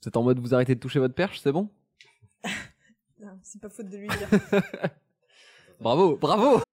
C'est en mode vous arrêtez de toucher votre perche, c'est bon Non, Ah, C'est pas faute de lui dire. Bravo, bravo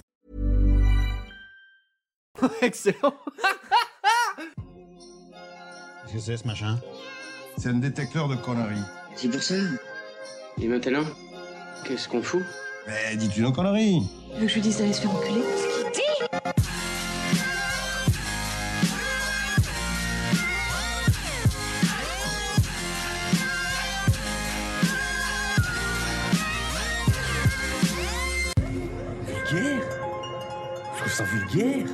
Excellent Qu'est-ce que c'est ce machin C'est un détecteur de conneries. C'est pour ça. Et maintenant, qu'est-ce qu'on fout Mais dis-tu nos conneries Tu veux que je lui dise d'aller se faire enculer Vulgaire Je trouve ça vulgaire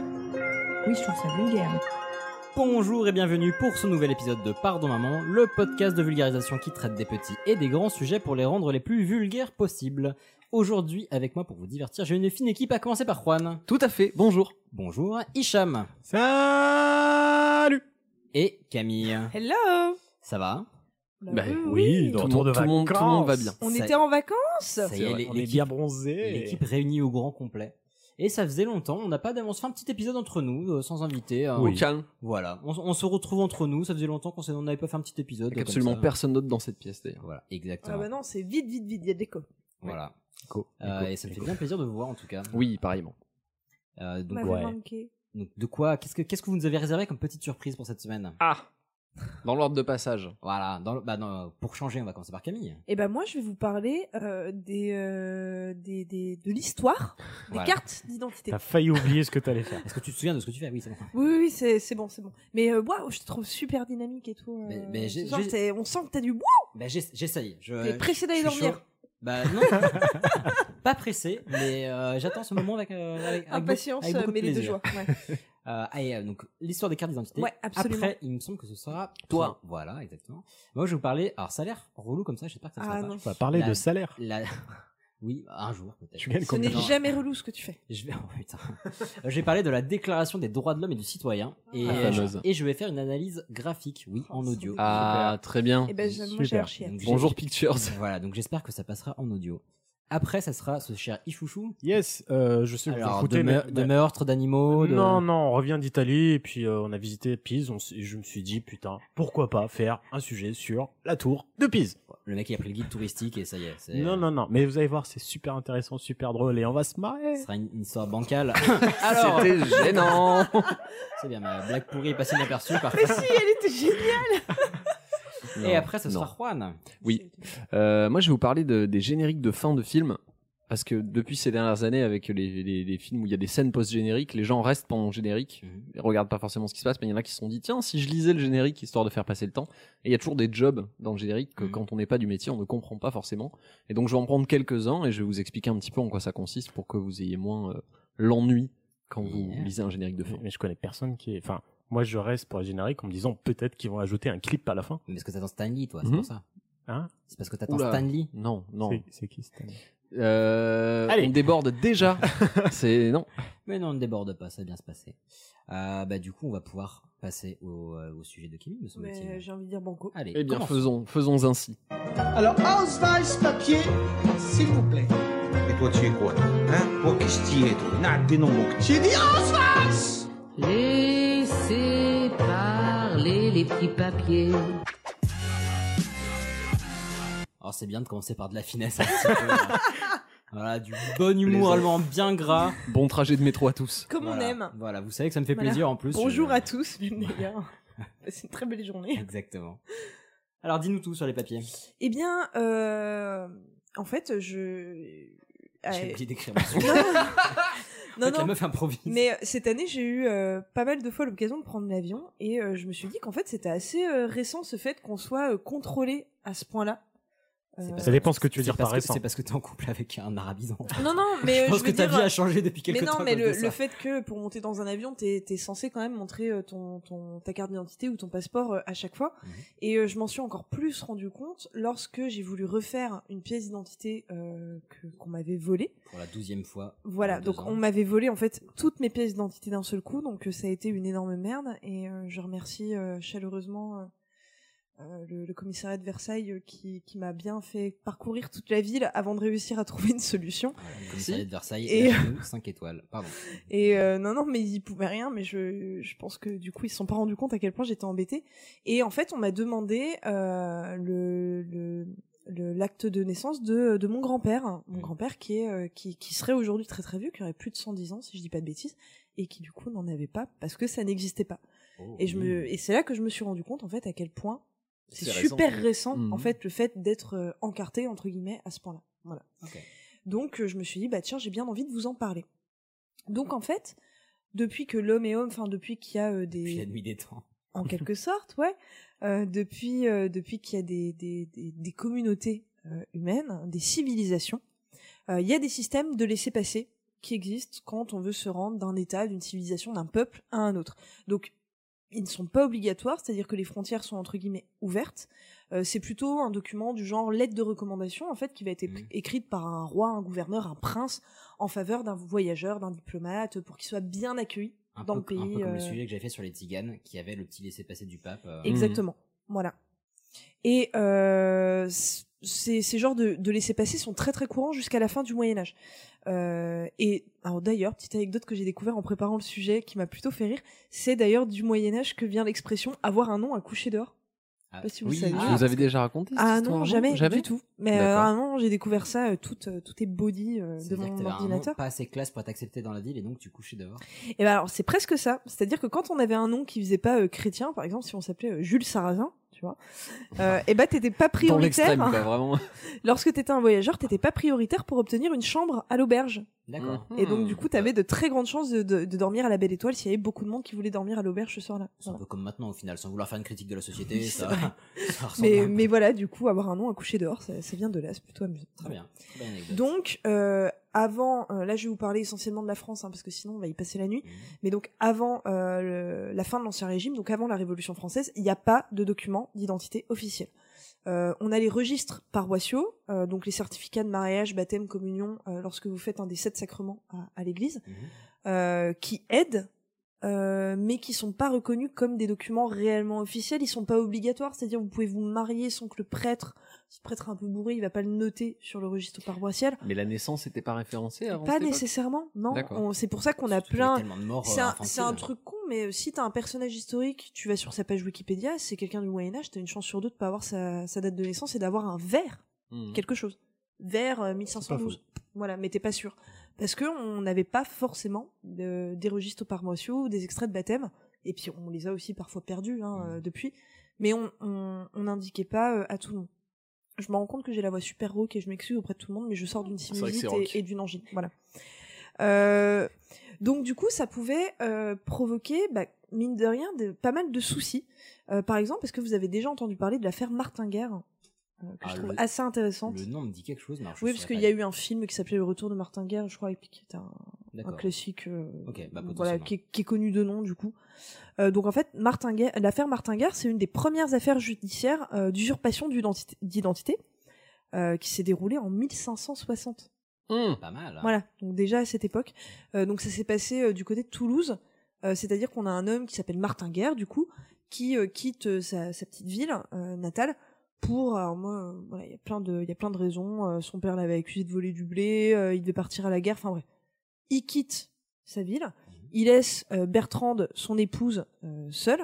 Oui, je trouve ça vulgaire. Bonjour et bienvenue pour ce nouvel épisode de Pardon Maman, le podcast de vulgarisation qui traite des petits et des grands sujets pour les rendre les plus vulgaires possibles. Aujourd'hui, avec moi pour vous divertir, j'ai une fine équipe à commencer par Juan. Tout à fait, bonjour Bonjour, Hicham. Salut Et Camille. Hello Ça va Bah Bah oui, de tout, le retour monde- de tout le monde, tout le monde va vacances. bien. On Ça- était en vacances Ça y est, on est l'équipe- bien bronzé. l'équipe réunie au grand complet. Et ça faisait longtemps, on n'a pas d'avance. Enfin, un petit épisode entre nous, euh, sans invité. euh, Au calme, Voilà, on, s- on se retrouve entre nous. Ça faisait longtemps qu'on s'est- on n'avait pas fait un petit épisode. avec euh, comme absolument ça. personne d'autre dans cette pièce d'ailleurs. Voilà, Ah exactement. bah non, c'est vite, vite, vite, il y a de l'écho. Voilà. Écho, Euh, écho, et ça me fait écho. bien plaisir de vous voir en tout cas. Oui, pareillement. Euh, Vous donc, m'avez ouais. manqué. donc, de quoi Qu'est-ce que qu'est-ce que vous nous avez réservé comme petite surprise pour cette semaine Ah Dans l'ordre de passage. Voilà. Dans le- bah, non, pour changer, on va commencer par Camille. Et ben moi, je vais vous parler euh, des, euh, des, des, de l'histoire, des Voilà. cartes d'identité. T'as failli oublier ce que t'allais faire. Est-ce que tu te souviens de ce que tu fais Oui, c'est bon. Oui, oui, oui, c'est c'est bon, c'est bon. Mais euh, waouh, je te trouve super dynamique et tout. euh, Mais- mais j'ai- genre, j'ai- t'es- on sent que t'as du bois. Bah, j'ess- j'essaye. Je. T'es pressé d'aller je suis dormir. chaud. Bah non. pas pressé, mais euh, j'attends ce moment avec, euh, avec- avec beaucoup- Impatience, avec beaucoup de mais les deux plaisir. joies. ouais. Euh, ah, et, euh, donc l'histoire des cartes d'identité. Ouais, absolument. Après, il me semble que ce sera Toi. Voilà, exactement. Moi, je vais vous parler. Alors, ça a l'air relou comme ça. J'espère que ça sera Ah pas. non, On va parler La- de salaire. La- Oui, un jour peut-être. Tu gagnes ce n'est combien Non, jamais relou ce que tu fais. Je vais, oh, putain. je vais parler de la déclaration des droits de l'homme et du citoyen et, La euh, fameuse. et je vais faire une analyse graphique, oui, en audio. Ah, Ah, très bien. Et ben je- moi, j'ai Super. un chien. Donc, j'ai- Bonjour Pictures. Voilà, donc j'espère que ça passera en audio. Après, ça sera ce cher Ifouchou. Yes, euh, je sais que vous vous Alors, foutez, de, mais... meur- de meurtres d'animaux. de- Non, non, on revient d'Italie et puis euh, on a visité Pise. On s- et je me suis dit, putain, pourquoi pas faire un sujet sur la tour de Pise Le mec, il a pris le guide touristique et ça y est. c'est- Non, non, non, mais vous allez voir, c'est super intéressant, super drôle et on va se Ce marrer. sera une, une histoire bancale. Alors, C'était gênant c'est bien, ma blague pourrie est passée inaperçue par Mais si, elle était géniale. Et après, ce Non. sera Juan. Oui. Euh, moi, je vais vous parler de- des génériques de fin de films. Parce que depuis ces dernières années, avec les, les- les films où il y a des scènes post-génériques, les gens restent pendant le générique, Mhm. ils regardent pas forcément ce qui se passe, mais il y en a qui se sont dit, tiens, si je lisais le générique, histoire de faire passer le temps. Et il y a toujours des jobs dans le générique que Mhm. quand on n'est pas du métier, on ne comprend pas forcément. Et donc, je vais en prendre quelques-uns et je vais vous expliquer un petit peu en quoi ça consiste pour que vous ayez moins euh, l'ennui quand vous Yeah. lisez un générique de fin. Mais je connais personne qui est. Enfin, moi je reste pour les génériques en me disant peut-être qu'ils vont ajouter un clip à la fin. Mais parce que t'attends Stanley, toi, c'est Mhm. pour ça. Hein C'est parce que t'attends Oula. Stanley. Non, non. C'est- C'est qui cette année Euh, Allez. on déborde déjà. C'est non. Mais non, on ne déborde pas, ça va bien se passer. Euh, bah, du coup, on va pouvoir passer au, euh, au sujet de Kimi, me semble-t-il. Mais euh, j'ai envie de dire banco. Allez, Eh bien, commence. faisons, faisons ainsi. Alors, Ausweis papier, s'il vous plaît. Et toi, tu es quoi, toi Hein Toi, qu'est-ce que tu es, toi Nah, t'es non, donc. J'ai dit Ausweis Laissez parler les petits papiers. Alors, Oh, c'est bien de commencer par de la finesse. un petit peu, là. voilà, du bon humour Les allemand bien gras. Bon trajet de métro à tous. Comme Voilà, on aime. Voilà, vous savez que ça me fait Voilà. plaisir en plus. Bonjour je- à tous, même d'ailleurs. C'est une très belle journée. Exactement. Alors, dis-nous tout sur les papiers. Eh bien, euh, en fait, je. J'ai Euh, oublié d'écrire mon sujet. non, La non. meuf improvise. Mais euh, cette année, j'ai eu euh, pas mal de fois l'occasion de prendre l'avion et euh, je me suis dit qu'en fait, c'était assez euh, récent ce fait qu'on soit euh, contrôlé à ce point-là C'est parce Ça dépend ce que tu veux c'est dire parce par que- récent. C'est parce que t'es en couple avec un arabisant. Non, non, mais euh, je pense veux que ta dire, vie a changé depuis quelque mais temps. non, mais à cause le, de le ça. fait que pour monter dans un avion, t'es es censé quand même montrer euh, ton, ton ta carte d'identité ou ton passeport euh, à chaque fois. Mhm. Et euh, je m'en suis encore plus rendu compte lorsque j'ai voulu refaire une pièce d'identité euh, que- qu'on m'avait volée. Pour la douzième fois. Voilà, en deux donc ans. on m'avait volé en fait toutes mes pièces d'identité d'un seul coup, donc euh, ça a été une énorme merde. Et euh, je remercie euh, chaleureusement euh, euh, le, le commissariat de Versailles euh, qui, qui m'a bien fait parcourir toute la ville avant de réussir à trouver une solution. euh, Le commissariat de Versailles Et- et 5 étoiles. Pardon. Et euh, non, non, mais ils y pouvaient rien, mais je, je pense que du coup, ils se sont pas rendus compte à quel point j'étais embêtée. Et en fait, on m'a demandé euh, le- le le- l'acte de naissance de, de mon grand-père, mon grand-père qui est euh, qui, qui serait aujourd'hui très très vieux, qui aurait plus de 110 ans si je dis pas de bêtises, et qui du coup n'en avait pas parce que ça n'existait pas. Oh, et je Mm. me et c'est là que je me suis rendu compte en fait à quel point c'est C'est super récent. récent, en Mhm. fait le fait d'être euh, encarté entre guillemets à ce point-là. Voilà. Ok. Donc euh, je me suis dit bah tiens j'ai bien envie de vous en parler. Donc en fait depuis que l'homme est homme, enfin depuis qu'il y a euh, des Puis la nuit des temps. en quelque sorte, ouais. Euh, depuis euh, depuis qu'il y a des, des, des, des communautés euh, humaines, des civilisations, euh, il y a des systèmes de laisser-passer qui existent quand on veut se rendre d'un état, d'une civilisation, d'un peuple à un autre. Donc, ils ne sont pas obligatoires, c'est-à-dire que les frontières sont entre guillemets ouvertes. Euh, c'est plutôt un document du genre lettre de recommandation, en fait, qui va être écri- Mhm. écrite par un roi, un gouverneur, un prince, en faveur d'un voyageur, d'un diplomate, pour qu'il soit bien accueilli Un dans peu, le pays. un peu comme le euh, sujet que j'avais fait sur les tiganes, qui avait le petit laissé-passer du pape. euh, Mmh. Exactement. Voilà. Et euh, c- ces, ces genres de, de laissés-passer sont très très courants jusqu'à la fin du Moyen Âge. Euh, et alors d'ailleurs, petite anecdote que j'ai découvert en préparant le sujet qui m'a plutôt fait rire, c'est d'ailleurs du Moyen Âge que vient l'expression avoir un nom à coucher dehors. Ah, Pas si vous Oui, saviez. tu nous avais déjà raconté cette Ah histoire non, avant jamais, jamais du tout. Mais euh, D'accord. vraiment, j'ai découvert ça euh, tout, euh, tout est body euh, ça veut devant dire que mon t'avais un nom ordinateur. pas assez classe pour être accepté dans la ville et donc tu couchais dehors. Et ben alors c'est presque ça, c'est-à-dire que quand on avait un nom qui faisait pas euh, chrétien, par exemple si on s'appelait euh, Jules Sarrazin, tu vois, euh, et ben t'étais pas Dans prioritaire. l'extrême, quoi, vraiment. Lorsque t'étais un voyageur, t'étais pas prioritaire pour obtenir une chambre à l'auberge. D'accord. Mhm. Et donc du coup, t'avais de très grandes chances de, de- de dormir à la Belle Étoile s'il y avait beaucoup de monde qui voulait dormir à l'auberge ce soir-là. C'est un Voilà. peu comme maintenant au final, sans vouloir faire une critique de la société, Oui, ça, c'est vrai. ça ressemble un Mais, peu. mais voilà, du coup, avoir un nom à coucher dehors, ça, ça vient de là, c'est plutôt amusant. Très bien. Très bonne anecdote. Donc, euh, avant, euh, là je vais vous parler essentiellement de la France, hein, parce que sinon on va y passer la nuit, Mhm. mais donc avant euh, le- la fin de l'Ancien Régime, donc avant la Révolution française, il n'y a pas de document d'identité officiel. Euh, on a les registres paroissiaux, euh, donc les certificats de mariage, baptême, communion, euh, lorsque vous faites un des sept sacrements à, à l'Église, Mhm. euh, qui aident, euh, mais qui sont pas reconnus comme des documents réellement officiels. Ils sont pas obligatoires, c'est-à-dire vous pouvez vous marier sans que le prêtre, si le prêtre est un peu bourré, il va pas le noter sur le registre paroissial. Mais la naissance n'était pas référencée avant Pas cette époque nécessairement, non. D'accord. On- C'est pour ça qu'on a Parce qu'il y avait plein tellement de morts, c'est euh, un, infantiles. c'est un truc con, mais euh, si t'as un personnage historique, tu vas sur sa page Wikipédia, c'est quelqu'un du Moyen-Âge, t'as une chance sur deux de pas avoir sa, sa date de naissance et d'avoir un vers, Mhm. quelque chose. Vers euh, 1512. Voilà, mais t'es pas sûr. Parce que on n'avait pas forcément de- des registres paroissiaux ou des extraits de baptême, et puis on les a aussi parfois perdus hein, Mmh. Mhm. euh, depuis, mais on on- on n'indiquait pas euh, à tout le monde. Je me rends compte que j'ai la voix super rauque et je m'excuse auprès de tout le monde, mais je sors d'une C'est vrai que sinusite c'est rock. et, et d'une angine. Voilà. Euh, donc du coup, ça pouvait euh, provoquer, bah, mine de rien, de- pas mal de soucis. Euh, par exemple, est-ce que vous avez déjà entendu parler de l'affaire Martin Guerre, euh, que Ah, je trouve le- assez intéressante Le nom me dit quelque chose, mais alors je Oui, saurais parce pas qu'il y a dire. eu un film qui s'appelait Le Retour de Martin Guerre, je crois, et puis qui est un, un D'accord. classique, euh, Ok, bah, voilà, potentiellement. qui, est- qui est connu de nom du coup. Euh, donc en fait, Martin Guerre- l'affaire Martin Guerre, c'est une des premières affaires judiciaires euh, d'usurpation d'identité- d'identité euh, qui s'est déroulée en 1560. Mhm. Pas mal. hein. Voilà, donc déjà à cette époque. Euh, donc ça s'est passé euh, du côté de Toulouse, Euh, c'est-à-dire qu'on a un homme qui s'appelle Martin Guerre, du coup, qui euh, quitte euh, sa, sa petite ville euh, natale pour, alors moi, euh, voilà, il y a plein de, il y a plein de raisons. Euh, son père l'avait accusé de voler du blé, euh, il devait partir à la guerre, enfin bref. Il quitte sa ville, il laisse euh, Bertrande, son épouse, euh, seule.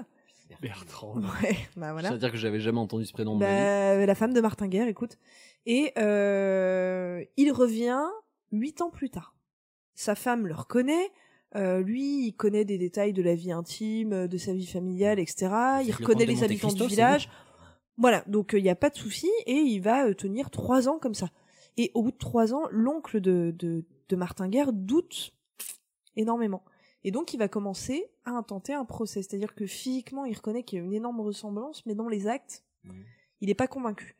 Bertrand. Ouais, bah voilà. C'est-à-dire que j'avais jamais entendu ce prénom de ma vie. Bah, la femme de Martin Guerre, écoute. Et euh, il revient huit ans plus tard. Sa femme le reconnaît. euh, lui, il connaît des détails de la vie intime, de sa vie familiale, etc. C'est Il le reconnaît comte de les Monte habitants Cristo, du c'est village. Voilà, donc euh, il n'y a pas de souci et il va euh, tenir trois ans comme ça. Et au bout de trois ans, l'oncle de, de, de Martin Guerre doute énormément. Et donc il va commencer à intenter un procès. C'est-à-dire que physiquement, il reconnaît qu'il y a une énorme ressemblance, mais dans les actes, Mhm. il n'est pas convaincu.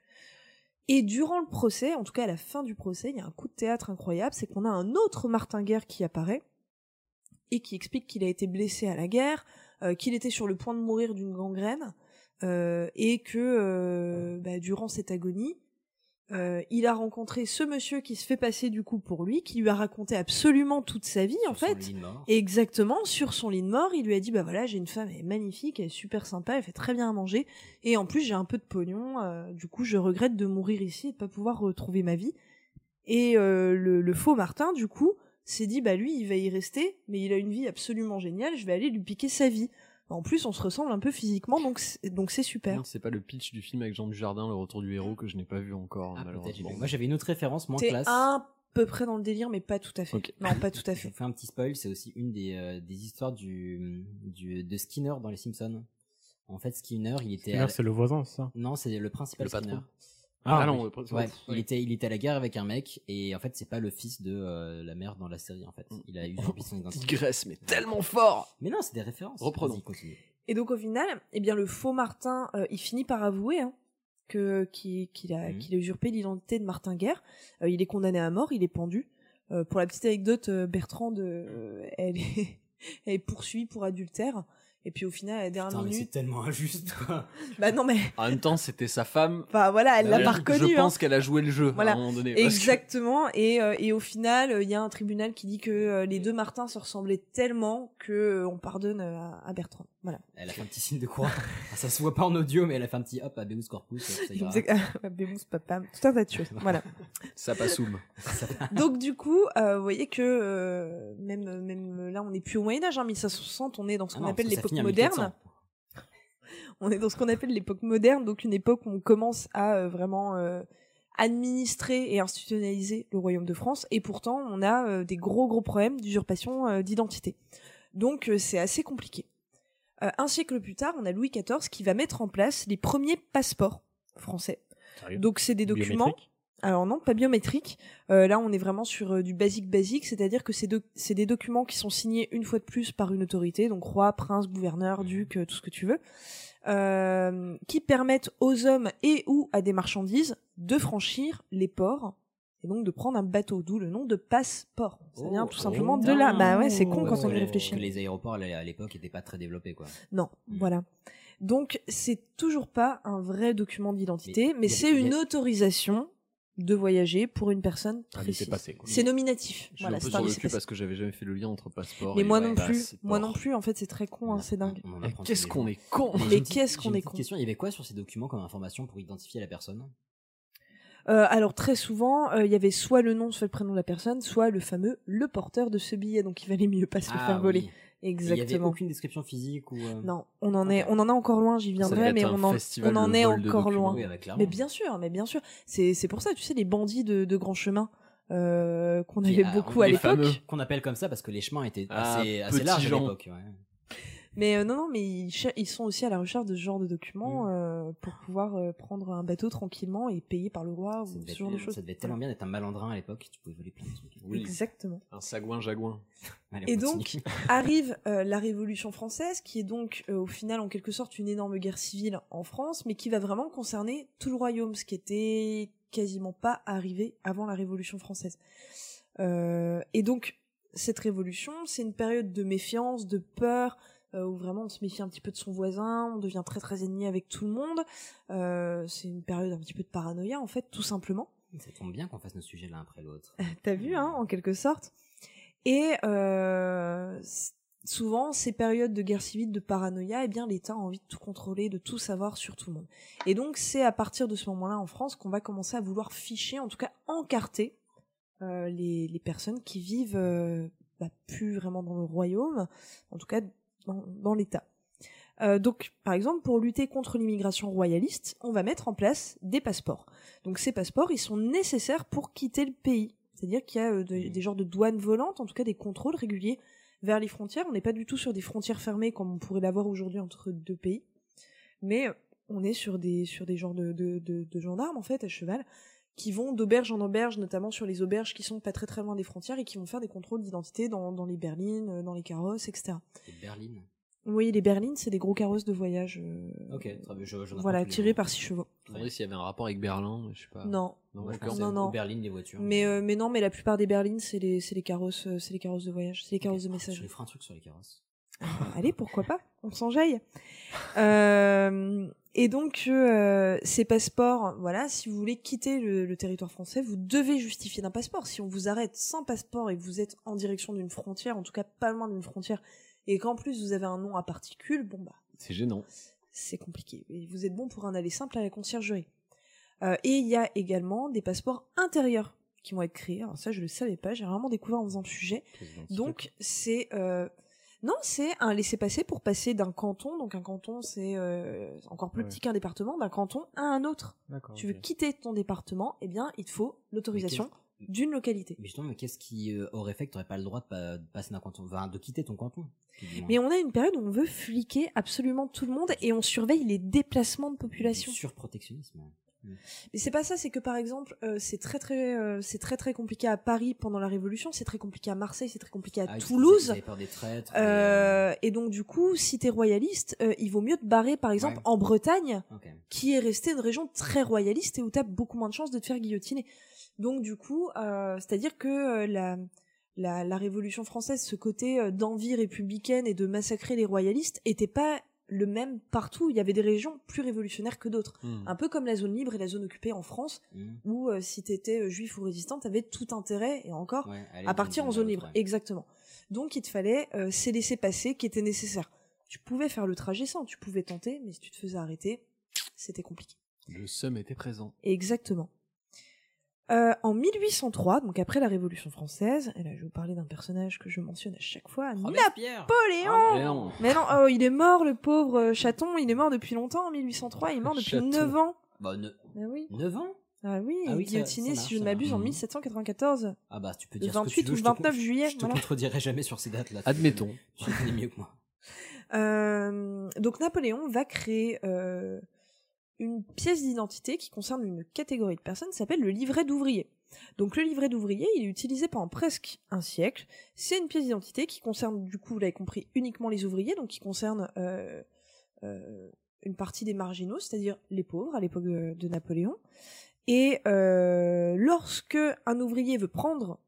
Et durant le procès, en tout cas à la fin du procès, il y a un coup de théâtre incroyable, c'est qu'on a un autre Martin Guerre qui apparaît et qui explique qu'il a été blessé à la guerre, euh, qu'il était sur le point de mourir d'une gangrène euh, et que euh, bah, durant cette agonie, euh, il a rencontré ce monsieur qui se fait passer du coup pour lui, qui lui a raconté absolument toute sa vie en Sur son fait. lit de mort. Exactement, sur son lit de mort, il lui a dit bah voilà, j'ai une femme, elle est magnifique, elle est super sympa, elle fait très bien à manger, et en plus j'ai un peu de pognon, euh, du coup je regrette de mourir ici et de pas pouvoir retrouver ma vie. Et euh, le, le faux Martin, du coup, s'est dit bah lui, il va y rester, mais il a une vie absolument géniale, je vais aller lui piquer sa vie. En plus, on se ressemble un peu physiquement, donc c'est- donc c'est super. Non, C'est pas le pitch du film avec Jean Dujardin, Le Retour du Héros, que je n'ai pas vu encore, Ah, peut-être, j'ai malheureusement. bah, vu. Moi j'avais une autre référence moins T'es classe. à peu près dans le délire, mais pas tout à fait. Ok. Non, pas tout à Je fait. vous fais un petit spoil, c'est aussi une des, euh, des histoires du, du- de Skinner dans Les Simpsons. En fait, Skinner, il était. à- D'ailleurs, c'est le voisin, c'est ça. Non, c'est le principal Le patron. Skinner. Ah, Ah, non, après, Ouais, ouais. il était, il était à la guerre avec un mec et en fait c'est pas le fils de euh, la mère dans la série en fait. Mm. Il a eu son identité. Digresse, mais tellement fort Mais non, c'est des références. Reprenons. Vas-y, continue. Et donc au final, eh bien le faux Martin, euh, il finit par avouer hein, que qu'il qu'il a Mhm. qu'il a usurpé l'identité de Martin Guerre. Euh, il est condamné à mort, il est pendu. Euh, pour la petite anecdote, euh, Bertrande, euh, elle est elle est poursuivie pour adultère. Et puis au final, à la dernière Putain, mais c'est minute, tellement injuste quoi. bah non mais, En même temps, c'était sa femme. Euh, bah voilà, elle l'a Je- pas reconnu. Je pense qu'elle a joué le jeu Voilà. à un moment donné. parce que- Exactement. Et, euh, et au final, euh, il y a un tribunal qui dit que euh, Mm. les deux Martins se ressemblaient tellement que euh, on pardonne euh, à, à Bertrand. Voilà. Elle a fait un petit signe de croix. Ah, ça se voit pas en audio, mais elle a fait un petit hop à Beus Corpus. ça ira. Exact- Bémousse, papam, tout un tas de choses. Voilà. Ça passe où Donc du coup, euh, vous voyez que euh, même même là, on n'est plus au Moyen Âge, hein, 1560, on est dans ce Ah qu'on non, appelle parce que ça l'époque finit à moderne. 1400. On est dans ce qu'on appelle l'époque moderne, donc une époque où on commence à euh, vraiment euh, administrer et institutionnaliser le royaume de France, et pourtant on a euh, des gros gros problèmes d'usurpation euh, d'identité. Donc euh, c'est assez compliqué. Euh, un siècle plus tard, on a Louis XIV qui va mettre en place les premiers passeports français. Sérieux Donc c'est des documents Biométrique alors non, pas biométrique. Euh, là, on est vraiment sur euh, du basique basique, c'est-à-dire que c'est de- c'est des documents qui sont signés une fois de plus par une autorité, donc roi, prince, Mmh. gouverneur, duc, euh, tout ce que tu veux, euh, qui permettent aux hommes et ou à des marchandises de franchir les ports et donc de prendre un bateau, d'où le nom de passeport. Ça Oh, vient tout oh, simplement de là. putain. Bah ouais, c'est con Ouais, quand on parce y que les- réfléchit. parce que Les aéroports là, à l'époque étaient pas très développés quoi. Non, Mm. voilà. Donc c'est toujours pas un vrai document d'identité, Mais- mais, mais- c'est mais- une autorisation de voyager pour une personne Ah, Elle était précise. passée, quoi. C'est nominatif. Je suis Voilà, un peu c'est sur un le laissez cul passer. parce que j'avais jamais fait le lien entre passeport Mais et moi non ouais, bah, plus, passeport. moi non plus. En fait, c'est très con, hein, c'est dingue. On en Mais apprend tous Qu'est-ce les qu'on jours. est Bah, con Mais j'ai une- qu'est-ce j'ai qu'on une est petite con. question. Il y avait quoi sur ces documents comme information pour identifier la personne Euh, alors très souvent, euh, il y avait soit le nom, soit le prénom de la personne, soit le fameux le porteur de ce billet. Donc il valait mieux pas se Ah le faire voler. Ah oui. Et Il y avait Exactement. aucune description physique ou. euh, Non, on en est, on en a encore loin. J'y Ça viendrai, devait mais être un on en, festival on en de est vol de encore documents. loin. Oui, avec clairement. Mais bien sûr, mais bien sûr. C'est c'est pour ça, tu sais, les bandits de, de grand chemin euh, qu'on Qui- avait ah, beaucoup on- à les l'époque. fameux. Qu'on appelle comme ça parce que les chemins étaient Ah, assez, assez petits larges à gens. l'époque. ouais. Mais euh, non, non, mais ils, cher- ils sont aussi à la recherche de ce genre de Mm. documents euh, pour pouvoir euh, prendre un bateau tranquillement et payer par le roi Ça ou devait, Ah, ce être, genre de choses. ça devait être tellement bien d'être un malandrin à l'époque, tu pouvais voler plein de trucs. Exactement. Un sagouin jagouin. Allez, Et on donc, continue. Arrive euh, la Révolution française, qui est donc euh, au final en quelque sorte une énorme guerre civile en France, mais qui va vraiment concerner tout le royaume, ce qui était quasiment pas arrivé avant la Révolution française. Euh, et donc, cette révolution, c'est une période de méfiance, de peur, euh, où vraiment on se méfie un petit peu de son voisin, on devient très très ennemi avec tout le monde. Euh, c'est une période un petit peu de paranoïa, en fait, tout simplement. ça tombe bien qu'on fasse nos sujets l'un après l'autre. T'as vu, hein, en quelque sorte. Et euh, s- souvent, ces périodes de guerre civile, de paranoïa, eh bien, l'État a envie de tout contrôler, de tout savoir sur tout le monde. Et donc, c'est à partir de ce moment-là en France qu'on va commencer à vouloir ficher, en tout cas encarter, euh, les, les personnes qui vivent euh, bah, plus vraiment dans le royaume, en tout cas dans, dans l'État. Euh, donc, par exemple, pour lutter contre l'immigration royaliste, on va mettre en place des passeports. Donc ces passeports, ils sont nécessaires pour quitter le pays. C'est-à-dire qu'il y a euh, de- Mmh. des genres de douanes volantes, en tout cas des contrôles réguliers vers les frontières. On n'est pas du tout sur des frontières fermées comme on pourrait l'avoir aujourd'hui entre deux pays, mais euh, on est sur des sur des genres de, de, de- de gendarmes en fait à cheval qui vont d'auberge en auberge, notamment sur les auberges qui sont pas très très loin des frontières et qui vont faire des contrôles d'identité dans, dans les berlines, euh, dans les carrosses, etc. Et Berlin. Oui, les berlines, c'est des gros carrosses de voyage. euh, Ok, très bien, je- j'en apprends voilà, tous les tirés jours. par six chevaux. Je me demandais s'il y avait un rapport avec Berlin, je sais Ah. pas. Non. Non, moi, je d'accord. pensais Non, non. aux berlines des voitures. Mais, euh, mais non, mais la plupart des berlines, c'est les, c'est les carrosses, euh, c'est les carrosses de voyage, c'est les carrosses de Ah, Je messagerie. Ah, vais faire un truc sur les carrosses. Allez, pourquoi pas On s'enjaille. Euh, et donc, euh, ces passeports, voilà, si vous voulez quitter le, le territoire français, vous devez justifier d'un passeport. Si on vous arrête sans passeport et que vous êtes en direction d'une frontière, en tout cas pas loin d'une frontière, et qu'en plus vous avez un nom à particules, bon bah, C'est gênant. c'est compliqué. Et vous êtes bon pour un aller simple à la conciergerie. Euh, et il y a également des passeports intérieurs qui vont être créés. Alors ça, je le savais pas, j'ai vraiment découvert en faisant le sujet. Donc c'est euh, non, c'est un laisser-passer pour passer d'un canton, donc un canton c'est euh, encore plus Ouais. petit qu'un département, d'un canton à un autre. D'accord. Tu veux quitter ton département, eh bien il te faut l'autorisation Mais qu'est-ce- d'une localité. Mais justement, mais qu'est-ce qui euh, aurait fait que t'aurais pas le droit de, pa- de passer d'un canton, enfin, de quitter ton canton tout du moins. Mais on a une période où on veut fliquer absolument tout le monde et on surveille les déplacements de population. Du Surprotectionnisme. Ah Mais c'est pas ça, c'est que par exemple, euh, c'est très très euh, c'est très très compliqué à Paris pendant la Révolution, c'est très compliqué à Marseille, c'est très compliqué à Ah oui, parce qu'ils Toulouse. avaient peur des traîtres. et, euh, Euh, et donc du coup, si t'es royaliste, euh, il vaut mieux te barrer par exemple Ouais. en Bretagne ok. qui est restée une région très royaliste et où t'as beaucoup moins de chances de te faire guillotiner. Donc du coup, euh, c'est-à-dire que euh, la, la, la Révolution française, ce côté euh, d'envie républicaine et de massacrer les royalistes, était pas le même partout. Il y avait des régions plus révolutionnaires que d'autres. Hmm. Un peu comme la zone libre et la zone occupée en France, Mmh. où euh, si t'étais euh, juif ou résistant, t'avais tout intérêt, et encore, Ouais, aller oh, à d'une partir en à zone l'autre, libre. ouais. Exactement. Donc il te fallait euh, ces laissés-passer qui étaient nécessaires. Tu pouvais faire le trajet sans, tu pouvais tenter, mais si tu te faisais arrêter, c'était compliqué. Le seum était présent. Exactement. Euh, en 1803, donc après la Révolution française, et là je vais vous parler d'un personnage que je mentionne à chaque fois, Oh, mais ah Napoléon Pierre Mais non. Mais non, oh, il est mort le pauvre euh, chaton, il est mort depuis longtemps en 1803, il est mort depuis Chaton. 9 ans. Bah, ne- Ah oui, 9 ans ah oui, Ah oui, ça- guillotiné ça marche, Mmh. si je ne ça m'abuse en marche. 1794. Ah bah, tu peux Le dire 28 ce que tu ou veux, je te 29 con- juillet, Je te voilà. contredirai jamais sur ces dates-là. tu- Admettons. Tu les connais mieux que moi. Euh, donc Napoléon va créer euh, une pièce d'identité qui concerne une catégorie de personnes qui s'appelle le livret d'ouvrier. Donc le livret d'ouvrier, il est utilisé pendant presque un siècle. C'est une pièce d'identité qui concerne, du coup, vous l'avez compris, uniquement les ouvriers, donc qui concerne euh, euh, une partie des marginaux, c'est-à-dire les pauvres à l'époque de, de Napoléon. Et euh, lorsque un ouvrier veut prendre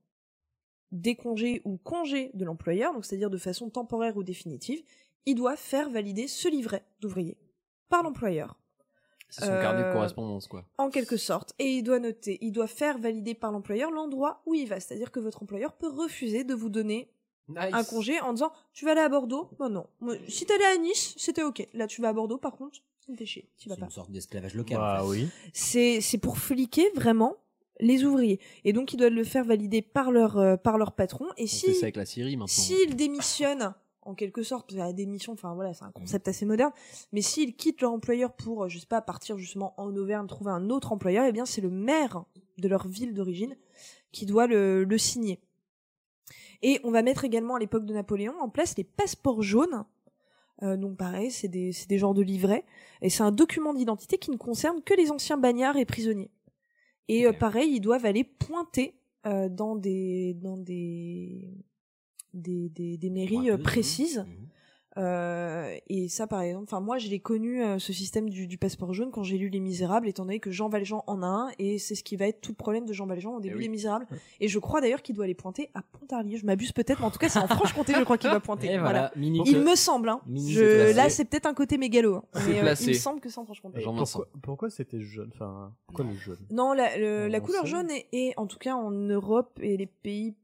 des congés ou congés de l'employeur, donc c'est-à-dire de façon temporaire ou définitive, il doit faire valider ce livret d'ouvrier par l'employeur, C'est son carnet de Euh, correspondance, quoi. en quelque sorte, et il doit noter, il doit faire valider par l'employeur l'endroit où il va, c'est-à-dire que votre employeur peut refuser de vous donner un congé en disant tu vas aller à Bordeaux Non, non. Moi, Si t'allais à Nice, c'était ok. Là, tu vas à Bordeaux, par contre, ça me fait chier, t'y vas C'est pas. une sorte d'esclavage local. en Bah fait. oui. C'est c'est pour fliquer vraiment les ouvriers, et donc ils doivent le faire valider par leur euh, par leur patron, et On fait si ça avec la Syrie maintenant. S'ils démissionnent, en quelque sorte, parce que la démission, enfin voilà, c'est un concept assez moderne, mais s'ils quittent leur employeur pour, euh, je sais pas, partir justement en Auvergne, trouver un autre employeur, eh bien c'est le maire de leur ville d'origine qui doit le, le signer. Et on va mettre également à l'époque de Napoléon en place les passeports jaunes. Euh, donc pareil, c'est des, c'est des genres de livrets. Et c'est un document d'identité qui ne concerne que les anciens bagnards et prisonniers. Et euh, Ok. pareil, ils doivent aller pointer euh, dans des dans des des, des, des mairies euh, Pointeuse, précises. mhm. Euh, et ça, par exemple, enfin moi, je l'ai connu euh, ce système du, du passeport jaune quand j'ai lu Les Misérables, étant donné que Jean Valjean en a un, et c'est ce qui va être tout le problème de Jean Valjean au début oui. des Misérables. Et je crois d'ailleurs qu'il doit aller pointer à Pontarlier. Je m'abuse peut-être, mais en tout cas, c'est en Franche-Comté, je crois qu'il doit pointer. Et Voilà. voilà, mini Il me semble. Hein. Mini, Je- c'est placé. là, c'est peut-être un côté mégalo. hein. C'est Mais, euh, il placé. me semble que c'est en Franche-Comté. Et Jean-Vincent. Euh, Pourquoi, pourquoi c'était jaune Enfin, pourquoi le jaune Non, la, le- On la couleur sait. jaune est, est, en tout cas en Europe et les pays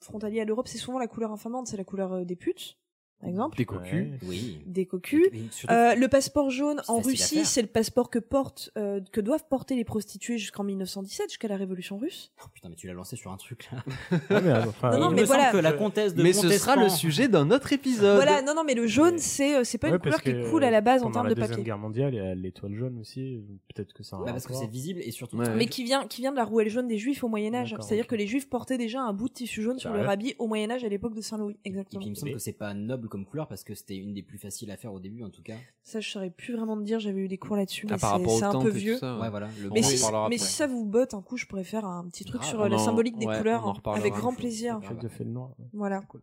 frontaliers à l'Europe, c'est souvent la couleur infamante, c'est la couleur euh, des putes, par exemple, Des cocus. Ouais. Oui. des cocus. Et surtout- Euh, le passeport jaune C'est en facile à Russie, faire. c'est le passeport que portent, euh, que doivent porter les prostituées jusqu'en 1917, jusqu'à la Révolution russe. Oh, putain, mais tu l'as lancé sur un truc là. Ah, mais, enfin, Non, non, Il oui. mais me semble voilà. que la comtesse de Mais ce sera Montespan- le sujet d'un autre euh, épisode. Voilà, non, non, mais le jaune, Mais- c'est, euh, c'est pas Ouais, une couleur parce qui que est cool à la base en pendant termes la de papier. Deuxième Guerre mondiale, il y a l'étoile jaune aussi. euh, Peut-être que c'est un. Bah, parce que rapport. c'est visible et surtout. Ouais. Mais qui vient, qui vient de la rouelle jaune des Juifs au Moyen Âge. D'accord, C'est-à-dire ok. que les Juifs portaient déjà un bout de tissu jaune sur leur Sérieux habit au Moyen Âge à l'époque de Saint-Louis. Et Exactement. puis il me semble Mais- que c'est pas noble comme couleur parce que c'était une des plus faciles à faire au début en tout cas. Ça, je saurais plus vraiment te dire. J'avais eu des cours là-dessus, mais Ah, par c'est, rapport au c'est un temple peu et tout vieux. ça, Ouais, voilà. Le Mais, On en si, reparlera mais après. Ah, si ça vous botte un coup, je pourrais faire un petit truc Grave, sur euh, la on en- symbolique des ouais, couleurs on en hein, reparlera avec une grand fois. plaisir. Ah, Fête de bah. fait le noir. Voilà. Cool.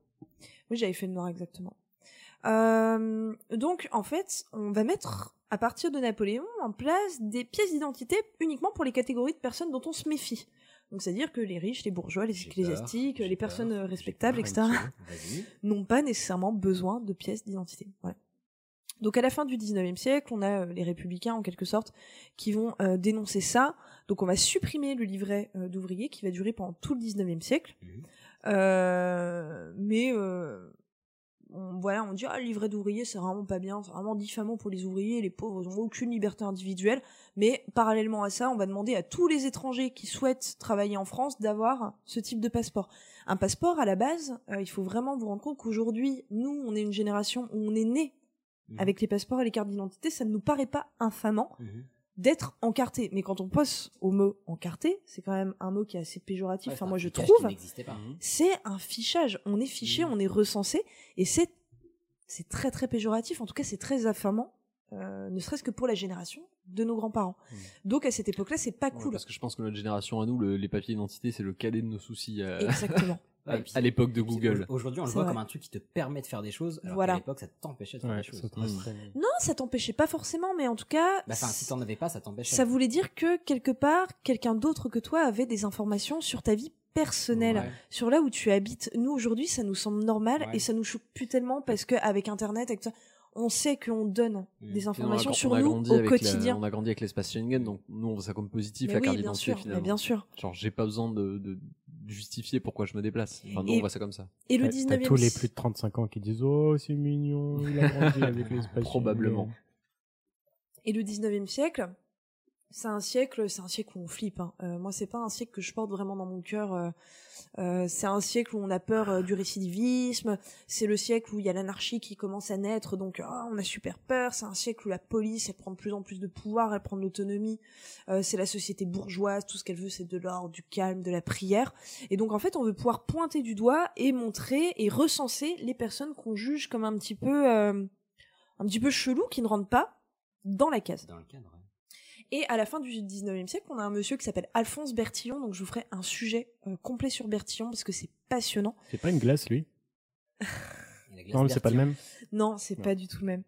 Oui, j'avais fait le noir exactement. Euh, donc, en fait, on va mettre, à partir de Napoléon, en place des pièces d'identité uniquement pour les catégories de personnes dont on se méfie. Donc, c'est-à-dire que les riches, les bourgeois, les ecclésiastiques, les personnes euh, respectables, etc., n'ont pas nécessairement besoin de pièces d'identité. Voilà. Donc à la fin du 19e siècle, on a euh, les républicains en quelque sorte qui vont euh, dénoncer ça. Donc on va supprimer le livret euh, d'ouvrier qui va durer pendant tout le 19e siècle. Euh, mais on, voilà, on dit ah, le livret d'ouvrier c'est vraiment pas bien, c'est vraiment diffamant pour les ouvriers, les pauvres n'ont aucune liberté individuelle. Mais parallèlement à ça, on va demander à tous les étrangers qui souhaitent travailler en France d'avoir ce type de passeport. Un passeport à la base, euh, il faut vraiment vous rendre compte qu'aujourd'hui, nous, on est une génération où on est né Mm. avec les passeports et les cartes d'identité, ça ne nous paraît pas infamant Mhm. d'être encarté. Mais quand on passe au mot encarté, c'est quand même un mot qui est assez péjoratif. Ouais, enfin, c'est moi, un je fichage trouve, qui n'existait pas. Mhm. c'est un fichage. On est Mm. fiché, on est recensé, et c'est c'est très très péjoratif. En tout cas, c'est très affamant, euh, ne serait-ce que pour la génération de nos grands-parents. Mm. Donc à cette époque-là, c'est pas Ouais, cool. Parce que je pense que notre génération à nous, le- les papiers d'identité, c'est le cadet de nos soucis euh, Exactement. à, et puis- à l'époque de Puis Google. au- Aujourd'hui, on le C'est voit vrai. comme un truc qui te permet de faire des choses, alors Voilà. qu'à l'époque, ça t'empêchait de faire des choses. Non, ça t'empêchait pas forcément, mais en tout cas, Bah, enfin, si t'en avais pas, ça t'empêchait. ça voulait dire que quelque part, quelqu'un d'autre que toi avait des informations sur ta vie personnelle, Ouais. sur là où tu habites. Nous aujourd'hui, ça nous semble normal Ouais. et ça nous choque plus tellement parce que avec Internet, avec ça, on sait qu'on donne des Et on a informations gr- sur on a nous grandi au avec la- quotidien. on a grandi avec l'espace Schengen, donc nous on voit ça comme positif, Mais la oui, carte bien d'identité sûr, mais finalement. bien sûr. Genre j'ai pas besoin de, de justifier pourquoi je me déplace. Enfin, nous Et- on voit ça comme ça. Et le T'as- t'as 19e tous les plus de 35 ans qui disent Oh, c'est mignon, il a grandi avec les Spice Probablement. Girls. Et le 19e siècle, c'est un siècle, c'est un siècle où on flippe. Hein. Euh, moi, c'est pas un siècle que je porte vraiment dans mon cœur. euh, euh, c'est un siècle où on a peur euh, du récidivisme. C'est le siècle où il y a l'anarchie qui commence à naître. Donc, ah, on a super peur. C'est un siècle où la police, elle prend de plus en plus de pouvoir, elle prend de l'autonomie. Euh, c'est la société bourgeoise. Tout ce qu'elle veut, c'est de l'ordre, du calme, de la prière. Et donc, en fait, on veut pouvoir pointer du doigt et montrer et recenser les personnes qu'on juge comme un petit peu, euh, un petit peu chelou, qui ne rentrent pas dans la case. Dans le cadre. hein. ouais. Et à la fin du 19e siècle, on a un monsieur qui s'appelle Alphonse Bertillon, donc je vous ferai un sujet euh, complet sur Bertillon parce que c'est passionnant. C'est pas une glace, lui Et la glace Non, mais c'est pas le Bertillon. même. Non, c'est Non. pas du tout le même.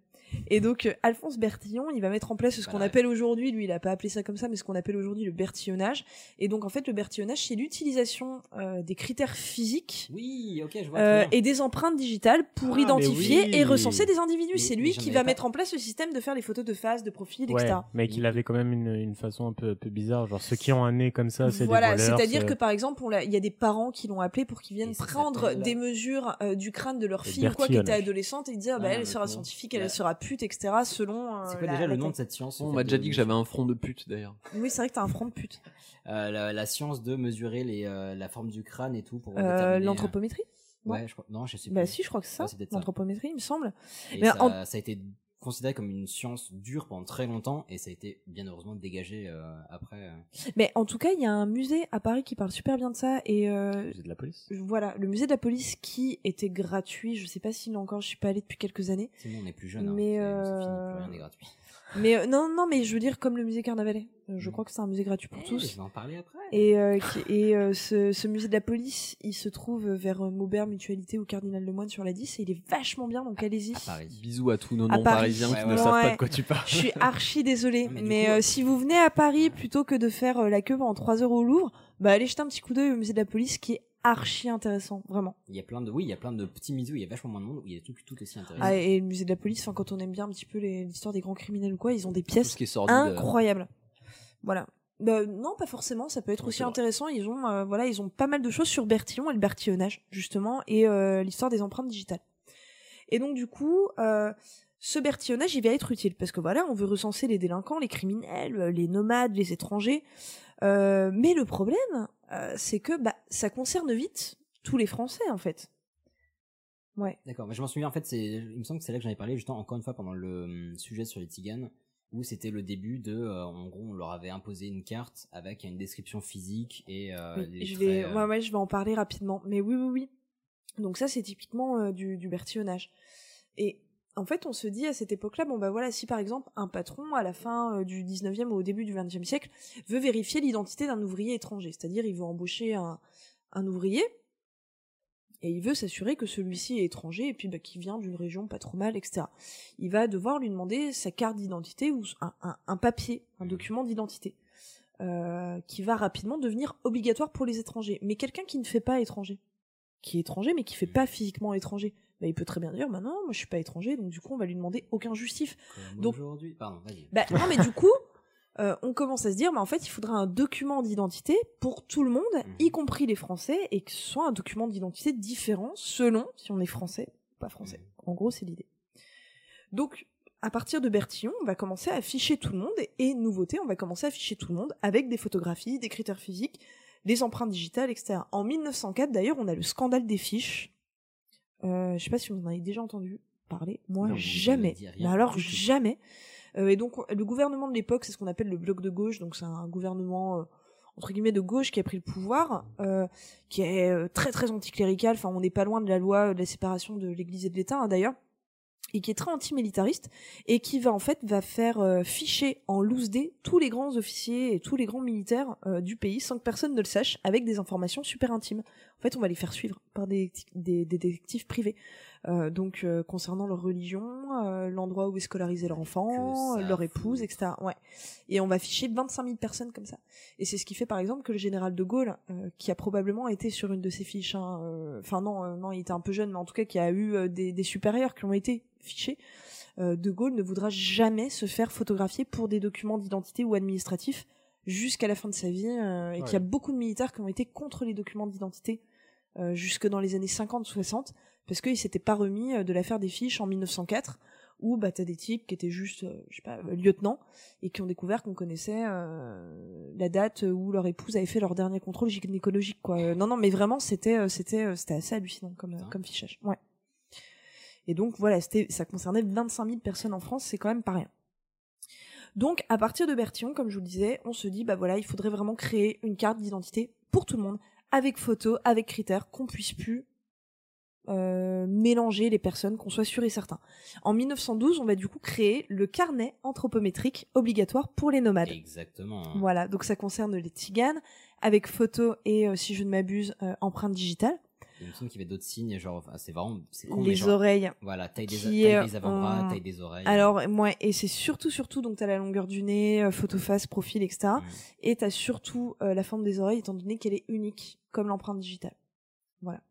Et donc euh, Alphonse Bertillon, il va mettre en place ce qu'on Voilà. appelle aujourd'hui, lui il a pas appelé ça comme ça, mais ce qu'on appelle aujourd'hui le bertillonnage. Et donc en fait le bertillonnage, c'est l'utilisation euh, des critères physiques Oui, ok, je vois. euh, très bien. et des empreintes digitales pour Ah, mais identifier oui. et recenser des individus. Mais- C'est mais lui j'en qui va avais pas- mettre en place ce système de faire les photos de face, de profil, Ouais, etc. mais qu'il avait quand même une, une façon un peu, un peu bizarre. Genre, ceux qui ont un nez comme ça, c'est Voilà, des voleurs. c'est-à-dire c'est- que par exemple, on l'a- il y a des parents qui l'ont appelé pour qu'ils Et viennent ça prendre s'appelle, des mesures euh, du crâne de leur Le fille ou quoi qui était bertillonnage. adolescente et ils disaient ah, bah, Ah, elle sera maintenant. scientifique, elle La- sera pute, etc. Selon. euh, C'est quoi la- déjà la le nom de thèse. cette science en On fait, m'a déjà de- dit que j'avais un front de pute d'ailleurs. Oui, c'est vrai que t'as un front de pute. Euh, la, la science de mesurer les, euh, la forme du crâne et tout pour. Euh, déterminer, L'anthropométrie. euh, Ouais, je crois. Non, je sais Bah plus. si, je crois que c'est ça. Ouais, c'est peut-être ça. L'anthropométrie, il me semble. Et Mais ça, en- ça a été considéré comme une science dure pendant très longtemps et ça a été bien heureusement dégagé euh, après. euh. Mais en tout cas, il y a un musée à Paris qui parle super bien de ça et euh, C'est de la police. voilà, le musée de la police qui était gratuit. Je sais pas s'il est encore. Je suis pas allée depuis quelques années. Sinon, on est plus jeune. Mais, hein, c'est- c'est euh, fini, plus rien n'est gratuit. Mais euh, non, non, mais je veux dire comme le musée Carnavalet. Euh, Je Mhm. crois que c'est un musée gratuit pour Eh, tous. Je vais en parler après. Et, euh, qui- et euh, ce, ce musée de la police, il se trouve vers euh, Maubert Mutualité ou Cardinal Lemoine sur la 10 et il est vachement bien, donc allez-y. À Paris. Bisous à tous nos À non Paris. parisiens qui Ouais, ne ouais. savent pas Ouais. de quoi tu parles. Je suis archi désolée, Mais mais, du coup, euh, euh, si vous venez à Paris plutôt que de faire euh, la queue pendant 3 heures au Louvre, bah allez jeter un petit coup d'œil au musée de la police qui est archi intéressant, vraiment. Il y a plein de, oui, il y a plein de petits musées où il y a vachement moins de monde, où il y a des trucs tout aussi intéressants. Ah, et le musée de la police, enfin, quand on aime bien un petit peu les- l'histoire des grands criminels ou quoi, ils ont des Tout pièces ce qui est sordide. euh, incroyables. Voilà. Bah, non, pas forcément. Ça peut être Ouais, aussi c'est vrai. intéressant. Ils ont, euh, voilà, ils ont pas mal de choses sur Bertillon et le bertillonnage justement et euh, l'histoire des empreintes digitales. Et donc du coup, euh, ce bertillonnage, il va être utile parce que voilà, on veut recenser les délinquants, les criminels, euh, les nomades, les étrangers. Euh, mais le problème, euh, c'est que bah, ça concerne vite tous les Français en fait. D'accord, mais je m'en souviens en fait, c'est, il me semble que c'est là que j'en ai parlé justement encore une fois pendant le hum, sujet sur les tiganes, où c'était le début de, euh, en gros, on leur avait imposé une carte avec une description physique et euh, Oui, les je traits, vais, euh, ouais, ouais, je vais en parler rapidement. Mais oui, oui, oui. Donc ça, c'est typiquement euh, du, du bertillonnage. Et en fait, on se dit à cette époque-là, bon bah voilà, si par exemple un patron, à la fin euh, du 19e ou au début du 20e siècle, veut vérifier l'identité d'un ouvrier étranger, c'est-à-dire il veut embaucher un, un ouvrier, et il veut s'assurer que celui-ci est étranger et puis bah, qu'il vient d'une région pas trop mal, etc. Il va devoir lui demander sa carte d'identité ou un, un- un papier, Mmh. un document d'identité, euh, qui va rapidement devenir obligatoire pour les étrangers. Mais quelqu'un qui ne fait pas étranger, qui est étranger mais qui fait pas physiquement étranger, bah, il peut très bien dire bah non, moi je suis pas étranger, donc du coup on va lui demander aucun justif. Donc- aujourd'hui. Pardon, vas-y. Bah, non, mais du coup, euh, on commence à se dire, mais en fait, il faudra un document d'identité pour tout le monde, y compris les Français, et que ce soit un document d'identité différent selon si on est français ou pas français. En gros, c'est l'idée. Donc, à partir de Bertillon, on va commencer à afficher tout le monde, et, et nouveauté, on va commencer à afficher tout le monde avec des photographies, des critères physiques, les empreintes digitales, etc. En 1904, d'ailleurs, on a le scandale des fiches. Euh, je sais pas si vous en avez déjà entendu parler. Moi, Non, vous jamais. ne dites rien Mais alors, du tout. jamais. Euh, et donc, le gouvernement de l'époque, c'est ce qu'on appelle le bloc de gauche. Donc, c'est un gouvernement, euh, entre guillemets, de gauche qui a pris le pouvoir, euh, qui est euh, très, très anticlérical. Enfin, on n'est pas loin de la loi euh, de la séparation de l'Église et de l'État, hein, d'ailleurs. Et qui est très antimilitariste et qui va en fait va faire euh, ficher en loose dé tous les grands officiers et tous les grands militaires euh, du pays sans que personne ne le sache avec des informations super intimes. En fait, on va les faire suivre par des, des- des détectives privés. Euh, donc, euh, concernant leur religion, euh, l'endroit où est scolarisé leur enfant, Que ça euh, leur épouse, fout. etc. Ouais. Et on va ficher 25 000 personnes comme ça. Et c'est ce qui fait, par exemple, que le général de Gaulle, euh, qui a probablement été sur une de ces fiches, hein, euh, enfin non, euh, non, il était un peu jeune, mais en tout cas, qui a eu euh, des, des supérieurs qui ont été fichés, euh, de Gaulle ne voudra jamais se faire photographier pour des documents d'identité ou administratifs jusqu'à la fin de sa vie, euh, et qu'il y a Ouais. beaucoup de militaires qui ont été contre les documents d'identité euh, jusque dans les années 50-60, parce qu'ils s'étaient pas remis euh, de l'affaire des fiches en 1904, où bah, t'as des types qui étaient juste, euh, je sais pas, euh, lieutenants, et qui ont découvert qu'on connaissait euh, la date où leur épouse avait fait leur dernier contrôle gynécologique. Quoi. Euh, non, non, mais vraiment, c'était euh, c'était euh, c'était assez hallucinant comme, euh, Putain. comme fichage. Ouais. Et donc voilà, c'était ça concernait 25 000 personnes en France, c'est quand même pas rien. Donc à partir de Bertillon, comme je vous le disais, on se dit bah voilà, il faudrait vraiment créer une carte d'identité pour tout le monde, avec photo, avec critères, qu'on puisse plus euh, mélanger les personnes, qu'on soit sûr et certain. En 1912, on va du coup créer le carnet anthropométrique obligatoire pour les nomades. Exactement. Voilà, donc ça concerne les tziganes, avec photo et, euh, si je ne m'abuse, euh, empreinte digitale, Il me semble qu'il y avait d'autres signes, genre, ah, c'est vraiment, c'est con, mais les genre- oreilles. Voilà, taille des, qui, taille euh, des avant-bras, ont- taille des oreilles. Alors, moi, et c'est surtout, surtout, donc t'as la longueur du nez, euh, photo face, profil, etc. Hum, Et t'as surtout euh, la forme des oreilles, étant donné qu'elle est unique, comme l'empreinte digitale. Voilà.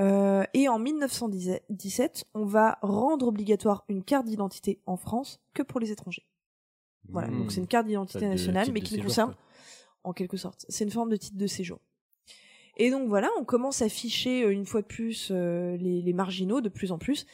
Euh, et en 1917, on va rendre obligatoire une carte d'identité en France que pour les étrangers. Voilà, Mmh. donc c'est une carte d'identité Carte Mm. de- nationale, titre mais de qui ne séjour, concerne, quoi. en quelque sorte, c'est une forme de titre de séjour. Et donc voilà, on commence à ficher euh, une fois de plus euh, les, les marginaux de plus en plus.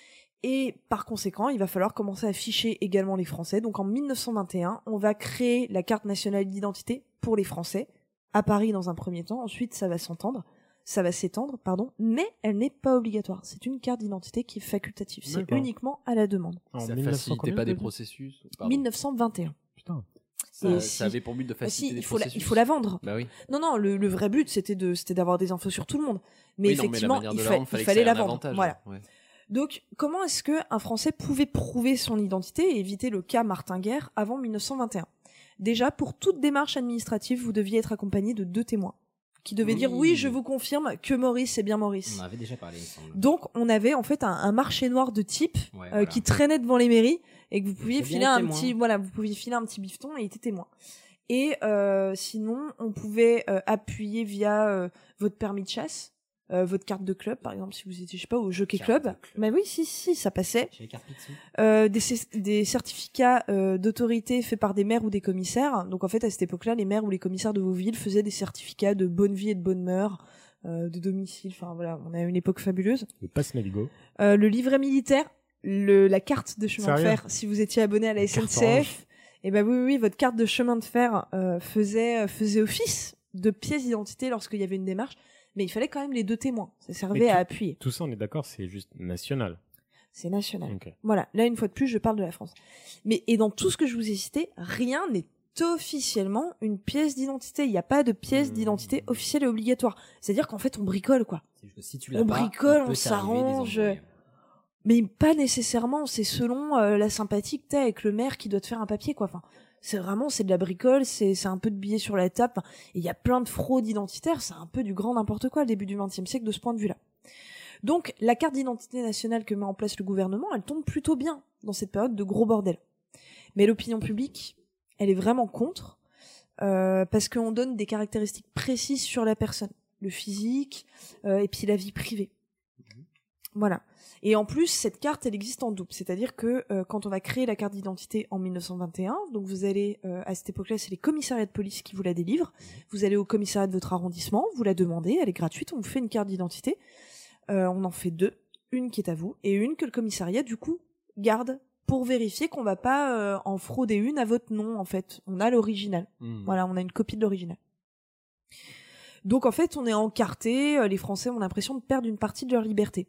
Et par conséquent, il va falloir commencer à ficher également les Français. Donc en 1921, on va créer la carte nationale d'identité pour les Français, à Paris dans un premier temps. Ensuite, ça va s'entendre, ça va s'étendre, pardon. Mais elle n'est pas obligatoire. C'est une carte d'identité qui est facultative. C'est D'accord. uniquement à la demande. En ça 1900 facilitait combien, pas t'as des dit processus. Pardon. 1921. Putain. Ça, Et ça si- avait pour but de Ah si, faciliter des il faut, la, processus. il faut la vendre. Bah oui. Non, non, le, le vrai but, c'était de, c'était d'avoir des infos sur tout le monde. Mais Oui, non, effectivement, la manière il, de la fa- vendre, il fallait que fallait ça ait la un vendre. avantage, hein. Voilà. ouais. Donc, comment est-ce que un Français pouvait prouver son identité et éviter le cas Martin Guerre avant 1921 Déjà, pour toute démarche administrative, vous deviez être accompagné de deux témoins qui devaient dire Oui. oui, je vous confirme que Maurice est bien On Maurice. en avait déjà parlé, il me semble. Donc, on avait en fait un, un marché noir de type Ouais, euh, voilà. qui traînait devant les mairies et que vous pouviez Faut bien filer être un témoin. petit, voilà, vous pouviez filer un petit bifton et il était témoin. Et euh, sinon, on pouvait euh, appuyer via euh, votre permis de chasse, euh, votre carte de club, par exemple, si vous étiez, je sais pas, au jockey Carte club. de club. Mais oui, si, si, ça passait. J'ai les cartes Picsou. Euh, des, cer- des certificats euh, d'autorité faits par des maires ou des commissaires. Donc en fait, à cette époque-là, les maires ou les commissaires de vos villes faisaient des certificats de bonne vie et de bonne mœurs, euh, de domicile. Enfin voilà, on a une époque fabuleuse. Le passe Navigo. Euh, le livret militaire, le, la carte de chemin de Sérieux fer, si vous étiez abonné à la Une carte SNCF, et ben oui, oui, oui, votre carte de chemin de fer euh, faisait, faisait office de pièce d'identité lorsqu'il y avait une démarche, mais il fallait quand même les deux témoins. Ça servait Mais à tu- appuyer. Tout ça, on est d'accord, c'est juste national. C'est national. Ok. Voilà, là une fois de plus, je parle de la France. Mais et dans tout ce que je vous ai cité, rien n'est officiellement une pièce d'identité. Il n'y a pas de pièce Hmm. Mmh. d'identité officielle et obligatoire. C'est-à-dire qu'en fait, on bricole quoi. C'est juste que si tu l'as On pas, bricole, il peut on t'arriver des s'arrange. embrouilles. mais pas nécessairement c'est selon euh, la sympathie que t'as avec le maire qui doit te faire un papier quoi enfin c'est vraiment c'est de la bricole c'est c'est un peu de billets sur la table Enfin, et il y a plein de fraudes identitaires c'est un peu du grand n'importe quoi le début du XXe siècle de ce point de vue là Donc la carte d'identité nationale que met en place le gouvernement, elle tombe plutôt bien dans cette période de gros bordel. Mais l'opinion publique, elle est vraiment contre euh, parce qu'on donne des caractéristiques précises sur la personne, le physique euh, et puis la vie privée. Voilà. Et en plus, cette carte, elle existe en double. C'est-à-dire que euh, quand on va créer la carte d'identité en 1921, donc vous allez, euh, à cette époque-là, c'est les commissariats de police qui vous la délivrent. Vous allez au commissariat de votre arrondissement, vous la demandez, elle est gratuite, on vous fait une carte d'identité. Euh, on en fait deux, une qui est à vous et une que le commissariat, du coup, garde pour vérifier qu'on va pas euh, en frauder une à votre nom, en fait. On a l'original. Hmm. Voilà, on a une copie de l'original. Donc en fait, on est encarté, euh, les Français ont l'impression de perdre une partie de leur liberté.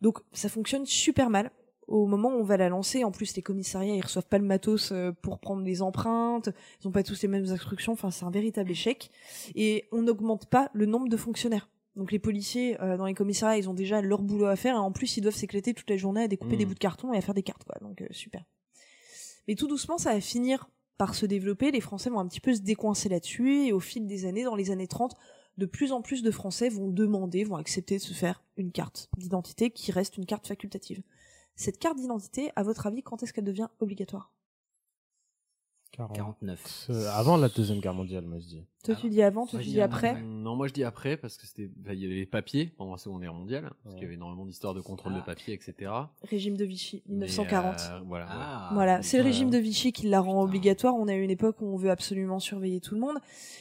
Donc ça fonctionne super mal. Au moment où on va la lancer, en plus les commissariats ils reçoivent pas le matos euh, pour prendre des empreintes, ils ont pas tous les mêmes instructions, enfin c'est un véritable échec. Et on n'augmente pas le nombre de fonctionnaires. Donc les policiers euh, dans les commissariats ils ont déjà leur boulot à faire et en plus ils doivent s'éclater toute la journée à découper Mhm. des bouts de carton et à faire des cartes quoi. Donc euh, super. Mais tout doucement, ça va finir par se développer. Les Français vont un petit peu se décoincer là-dessus. Et au fil des années, dans les années 30, de plus en plus de Français vont demander, vont accepter de se faire une carte d'identité qui reste une carte facultative. Cette carte d'identité, à votre avis, quand est-ce qu'elle devient obligatoire 49. Euh, avant la Deuxième Guerre mondiale, moi je dis. Toi, tu dis avant, toi, Moi, tu je dis après. Hmm, Non, moi je dis après parce que c'était, bah, il y avait les papiers pendant la Seconde Guerre mondiale, hein, parce qu'il y avait énormément d'histoires de contrôle Ah. de papiers, etc. Régime de Vichy, Mais, 1940. euh, voilà. Ah. Ah, ouais. voilà, c'est le régime euh, de Vichy qui la rend obligatoire. On a une époque où on veut absolument surveiller tout le monde.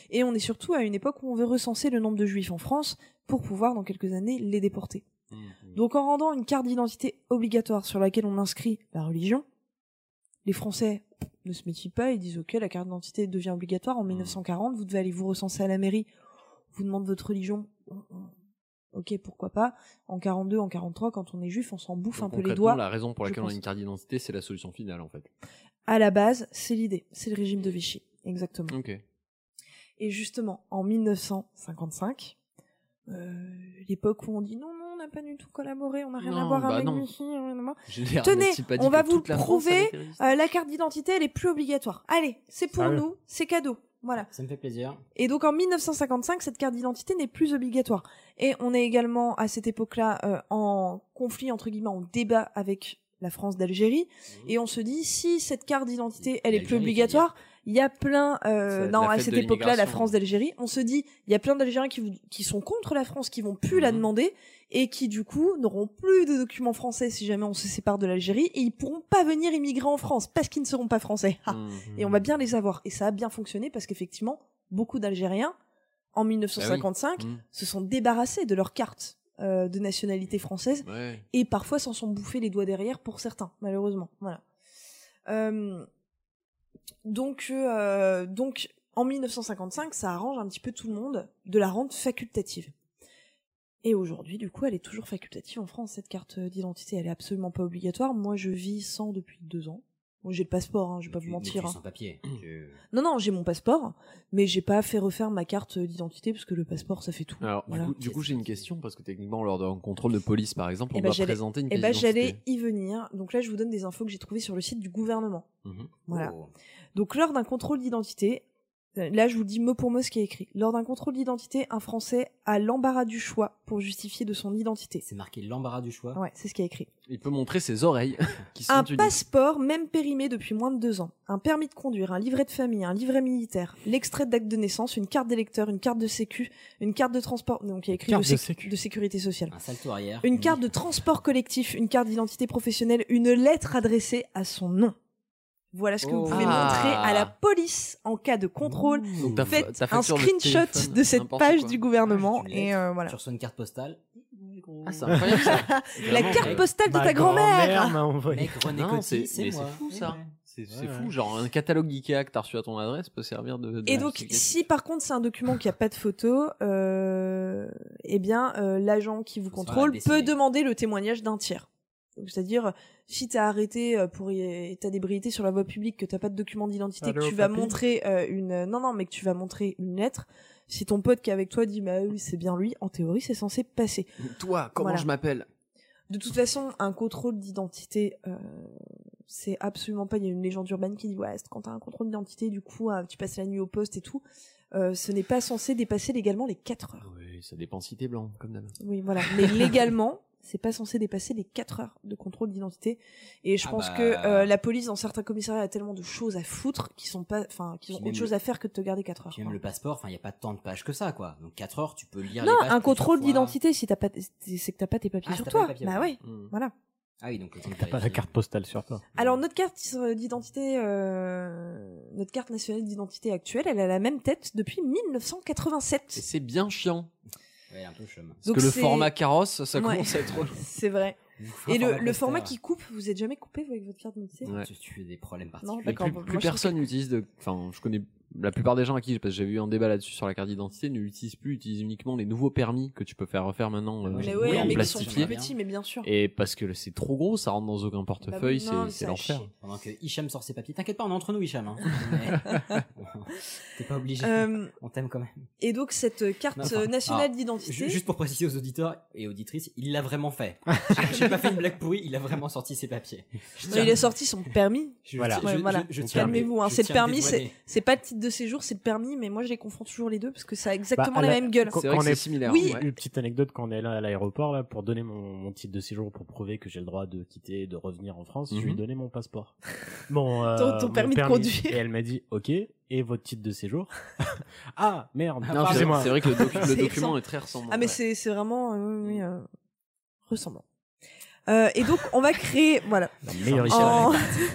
Et on est surtout à une époque où on veut recenser le nombre de juifs en France pour pouvoir, dans quelques années, les déporter. Hmm, Mm. Donc en rendant une carte d'identité obligatoire sur laquelle on inscrit la religion, les Français ne se méfient pas, ils disent ok, la carte d'identité devient obligatoire Mm. en 1940, vous devez aller vous recenser à la mairie, on vous demande votre religion, On- on- ok, pourquoi pas. En 42, en 43, quand on est juif, on s'en bouffe Donc, un peu les concrètement, doigts. La raison pour je laquelle on a pense. une carte d'identité, c'est la solution finale en fait. À la base, c'est l'idée, c'est le régime de Vichy, exactement. Mm. Ok. Et justement, en 1955, euh, l'époque où on dit non, non, on n'a pas du tout collaboré, on n'a rien à Non, voir bah avec non. Vichy, rien à voir. Général Tenez, n'a-t-il pas dit on que va vous le toute la France allait prouver, être terroriste euh, la carte d'identité, elle est plus obligatoire. Allez, c'est pour Sérieux nous, c'est cadeau. Voilà. Ça me fait plaisir. Et donc en 1955, cette carte d'identité n'est plus obligatoire. Et on est également à cette époque-là euh, en conflit entre guillemets, en débat avec la France d'Algérie, et on se dit si cette carte d'identité elle est plus Mmh. L'Algérie, obligatoire, il y a plein Ça va euh, être non la à fête cette de époque-là la l'immigration. France d'Algérie, on se dit il y a plein d'Algériens qui, vou- qui sont contre la France, qui vont plus Mmh. la demander et qui du coup n'auront plus de documents français si jamais on se sépare de l'Algérie et ils pourront pas venir immigrer en France parce qu'ils ne seront pas français. Ah. Mmh. Et on va bien les avoir. Et ça a bien fonctionné parce qu'effectivement, beaucoup d'Algériens, en 1955, Ah Bah oui. Mm. se sont débarrassés de leur carte euh, de nationalité française Ouais. et parfois s'en sont bouffés les doigts derrière pour certains, malheureusement. Voilà. Euh, donc, euh, donc, en 1955, ça arrange un petit peu tout le monde de la rendre facultative. Et aujourd'hui, du coup, elle est toujours facultative en France, cette carte d'identité. Elle est absolument pas obligatoire. Moi, je vis sans depuis deux ans. Moi, j'ai le passeport, hein, je vais pas vous mentir. Tu es hein. sans papier. Tu- Non, non, j'ai mon passeport, mais j'ai pas fait refaire ma carte d'identité parce que le passeport, ça fait tout. Alors, Voilà. du coup, du coup, j'ai une question parce que techniquement, lors d'un contrôle de police, par exemple, on Eh ben, doit j'allais- présenter une eh carte ben, d'identité. j'allais y venir. Donc là, je vous donne des infos que j'ai trouvées sur le site du gouvernement. Mhm. Voilà. Oh, Donc lors d'un contrôle d'identité, euh, là je vous dis mot pour mot ce qui est écrit. Lors d'un contrôle d'identité, un Français a l'embarras du choix pour justifier de son identité. C'est marqué l'embarras du choix. Ouais, c'est ce qui est écrit. Il peut montrer ses oreilles qui sont Un uniques. passeport, même périmé depuis moins de deux ans, un permis de conduire, un livret de famille, un livret militaire, l'extrait d'acte de naissance, une carte d'électeur, une carte de sécu, une carte de transport, donc il y a écrit Carte de, de sécu- de sécurité sociale, Un salto arrière. une carte de transport collectif, une carte d'identité professionnelle, une lettre adressée à son nom. Voilà ce que vous Oh. pouvez Ah. montrer à la police en cas de contrôle. Donc, ta- Faites ta un facture de screenshot téléphone, de cette n'importe page quoi. du gouvernement Tu et lettres, euh, voilà. Tu reçois une carte postale. Ah, c'est incroyable ça. La Vraiment, carte mec. postale de ta grand-mère. Mec, René Non, Coty, c'est c'est mais c'est moi. fou Eh ça. ouais. C'est c'est Ouais, fou. ouais. Genre, un catalogue Ikea que t'as reçu à ton adresse peut servir de. de Et donc, justificatif. si par contre c'est un document qui a pas de photo, euh, eh bien euh, l'agent qui vous Faut se faire contrôle la décider. peut demander le témoignage d'un tiers. Donc, C'est-à-dire, si t'as arrêté euh, pour y- état d'ébriété sur la voie publique, que t'as pas de document d'identité, que Allô, tu vas papy montrer euh, une, non non, mais que tu vas montrer une lettre. Si ton pote qui est avec toi dit bah oui c'est bien lui, en théorie c'est censé passer. Toi, comment Voilà. je m'appelle De toute façon, un contrôle d'identité, euh, c'est absolument pas. Il y a une légende urbaine qui dit ouais, c'est quand t'as un contrôle d'identité, du coup, ah, tu passes la nuit au poste et tout. Euh, ce Ah n'est pas censé dépasser légalement les 4 heures. Oui, ça dépend si t'es blanc, comme d'hab. Oui, voilà. Mais légalement, c'est pas censé dépasser les 4 heures de contrôle d'identité. Et je Ah pense bah. que euh, la police, dans certains commissariats, a tellement de choses à foutre qu'ils sont pas, enfin, qu'ils ont Puis autre même chose le- à faire que de te garder 4 heures. Puis même quoi. le passeport, enfin, il n'y a pas tant de pages que ça, quoi. Donc 4 heures, tu peux lire Non, les pages un plusieurs contrôle fois. d'identité, si t'as pas, c'est que t'as pas tes papiers Ah, sur t'as pas les toi. papiers, bah ouais. ouais, Mmh. Mm. voilà. Ah oui, donc le temps de T'as pas la vérifier. carte postale sur toi. Alors notre carte euh, d'identité, euh, notre carte nationale d'identité actuelle, elle a la même tête depuis 1987. Et c'est bien chiant. Ouais, un peu chum. Parce Donc que le c'est- format carrosse, ça Ouais. commence à être relou. C'est vrai. Et le, le format qui coupe, vous êtes jamais coupé vous, avec votre carte d'identité Ouais. Tu, tu as des problèmes Non, particuliers. Mais d'accord. plus, bon, plus moi, je personne n'utilise de. Enfin, je connais la plupart des gens à qui, parce que j'avais eu un débat là-dessus sur la carte d'identité, ne l'utilisent plus, utilisent uniquement les nouveaux permis que tu peux faire refaire maintenant euh, Moi, j'ai Mais Oui, ouais, en mais qui sont plastifié. plus petits, mais bien sûr. Et parce que c'est trop gros, ça rentre dans aucun portefeuille, Bah oui, non, c'est- mais c'est ça l'enfer. chie. Pendant que Hicham sort ses papiers. T'inquiète pas, on est entre nous, Hicham. hein. Mais- T'es pas obligé. Euh, On t'aime quand même. et donc cette carte Non, enfin, euh, nationale ah, alors, Ju- d'identité, Juste pour préciser aux auditeurs et auditrices, il l'a vraiment fait. J'ai- J'ai pas fait une blague pourrie, il a vraiment sorti ses papiers. Je non, tiens- il est sorti son permis. je- je- Voilà. je- Ouais, je- voilà. je tiens à me- Calmez-vous, hein. je c'est le tiens à me permis, c'est dédouaner. c'est pas le titre de séjour, c'est le permis, mais moi je les confonds toujours les deux parce que Bah, ça a exactement Bah, à la, la- même gueule. Quand- C'est vrai quand on que c'est est- similaire. Oui. ouais. Une petite anecdote quand on est là à l'aéroport là pour donner mon, mon titre de séjour pour prouver que j'ai le droit de quitter et de revenir en France, je lui ai Mhm. donné mon passeport. Bon, euh, Ton- ton mon permis de conduire. Et elle m'a dit OK et votre titre de séjour. ah merde. Non, c'est Excusez-moi. vrai- c'est vrai que le, docu- le C'est document excellent. est très ressemblant. Ah mais ouais. c'est c'est vraiment euh, oui, oui, euh, ressemblant. Euh, et donc on va créer voilà La meilleure En- histoire.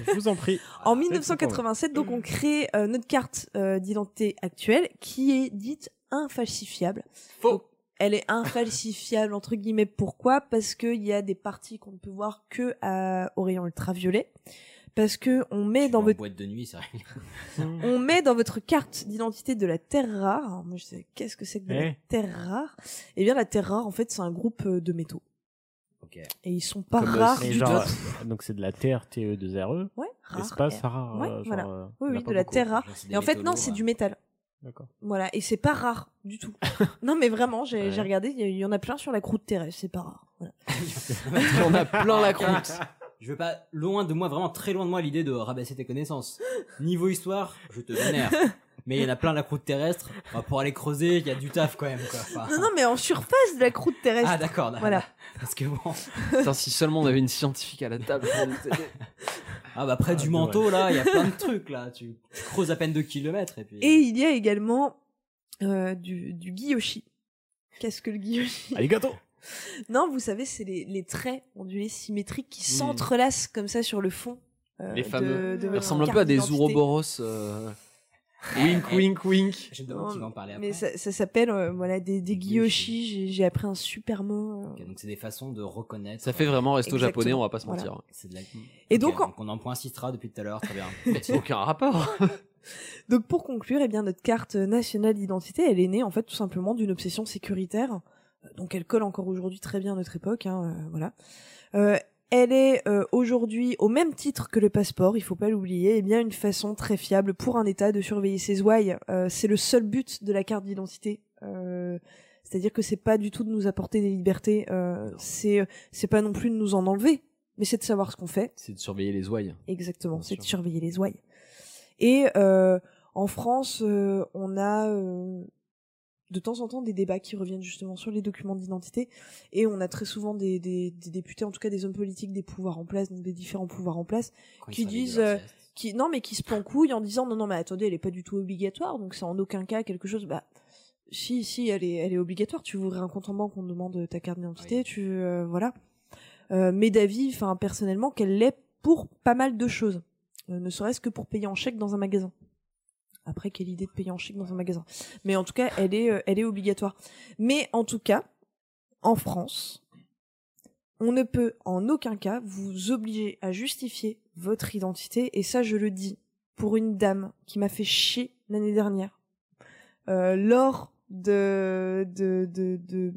Je vous en prie. Oh. Ah, en C'est tout 1987 donc on crée euh, notre carte euh, d'identité actuelle qui est dite infalsifiable. Donc, elle est infalsifiable entre guillemets pourquoi Parce qu'il y a des parties qu'on ne peut voir que à, au rayon ultraviolet parce que on met dans Je suis en votre boîte de nuit, c'est vrai. pour moi. on met dans votre carte d'identité de la terre rare. Alors, moi, je sais qu'est-ce que c'est que de la Eh. terre rare Eh bien, la terre rare, en fait, c'est un groupe euh, de métaux. Ok. Et ils sont pas Comme, euh, rares c'est euh, Mais du genre, tout. euh, donc c'est de la terre E TE2RE, Ouais, rare. espace Eh, rare. Ouais, euh, genre, voilà. euh, il y en Oui, a oui, pas de la beaucoup. terre rare. Genre, c'est des Et Ah, en fait, métaux non, lourds, c'est hein. du métal. D'accord. Voilà. Et c'est pas rare du tout. non, mais vraiment, j'ai Ouais. j'ai regardé, il y a- il y en a plein sur la croûte terrestre, c'est pas rare. Voilà. on a plein la croûte. hein. Ah. Je veux pas, loin de moi, vraiment très loin de moi, l'idée de rabaisser tes connaissances. Niveau histoire, je te vénère. Mais il y en a plein la croûte terrestre. Enfin, pour aller creuser, il y a du taf quand même. Quoi. Ah. Enfin, Non, non, mais en surface de la croûte terrestre. Ah d'accord. d'accord. Voilà. Parce que bon, Putain, si seulement on avait une scientifique à la table pour nous aider. ah bah près Ah, du dommage. manteau là, il y a plein de trucs là. Tu, tu creuses à peine 2 kilomètres et puis. Et il y a également euh, du, du guillochi. Qu'est-ce que le guillochi Allez, gâteau Non, vous savez, c'est les, les traits ondulés symétriques qui s'entrelacent comme ça sur le fond. euh, Les fameux. de- de Ils votre ressemblent un peu carte à des d'identité. ouroboros. euh, Wink, wink, wink. Je me Non, demande qui va en parler après. Mais ça, ça s'appelle euh, voilà des, des Des guillochis. guillochis. J'ai- J'ai appris un super mot. euh. Ok, donc c'est des façons de reconnaître. Ça fait vraiment resto Exactement. japonais, on va pas se Voilà. mentir. C'est de la. Et Ok, donc, en- on en point citera depuis tout à l'heure. Très bien. Aucun rapport. donc pour conclure, eh bien notre carte nationale d'identité, elle est née en fait tout simplement d'une obsession sécuritaire. euh, Donc elle colle encore aujourd'hui très bien à notre époque. hein, euh, voilà. Euh, elle est euh, aujourd'hui au même titre que le passeport, il faut pas l'oublier, eh bien une façon très fiable pour un État de surveiller ses ouailles. Euh, c'est le seul but de la carte d'identité. Euh, c'est-à-dire que c'est pas du tout de nous apporter des libertés, euh, c'est c'est pas non plus de nous en enlever, mais c'est de savoir ce qu'on fait. C'est de surveiller les ouailles. Exactement, Bien c'est sûr. de surveiller les ouailles. Et euh, en France, euh, on a euh, de temps en temps des débats qui reviennent justement sur les documents d'identité, et on a très souvent des, des- des députés, en tout cas des hommes politiques, des pouvoirs en place, donc des différents pouvoirs en place, Quand ils Qui se réveillent de disent, leur euh, sieste. qui non mais qui se pancouillent en disant non non mais attendez, elle est pas du tout obligatoire, donc c'est en aucun cas quelque chose. Bah si si, elle est elle est obligatoire. Tu veux ouvrir un compte en banque, on te demande ta carte d'identité, Oui. tu euh, voilà. Euh, mais d'avis, enfin personnellement, qu'elle l'est pour pas mal de choses, Euh, ne serait-ce que pour payer en chèque dans un magasin. Après, quelle idée de payer en chèque dans un magasin Mais en tout cas, elle est, euh, elle est obligatoire. Mais en tout cas, en France, on ne peut en aucun cas vous obliger à justifier votre identité. Et ça, je le dis pour une dame qui m'a fait chier l'année dernière Euh, lors de de de de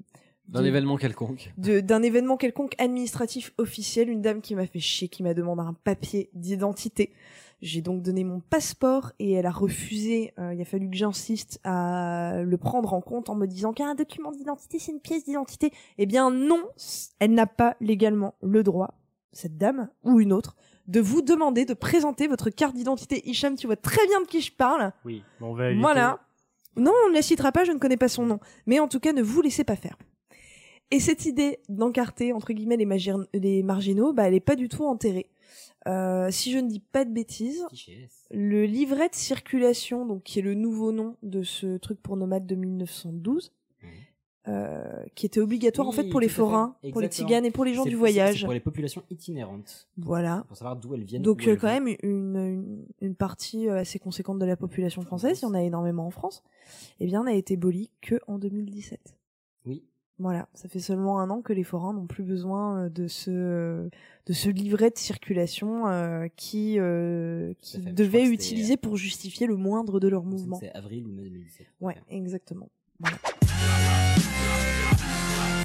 D'un de- événement quelconque. de- d'un événement quelconque administratif officiel, une dame qui m'a fait chier, qui m'a demandé un papier d'identité. J'ai donc donné mon passeport et elle a refusé. Euh, il a fallu que j'insiste à le prendre en compte en me disant qu'un document d'identité, c'est une pièce d'identité. Eh bien non, c- elle n'a pas légalement le droit, cette dame ou une autre, de vous demander de présenter votre carte d'identité. Hicham, tu vois très bien de qui je parle. Oui, mais on va éviter. Voilà. Non, on ne la citera pas, je ne connais pas son nom. Mais en tout cas, ne vous laissez pas faire. Et cette idée d'encarter entre guillemets les, magir- les marginaux, bah, elle est pas du tout enterrée. Euh, si je ne dis pas de bêtises, le livret de circulation, donc qui est le nouveau nom de ce truc pour nomades de 1912, euh, qui était obligatoire en Mmh. Oui, fait pour les tout à fait. forains, pour les Exactement. tziganes et pour les gens C'est- du c'est- voyage. C'est pour les populations itinérantes. Voilà. Pour savoir d'où elles viennent. Donc où euh, elles quand vont. même une, une, une partie euh, assez conséquente de la population française, il y en a énormément en France, eh bien n'a été bolie que en 2017. Oui. Voilà, ça fait seulement un an que les forains n'ont plus besoin euh, de ce de ce livret de circulation euh, qui euh, qui fait, je devait crois que c'était, euh, utiliser pour justifier le moindre de leur Il me semble mouvement. que C'est avril ou mai 2017. Ouais, exactement. Voilà.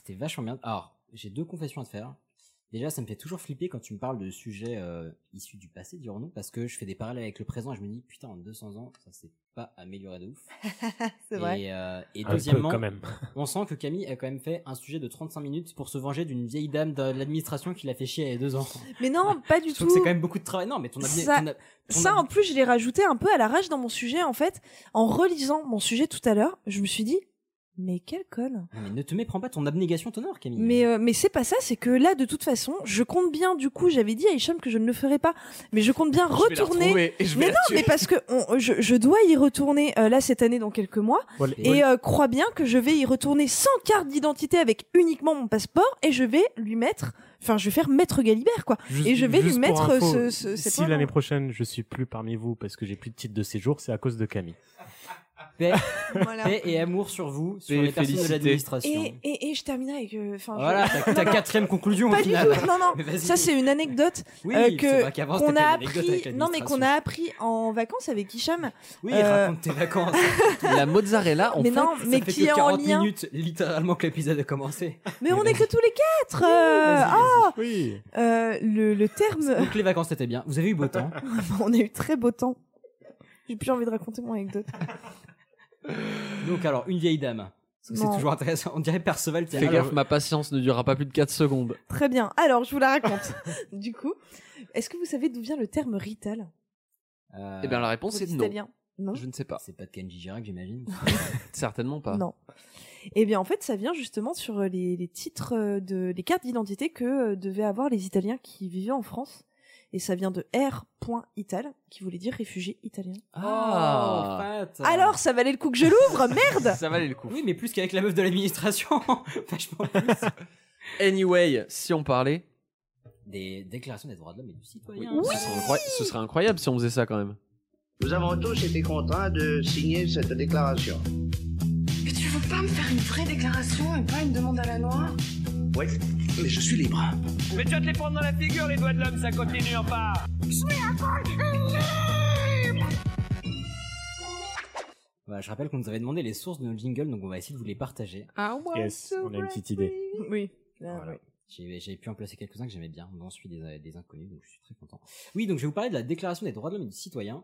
C'était vachement bien. Alors, j'ai deux confessions à te faire. Déjà, ça me fait toujours flipper quand tu me parles de sujets euh, issus du passé, dirons-nous, parce que je fais des parallèles avec le présent et je me dis, putain, en 200 ans, ça s'est pas amélioré de ouf. C'est Et, vrai. euh, et Un peu, deuxièmement, quand même. on sent que Camille a quand même fait un sujet de 35 minutes pour se venger d'une vieille dame de l'administration qui l'a fait chier il y a deux ans. Mais non, pas du Je trouve tout. que c'est quand même beaucoup de travail. Non, mais ton ami- Ça- ton a- ton Ça, ami- en plus, je l'ai rajouté un peu à l'arrache dans mon sujet, en fait. En relisant mon sujet tout à l'heure, je me suis dit, mais quelle conne. Non, mais ne te méprends pas, ton abnégation t'honore, Camille. Mais, euh, mais c'est pas ça, c'est que là, de toute façon, je compte bien, du coup, j'avais dit à Hicham que je ne le ferais pas, mais je compte bien Je vais la retourner. retrouver et je vais mais la non, tuer. mais parce que on- je, je dois y retourner euh, là cette année dans quelques mois. Voilà. Et euh, crois bien que je vais y retourner sans carte d'identité avec uniquement mon passeport et je vais lui mettre, enfin je vais faire maître Galibert quoi. Juste- et je vais lui juste pour mettre euh, info, ce, ce, cette si main- l'année prochaine je suis plus parmi vous parce que j'ai plus de titre de séjour, c'est à cause de Camille. Paix, Voilà. paix et amour sur vous, sur Et les personnes de félicité. l'administration. Et, et, et je termine avec, euh, enfin je- Voilà, ta, ta Non, non, quatrième conclusion pas au du final. tout. Non Mais non, vas-y. ça c'est une anecdote Oui, euh, c'est vrai que qu'avant, qu'on c'était a une anecdote appris, avec non mais qu'on a appris en vacances avec Hicham. Oui, euh, raconte tes vacances. La mozzarella, en mais fait, non, Ça mais fait qui que est en 40 lien minutes, littéralement, que l'épisode a commencé. Mais on est que tous les quatre. euh, ah, Oui. euh, le, le terme, Donc les vacances c'était bien. Vous avez eu beau temps. on a eu très beau temps. J'ai plus envie de raconter mon anecdote. Donc alors, une vieille dame. Parce que Non. C'est toujours intéressant. On dirait Perceval. tiens, fais alors, gaffe, ma patience ne durera pas plus de 4 secondes. Très bien. Alors, je vous la raconte. du coup, est-ce que vous savez d'où vient le terme rital euh, Eh bien, la réponse pour est les non. Italiens Non. Je ne sais pas. Bah, C'est pas de Kenji Girac, j'imagine. Certainement pas. Non. Eh bien, en fait, ça vient justement sur les, les titres euh, de les cartes d'identité que euh, devaient avoir les Italiens qui vivaient en France. Et ça vient de R.ital, qui voulait dire réfugié italien. Ah. Oh, fat. Alors, ça valait le coup que je l'ouvre, merde Ça valait le coup. Oui, mais plus qu'avec la meuf de l'administration. Vachement plus. Anyway, si on parlait, Des déclarations des droits de l'homme et du citoyen. ce, serait incroyable, ce serait incroyable si on faisait ça quand même. Nous avons tous été contraints de signer cette déclaration. Mais tu veux pas me faire une vraie déclaration et pas une demande à la noire Ouais, mais je suis libre. Mais tu vas te les prendre dans la figure, les doigts de l'homme, ça continue en pas Voilà, bah, je rappelle qu'on nous avait demandé les sources de nos jingles, donc on va essayer de vous les partager. Yes, on a une petite idée. Oui. Voilà. J'ai j'ai pu en placer quelques-uns que j'aimais bien, dont celui des, des inconnus, donc je suis très content. Oui, donc je vais vous parler de la déclaration des droits de l'homme et du citoyen.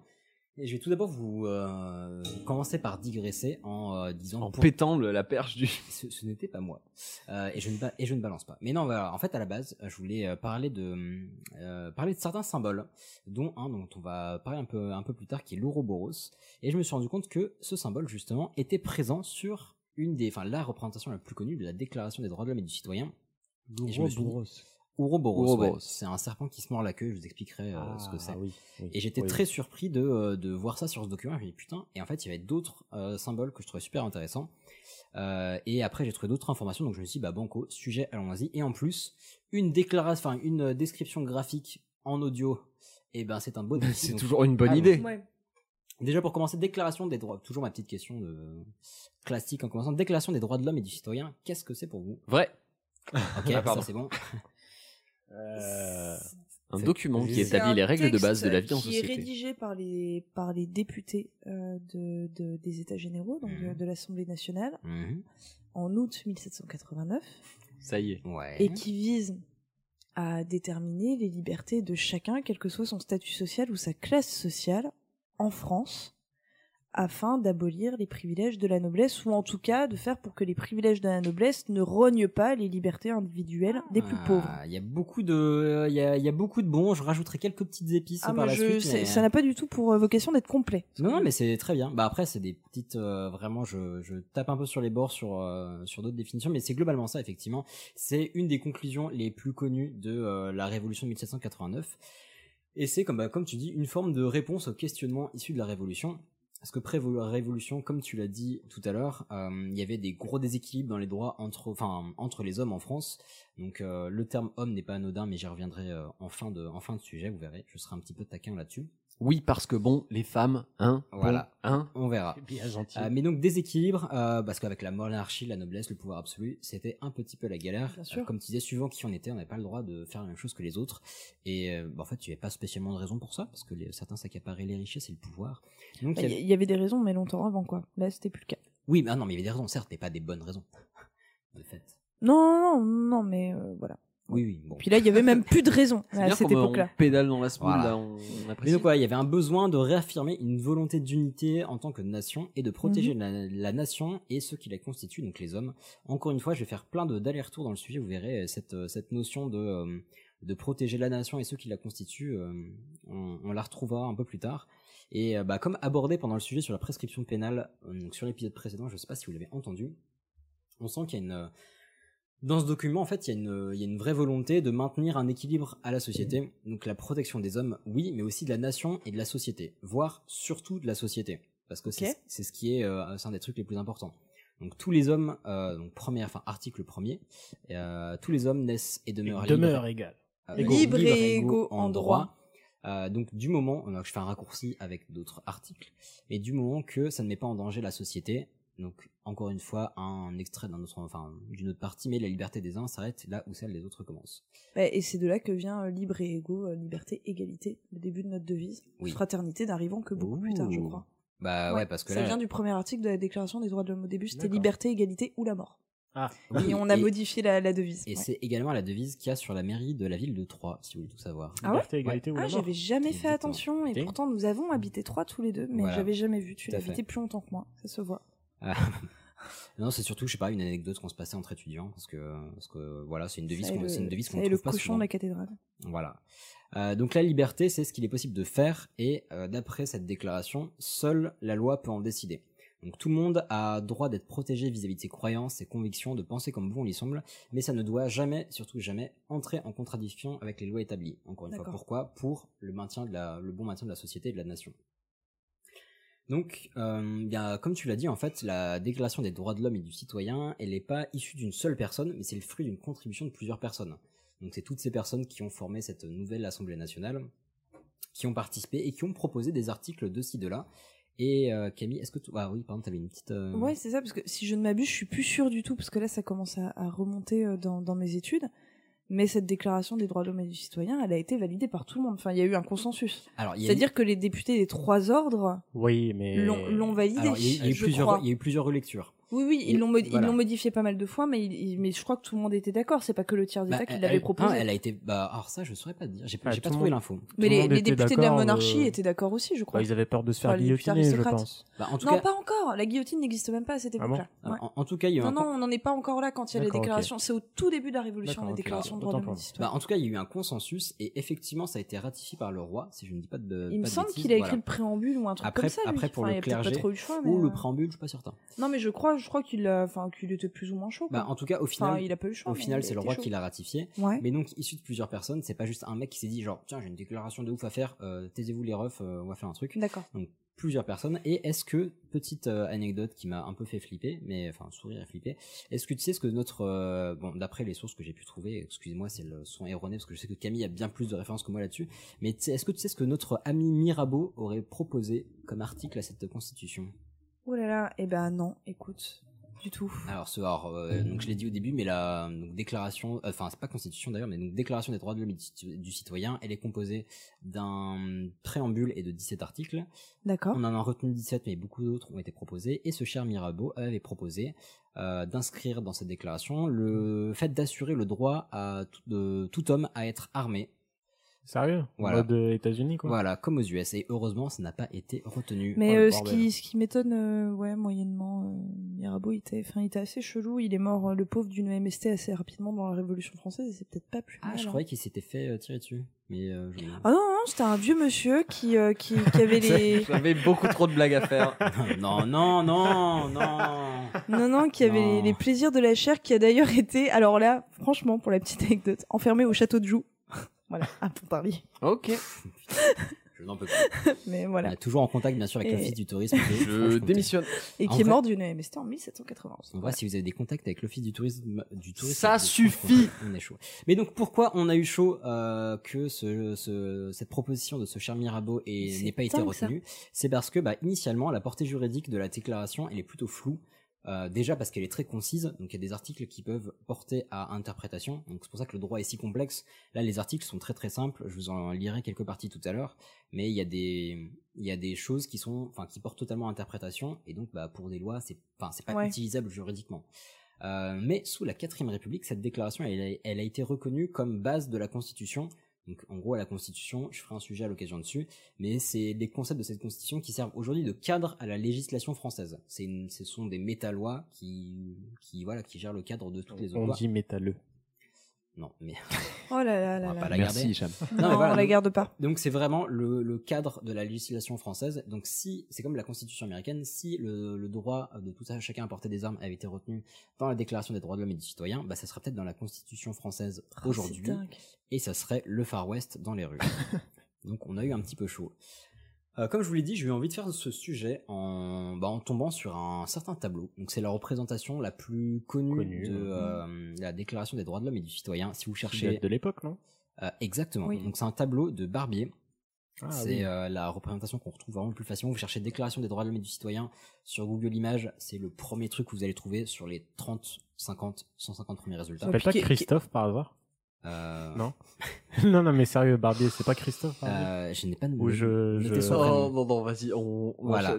Et je vais tout d'abord vous euh, commencer par digresser en euh, disant En pour- pétant le- la perche du. ce, ce n'était pas moi. Euh, et, je ne ba- et je ne balance pas. Mais non, voilà, en fait, à la base, je voulais euh, parler de, euh, parler de certains symboles, dont un dont on va parler un peu, un peu plus tard, qui est l'ouroboros. Et je me suis rendu compte que ce symbole, justement, était présent sur une des, enfin, la représentation la plus connue de la Déclaration des droits de l'homme et du citoyen. Et je me suis dit- Ouroboros. ouais. Ouroboros. C'est un serpent qui se mord la queue, je vous expliquerai euh, ce Ah, que c'est. Ah, oui, oui. Et j'étais Oui. très surpris de, euh, de voir ça sur ce document. Je me dis putain. Et en fait, il y avait d'autres euh, symboles que je trouvais super intéressants. Euh, et après, j'ai trouvé d'autres informations. Donc je me suis dit, bah banco, sujet, allons-y. Et en plus, une déclaration, enfin une euh, description graphique en audio. Et ben c'est un beau défi. C'est Donc, toujours une bonne Ah, idée. Déjà pour commencer, déclaration des droits. Toujours ma petite question de classique en commençant. Déclaration des droits de l'homme et du citoyen. Qu'est-ce que c'est pour vous Vrai. Ok, Ah, pardon. ça c'est bon. Euh, Un C'est- document qui c'est établit un les règles de texte base de la vie en qui est société. rédigé par les, par les députés euh, de, de- des États généraux, donc de, Mhm. de l'Assemblée nationale, Mhm. en août 1789, Ça y est. Ouais. et qui vise à déterminer les libertés de chacun, quel que soit son statut social ou sa classe sociale, en France, afin d'abolir les privilèges de la noblesse, ou en tout cas de faire pour que les privilèges de la noblesse ne rognent pas les libertés individuelles des plus pauvres. Ah, Il y a beaucoup de, il y a, il y a beaucoup de bons. Je rajouterai quelques petites épices Ah, mais par la je- suite. c'est- mais- ça n'a pas du tout pour euh, vocation d'être complet. Non, non, mais c'est très bien. Bah après, c'est des petites. euh, vraiment, je, je tape un peu sur les bords sur euh, sur d'autres définitions, mais c'est globalement ça. Effectivement, c'est une des conclusions les plus connues de euh, la Révolution de 1789, et c'est comme bah, comme tu dis une forme de réponse au questionnement issu de la Révolution. Parce que pré Révolution, comme tu l'as dit tout à l'heure, euh, il y avait des gros déséquilibres dans les droits entre enfin entre les hommes en France. Donc euh, le terme homme n'est pas anodin, mais j'y reviendrai euh, en fin de en fin de sujet. Vous verrez, je serai un petit peu taquin là-dessus. Oui, parce que bon, les femmes, hein, bon, Voilà. hein. Ah, On verra. Bien gentil. Ah, Euh, mais donc déséquilibre, euh, parce qu'avec la monarchie, la noblesse, le pouvoir absolu, c'était un petit peu la galère. Bien sûr. Euh, comme tu disais, suivant qui on était, on n'avait pas le droit de faire la même chose que les autres. Et euh, bah, en fait, il n'y avait pas spécialement de raison pour ça, parce que les- certains s'accaparaient les richesses et le pouvoir. Donc, Il Bah, il y y, avait- il y avait des raisons, mais longtemps avant, quoi. Là, c'était plus le cas. Oui, mais ah non, mais il y avait des raisons, certes, mais pas des bonnes raisons. De fait. Non, non, non, non, mais euh, voilà. Oui, oui, bon. Puis là, il y avait même plus de raisons C'est à bien cette qu'on me- on époque-là. pédale dans la spoule, Voilà. là, on, on Mais apprécie. donc voilà, il y avait un besoin de réaffirmer une volonté d'unité en tant que nation et de protéger la, la nation et ceux qui la constituent, donc les hommes. Encore une fois, je vais faire plein de d'allers-retours dans le sujet, vous verrez euh, cette, euh, cette notion de, euh, de protéger la nation et ceux qui la constituent, euh, on, on la retrouvera un peu plus tard. Et euh, bah, comme abordé pendant le sujet sur la prescription pénale, euh, donc sur l'épisode précédent, je ne sais pas si vous l'avez entendu, on sent qu'il y a une... euh, dans ce document, en fait, il y, a une- euh, il y a une vraie volonté de maintenir un équilibre à la société. Donc la protection des hommes, oui, mais aussi de la nation et de la société, voire surtout de la société, parce que Ok. c'est- c'est ce qui est euh, c'est un des trucs les plus importants. Donc tous les hommes, euh, donc première, enfin article premier, euh, tous les hommes naissent et demeurent Demeure libres, égale. euh, égaux. libres et égaux égaux en droit. Euh, donc du moment, alors, je fais un raccourci avec d'autres articles, mais du moment que ça ne met pas en danger la société, donc encore une fois un extrait d'un autre, enfin d'une autre partie, mais la liberté des uns s'arrête là où celle des autres commence. Bah, et c'est de là que vient euh, libre et égaux, euh, liberté, égalité, le début de notre devise. Oui. Fraternité n'arrivant que beaucoup plus tard, je Ouh. crois. Bah ouais, parce que ça là, vient du premier article de la Déclaration des droits de l'homme au début, c'était D'accord. liberté, égalité ou la mort. Ah, oui, et on a modifié la, la devise. ouais. et c'est également la devise qu'il y a sur la mairie de la ville de Troyes, si vous voulez tout savoir. Ah ouais liberté, égalité ou la Ah, mort. j'avais jamais fait Exactement. attention, et Ok. pourtant nous avons habité trois tous les deux, mais Voilà. j'avais jamais vu. Tu Tout à fait. l'habitais plus longtemps que moi, ça se voit. Ah. non, c'est surtout, je sais pas, une anecdote qu'on se passait entre étudiants, parce que, parce que voilà, c'est une devise Ça et qu'on, le- c'est une devise ça qu'on et trouve le pas cochon souvent. de la cathédrale. Voilà. Euh, donc la liberté, c'est ce qu'il est possible de faire, et euh, d'après cette déclaration, seule la loi peut en décider. Donc tout le monde a droit d'être protégé vis-à-vis de ses croyances, ses convictions, de penser comme bon lui semble, mais ça ne doit jamais, surtout jamais, entrer en contradiction avec les lois établies. Encore une fois, D'accord. pourquoi Pour le maintien de la, le bon maintien de la société et de la nation. Donc, euh, il y a- comme tu l'as dit, en fait, la Déclaration des droits de l'homme et du citoyen, elle n'est pas issue d'une seule personne, mais c'est le fruit d'une contribution de plusieurs personnes. Donc, c'est toutes ces personnes qui ont formé cette nouvelle Assemblée nationale, qui ont participé et qui ont proposé des articles de ci, de là. Et euh, Camille, est-ce que tu... Ah oui, pardon, t'avais une petite... euh, Ouais, c'est ça, parce que si je ne m'abuse, je suis plus sûre du tout, parce que là, ça commence à, à remonter euh, dans, dans mes études. Mais cette déclaration des droits de l'homme et du citoyen, elle a été validée par tout le monde. Enfin, il y a eu un consensus. Alors, il y a eu- C'est-à-dire que les députés des trois ordres Oui, mais. l'ont l'ont validée. alors, il y a eu- il y a eu je plusieurs- crois. il y a eu plusieurs relectures. Oui, oui, ils il- l'ont modi- ils voilà. l'ont modifié pas mal de fois, mais, il- il- mais je crois que tout le monde était d'accord. C'est pas que le tiers d'État Bah, qui elle- l'avait elle- proposé. ah, elle a été... Bah, alors ça, je saurais pas te dire. J'ai pas, Ah, j'ai pas tout le trouvé monde- l'info. mais tout le les, monde les était députés de la d'accord, monarchie euh, étaient d'accord aussi, je crois. Bah, ils avaient peur de se faire Enfin, les putains guillotiner, je aristocrates. pense. Bah, en tout non, cas... pas encore. La guillotine n'existe même pas à cette Ah bon époque-là. Ouais. En, en tout cas, il y a eu Non, un... non, on n'en est pas encore là quand il y a les D'accord, ok. déclarations. C'est au tout début de la Révolution, D'accord, les ok, déclarations de autant droits de pour l'homme moi. et du citoyen. Bah, en tout cas, il y a eu un consensus et effectivement, ça a été ratifié par le roi, si je ne dis pas de. Il me Bah, pas de semble bêtises, qu'il a écrit voilà. le préambule ou un truc Après- comme ça. lui. après, pour Enfin, le il a peut-être pas clergé trop eu le choix. Mais Ou le euh, préambule, je suis pas certain. Non, mais je crois, je crois qu'il a, enfin, qu'il était plus ou moins chaud. Bah, quoi. en tout cas, au final, Enfin, il a pas eu le choix. au mais final, il c'est le était roi chaud. qui l'a ratifié. Ouais. Mais donc, issu de plusieurs personnes, c'est pas juste un mec qui s'est dit genre, tiens, j'ai une déclaration de ouf à faire, euh, taisez-vous les refs, euh, on va faire un truc. D'accord. Plusieurs personnes. Et est-ce que, petite euh, anecdote qui m'a un peu fait flipper, mais enfin, sourire et flipper, est-ce que tu sais ce que notre. euh, bon, d'après les sources que j'ai pu trouver, excusez-moi, c'est le son erroné, parce que je sais que Camille a bien plus de références que moi là-dessus, mais tu sais- est-ce que tu sais ce que notre ami Mirabeau aurait proposé comme article à cette constitution Oh là là. Eh ben non, écoute, du tout. Alors, ce, alors, Mm-hmm. euh, donc je l'ai dit au début, mais la donc, déclaration, euh, enfin, c'est pas constitution d'ailleurs, mais donc déclaration des droits de l'homme et du cit- du citoyen, elle est composée d'un préambule et de 17 articles. D'accord. On en a retenu 17, mais beaucoup d'autres ont été proposés. Et ce cher Mirabeau avait proposé euh, d'inscrire dans cette Mm-hmm. déclaration le fait d'assurer le droit à tout, de tout homme à être armé, Sérieux Voilà. Mode euh, États-Unis, quoi. Voilà, comme aux US. Et heureusement, ça n'a pas été retenu. Mais Oh, le euh, ce bordel. qui, ce qui m'étonne, euh, ouais, moyennement, euh, Mirabeau, il était, enfin, il était assez chelou. Il est mort, euh, le pauvre, d'une MST assez rapidement dans la Révolution française, et c'est peut-être pas plus Ah, mal, je hein. croyais qu'il s'était fait euh, tirer dessus. Mais euh, je- Ah non, non, c'était un vieux monsieur qui, euh, qui, qui avait les, J'avais beaucoup trop de blagues à faire. Oh. non, non, non, non. non, non, qui avait Non. les, les plaisirs de la chair, qui a d'ailleurs été, alors là, franchement, pour la petite anecdote, enfermé au château de Joux. voilà, à Pontarlier. Ok. Je n'en peux plus. Mais voilà. On est toujours en contact, bien sûr, avec Et- l'Office du tourisme. de Je Franche-Comté. démissionne. Et En qui est vrai- mort d'une MST en 1791. On voit si vous avez des contacts avec l'Office du tourisme du tourisme. Ça de suffit. Franche-Comté. On est chaud. Mais donc pourquoi on a eu chaud euh, que ce, ce- cette proposition de ce cher Mirabeau et C'est n'ait pas été dingue, ça. retenue C'est parce que bah, initialement la portée juridique de la déclaration elle est plutôt floue. Euh, déjà parce qu'elle est très concise, donc il y a des articles qui peuvent porter à interprétation. Donc c'est pour ça que le droit est si complexe. Là, les articles sont très très simples. Je vous en lirai quelques parties tout à l'heure, mais il y a des il y a des choses qui sont enfin qui portent totalement à interprétation et donc bah pour des lois c'est enfin c'est pas Ouais. utilisable juridiquement. Euh, mais sous la quatrième République, cette déclaration elle a, elle a été reconnue comme base de la Constitution. Donc en gros à la Constitution, je ferai un sujet à l'occasion dessus, mais c'est les concepts de cette Constitution qui servent aujourd'hui de cadre à la législation française. C'est une- ce sont des métalois qui qui voilà qui gèrent le cadre de toutes les autres On lois. dit métalleux. Non mais Oh là là on là va là. pas la garder. Merci, Hicham. mais Non, voilà, on la donc- garde pas. Donc c'est vraiment le, le cadre de la législation française. Donc si c'est comme la Constitution américaine, si le, le droit de tout ça, chacun à porter des armes avait été retenu dans la Déclaration des droits de l'homme et du citoyen, bah ça serait peut-être dans la Constitution française Ah, aujourd'hui c'est dingue. et ça serait le Far West dans les rues. Donc on a eu un petit peu chaud. Euh, comme je vous l'ai dit, j'ai eu envie de faire ce sujet en, bah, en tombant sur un certain tableau. Donc c'est la représentation la plus connue Connue, de ouais. euh, la Déclaration des droits de l'homme et du citoyen. Si vous Qui date cherchez, de l'époque, non Euh, exactement. Oui. Donc c'est un tableau de Barbier. Ah, c'est oui. euh, la représentation qu'on retrouve vraiment le plus facilement. Vous cherchez Déclaration des droits de l'homme et du citoyen sur Google Images, c'est le premier truc que vous allez trouver sur les 30, 50, 150 premiers Ça résultats. s'appelle pas Qui- qui- Christophe par hasard Euh, Non. non, non, mais sérieux, Barbier, c'est pas Christophe hein. Barbier euh, je n'ai pas de Ou je- mettez je- son prénom. Oh, non, non, vas-y, on. on- Voilà.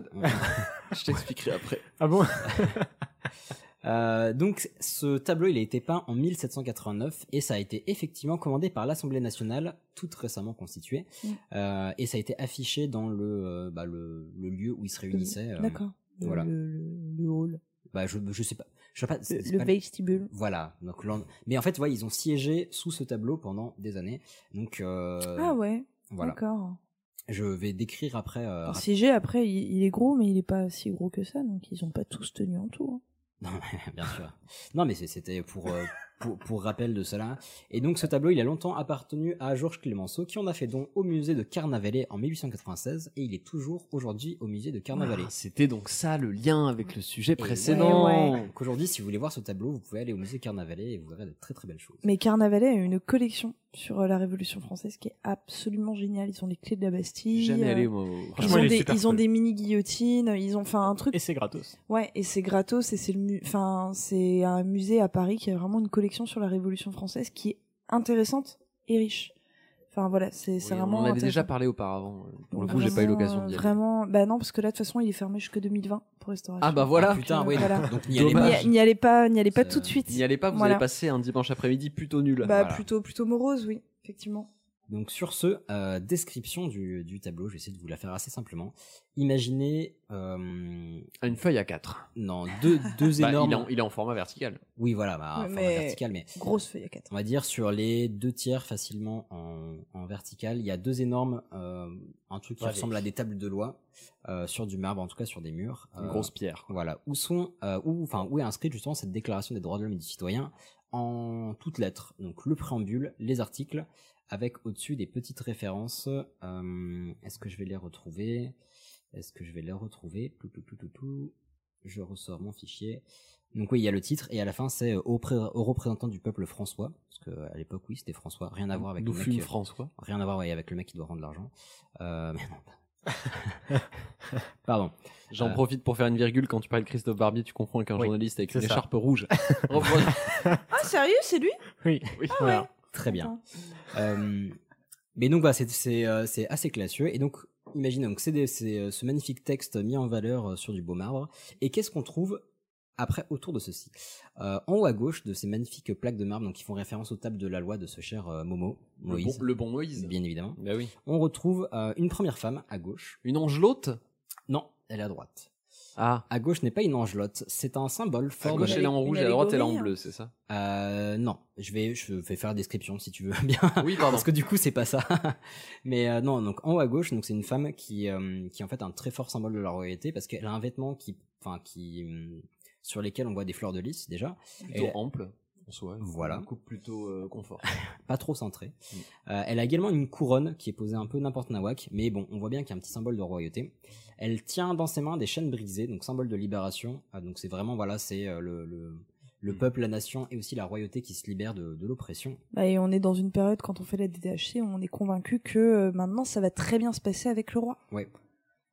Je, je t'expliquerai après. Ah bon Euh, donc ce tableau il a été peint en 1789 et ça a été effectivement commandé par l'Assemblée nationale toute récemment constituée Mm. Euh, et ça a été affiché dans le, euh, bah, le, le lieu où ils se réunissaient. euh, D'accord. Le- voilà. Le, le- le hall. bah, je, je sais pas, je sais pas, c'est- c'est Le pas- vestibule. Voilà. Donc, l'en- mais en fait, ouais, ils ont siégé sous ce tableau pendant des années. Donc, euh, Ah ouais, voilà. d'accord. Je vais décrire après. euh, Alors, rap- CG, après, il, il est gros, mais il est pas si gros que ça, donc ils ont pas tous tenu en tout. hein. Non, bien sûr. Non, mais c'est- c'était pour, euh, pour pour rappel de cela. Et donc, ce tableau, il a longtemps appartenu à Georges Clemenceau, qui en a fait don au musée de Carnavalet en 1896, et il est toujours aujourd'hui au musée de Carnavalet. Ah, C'était donc ça le lien avec le sujet Et précédent. ouais. Donc aujourd'hui, si vous voulez voir ce tableau, vous pouvez aller au musée Carnavalet et vous verrez de très très belles choses. Mais Carnavalet a une collection sur euh, la Révolution française qui est absolument géniale. Ils ont les clés de la Bastille. Jamais euh, allé moi. au- Franchement, il Ils ont, est des, super ils ont cool. des mini guillotines, ils ont fait un truc. Et c'est gratos. Ouais, et c'est gratos et c'est le, mu- enfin c'est un musée à Paris qui a vraiment une collection sur la Révolution française qui est intéressante et riche. Enfin voilà, c'est c'est Oui, vraiment. On en avait intéressant. déjà parlé auparavant. euh, Pour le coup, j'ai pas eu Vraiment, l'occasion d'y euh, aller. Vraiment, bah non, parce que là, de toute façon, il est fermé jusque 2020 pour restauration. Ah bah voilà. Ah, putain, oui. Voilà. Donc n'y allez Dommage. pas. N'y- N'y allez pas, n'y allez pas C'est- tout de suite. N'y allez pas, vous Voilà. allez passer un dimanche après-midi plutôt nul. Bah Voilà. plutôt, plutôt morose, oui, effectivement. Donc sur ce, euh, description du, du tableau, je vais essayer de vous la faire assez simplement. Imaginez, euh, Une feuille à 4. non, deux, deux énormes... Bah, il, est en, il est en format vertical. Oui, voilà, bah, Ouais, format mais- vertical, mais Grosse feuille à 4. on va dire sur les deux tiers facilement en, en vertical, il y a deux énormes, euh, un truc qui Ouais, ressemble à des tables de loi, euh, sur du marbre, en tout cas sur des murs. Une Euh, grosse pierre. Voilà, où sont, euh, où, enfin, où est inscrite justement cette déclaration des droits de l'homme et du citoyen en toutes lettres. Donc le préambule, les articles, avec au-dessus des petites références. Euh, Est-ce que je vais les retrouver Est-ce que je vais les retrouver Tout, tout, tout, tout, tout. Je ressors mon fichier. Donc oui, il y a le titre et à la fin c'est euh, au, pré- au représentant du peuple François, parce que à l'époque oui c'était François, rien à voir avec Hein? Nous le mec fume qui- François. rien à voir ouais, avec le mec qui doit rendre l'argent. Euh, mais non. Pardon. J'en Euh. profite pour faire une virgule. Quand tu parles de Christophe Barbier, tu confonds avec un Oui, journaliste avec c'est une ça. écharpe rouge. Ah, sérieux, c'est lui Oui. Oui. Ah voilà. Très bien. Euh, mais donc voilà, c'est- c'est euh, c'est assez classieux. Et donc, imaginez, donc c'est des- c'est, euh, ce magnifique texte mis en valeur euh, sur du beau marbre. Et qu'est-ce qu'on trouve après autour de ceci. Euh, en haut à gauche de ces magnifiques plaques de marbre donc, qui font référence aux tables de la loi de ce cher euh, Momo, Moïse. bon- le bon Moïse. Bien évidemment. Bah oui. On retrouve euh, une première femme à gauche. Une angelote Non, elle est à droite. Ah. À gauche n'est pas une angelote, c'est un symbole À fort. gauche, de la- elle est en rouge, et à droite, elle est en bleu, c'est ça Euh, non, je vais, je vais faire la description si tu veux bien. Oui, pardon. Parce que du coup, c'est pas ça. Mais euh, non, donc en haut à gauche, donc c'est une femme qui, euh, qui est en fait un très fort symbole de la royauté parce qu'elle a un vêtement qui, enfin, qui, hum, sur lesquels on voit des fleurs de lys déjà. Plutôt Elle- ample, en soi. Voilà. Une coupe plutôt euh, confort. pas trop centrée. Euh, elle a également une couronne qui est posée un peu n'importe nawak, mais bon, on voit bien qu'il y a un petit symbole de royauté. Elle tient dans ses mains des chaînes brisées, donc symbole de libération. Ah, donc c'est vraiment, voilà, c'est euh, le, le, le peuple, la nation et aussi la royauté qui se libère de, de l'oppression. Bah, et on est dans une période, quand on fait la DDHC, on est convaincu que euh, maintenant ça va très bien se passer avec le roi. Ouais.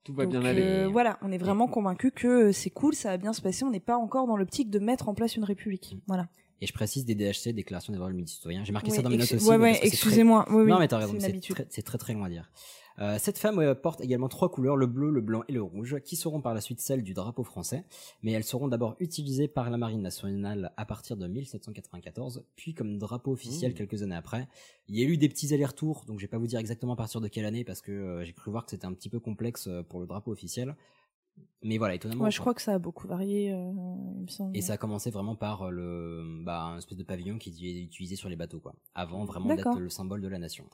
Tout va Donc, bien euh, aller. voilà, on est vraiment convaincu que euh, c'est cool, ça va bien se passer, on n'est pas encore dans l'optique de mettre en place une république. Voilà. Et je précise des DHC, déclaration des droits du citoyen. J'ai marqué Oui, ça dans mes notes excu- aussi. ouais, mais ouais, parce que c'est très- excusez-moi. Oui, oui, non, mais t'as c'est raison, une c'est habitude. très, c'est très très loin à dire. Euh, cette femme euh, porte également trois couleurs, le bleu, le blanc et le rouge, qui seront par la suite celles du drapeau français, mais elles seront d'abord utilisées par la marine nationale à partir de 1794, puis comme drapeau officiel Mmh. quelques années après. Il y a eu des petits allers-retours, donc je vais pas vous dire exactement à partir de quelle année, parce que euh, j'ai cru voir que c'était un petit peu complexe euh, pour le drapeau officiel. Mais voilà, étonnamment. Moi, je crois que ça a beaucoup varié, euh, il me semble. Et ça a commencé vraiment par euh, le, bah, un espèce de pavillon qui est utilisé sur les bateaux, quoi. Avant vraiment d'être D'accord. le symbole de la nation.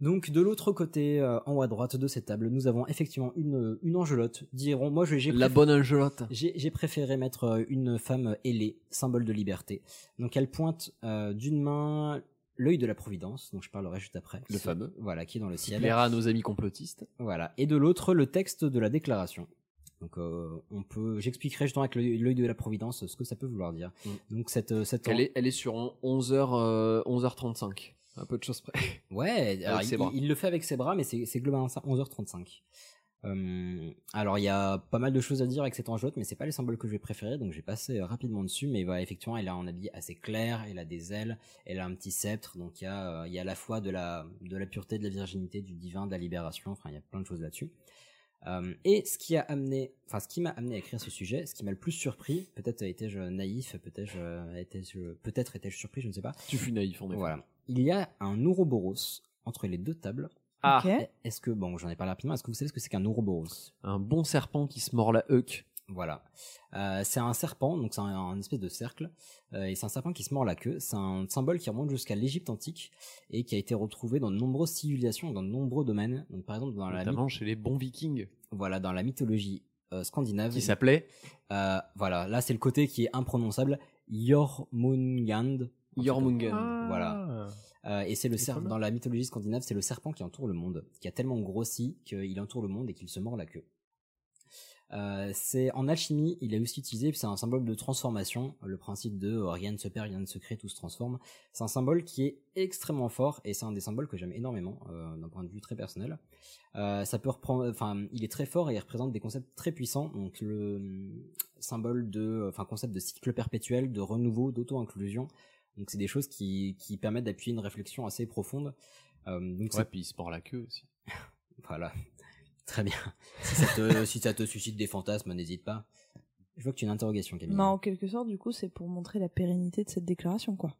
Donc, de l'autre côté, euh, en haut à droite de cette table, nous avons effectivement une, une angelote. Diront, moi, je- j'ai La préféré- bonne angelote. j'ai j'ai préféré mettre euh, une femme ailée, symbole de liberté. Donc, elle pointe euh, d'une main l'œil de la providence, dont je parlerai juste après. Le fameux. Voilà, qui est dans le Qui ciel. plaira à nos amis complotistes. Voilà. Et de l'autre, le texte de la déclaration. Donc, euh, on peut, j'expliquerai justement avec l'œil l'œil de la Providence ce que ça peut vouloir dire. Mm. Donc, cette, euh, cette, Elle est, elle est sur en 11h, euh, 11h35. Un peu de choses près. ouais, alors, ses il, bras. il le fait avec ses bras, mais c'est c'est globalement ça, 11h35. Euh, alors, il y a pas mal de choses à dire avec cette angelote, mais c'est pas les symboles que je vais préférer, donc j'ai passé euh, rapidement dessus, mais voilà, effectivement, elle a un habit assez clair, elle a des ailes, elle a un petit sceptre, donc il y a, euh, il y a à la fois de la, de la pureté, de la virginité, du divin, de la libération, enfin, il y a plein de choses là-dessus. Euh, et ce qui a amené, enfin ce qui m'a amené à écrire ce sujet, ce qui m'a le plus surpris, peut-être étais-je naïf, peut-être euh, étais-je, peut-être étais-je surpris, je ne sais pas. Tu fus naïf, en effet. Voilà, il y a un ouroboros entre les deux tables. Ah. Ok. Est-ce que bon, j'en ai parlé rapidement. Est-ce que vous savez ce que c'est qu'un ouroboros Un bon serpent qui se mord la huc. Voilà, Euh, c'est un serpent, donc c'est un, un espèce de cercle, euh, et c'est un serpent qui se mord la queue. C'est un symbole qui remonte jusqu'à l'Égypte antique et qui a été retrouvé dans de nombreuses civilisations, dans de nombreux domaines. Donc par exemple dans la Notamment chez les bons vikings. voilà dans la mythologie euh, scandinave. Qui s'appelait Euh, voilà, là c'est le côté qui est imprononçable. Jormungand. un truc Jormungand. Ah. Ah. comme- Voilà. Euh, et c'est le C'est pas serpent mal. dans la mythologie scandinave, c'est le serpent qui entoure le monde, qui a tellement grossi qu'il entoure le monde et qu'il se mord la queue. Euh, c'est en alchimie, il est aussi utilisé, puis c'est un symbole de transformation, le principe de euh, rien ne se perd, rien ne se crée, tout se transforme. C'est un symbole qui est extrêmement fort et c'est un des symboles que j'aime énormément euh, d'un point de vue très personnel. Euh, ça peut reprendre, enfin, il est très fort et il représente des concepts très puissants, donc le hum, symbole de, enfin, concept de cycle perpétuel, de renouveau, d'auto-inclusion. Donc c'est des choses qui, qui permettent d'appuyer une réflexion assez profonde. Euh, donc Ouais, c'est- puis il se mord la queue aussi. voilà, très bien. Si ça te, si ça te suscite des fantasmes, n'hésite pas. Je vois que tu as une interrogation, Camille. Bah, en quelque sorte, du coup, c'est pour montrer la pérennité de cette déclaration, quoi.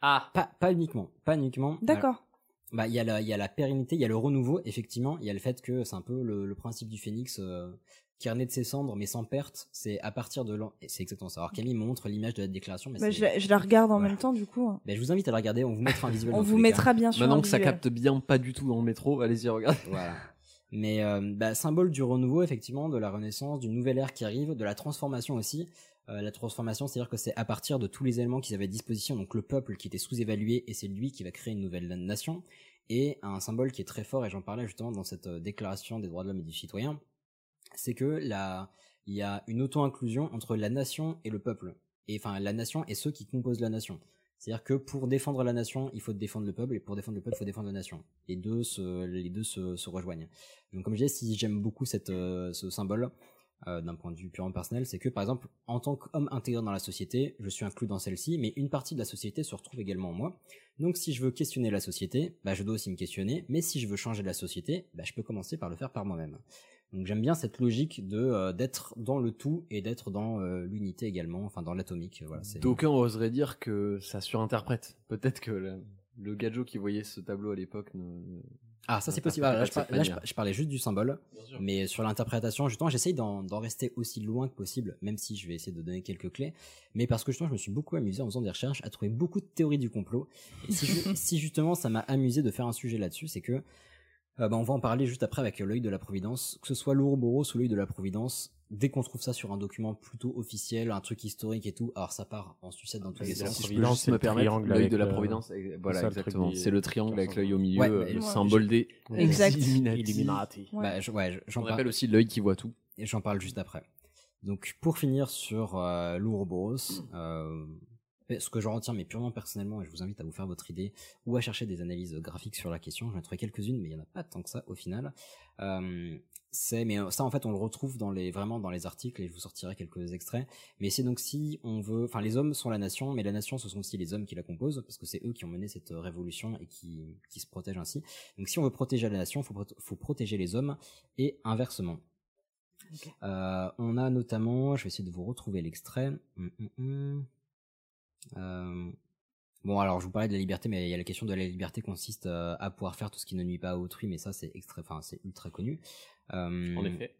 Ah Pas, pas uniquement, pas uniquement. D'accord. Bah, il y, a la- il y a la pérennité, il y a le renouveau, effectivement. Il y a le fait que c'est un peu le, le principe du phénix euh, qui renaît de ses cendres, mais sans perte. C'est à partir de l'an. et C'est exactement ça. Alors, Camille me montre l'image de la déclaration, mais Mm. Bah, c'est- je, la, je la regarde en Voilà. même temps, du coup. hein. Bah, je vous invite à la regarder. On vous mettra un visuel. On dans tous vous les cas. mettra bien sûr. Maintenant un que ça visuel. capte bien pas du tout dans le métro, allez-y, regarde. Voilà. Mais euh, bah, symbole du renouveau, effectivement, de la renaissance, d'une nouvelle ère qui arrive, de la transformation aussi. Euh, la transformation, c'est-à-dire que c'est à partir de tous les éléments qu'ils avaient à disposition, donc le peuple qui était sous-évalué, et c'est lui qui va créer une nouvelle nation. Et un symbole qui est très fort, et j'en parlais justement dans cette euh, déclaration des droits de l'homme et du citoyen, c'est que la, il y a une auto-inclusion entre la nation et le peuple. Et enfin, la nation et ceux qui composent la nation. C'est-à-dire que pour défendre la nation, il faut défendre le peuple, et pour défendre le peuple, il faut défendre la nation. Les deux se, les deux se, se rejoignent. Donc, comme je disais, si j'aime beaucoup cette, euh, ce symbole, euh, d'un point de vue purement personnel, c'est que, par exemple, en tant qu'homme intégré dans la société, je suis inclus dans celle-ci, mais une partie de la société se retrouve également en moi. Donc, si je veux questionner la société, bah, je dois aussi me questionner, mais si je veux changer la société, bah, je peux commencer par le faire par moi-même. Donc j'aime bien cette logique de euh, d'être dans le tout et d'être dans euh, l'unité également, enfin dans l'atomique. Voilà, c'est- D'aucuns oseraient dire que ça surinterprète. Peut-être que le, le gadjo qui voyait ce tableau à l'époque. ne- Ah, ça c'est possible. Ah, là, je, par- là, je par- je parlais juste du symbole, mais sur l'interprétation, justement, j'essaye d'en d'en rester aussi loin que possible, même si je vais essayer de donner quelques clés. Mais parce que justement, je me suis beaucoup amusé en faisant des recherches à trouver beaucoup de théories du complot. Et si, ju- si justement, ça m'a amusé de faire un sujet là-dessus, c'est que euh, bah, on va en parler juste après avec euh, l'œil de la providence, que ce soit l'Ouroboros ou l'œil de la providence. Dès qu'on trouve ça sur un document plutôt officiel, un truc historique et tout, alors ça part en sucette dans tous les Et sens. si je peux juste me permettre, l'œil de la providence, et- voilà, exactement. C'est le triangle avec l'œil au milieu, Ouais, euh, mais- le symbole des Exact. Illuminati. Illuminati. Ouais. Bah, je- ouais, je- j'en On parle- appelle aussi l'œil qui voit tout. et j'en parle juste après. Donc pour finir sur euh, l'Ouroboros, euh, ce que j'en retiens mais purement personnellement, et je vous invite à vous faire votre idée ou à chercher des analyses graphiques sur la question, j'en ai trouvé quelques-unes mais il n'y en a pas tant que ça au final. Euh, c'est mais euh, ça en fait on le retrouve dans les vraiment dans les articles et je vous sortirai quelques extraits mais c'est donc si on veut enfin les hommes sont la nation mais la nation ce sont aussi les hommes qui la composent parce que c'est eux qui ont mené cette euh, révolution et qui qui se protègent ainsi donc si on veut protéger la nation faut prot- faut protéger les hommes et inversement euh, on a notamment, je vais essayer de vous retrouver l'extrait. Hum, hum, hum. Euh, bon, alors je vous parlais de la liberté, mais il y a la question de la liberté consiste euh, à pouvoir faire tout ce qui ne nuit pas à autrui, mais ça c'est extra, enfin c'est ultra connu. Euh, En effet.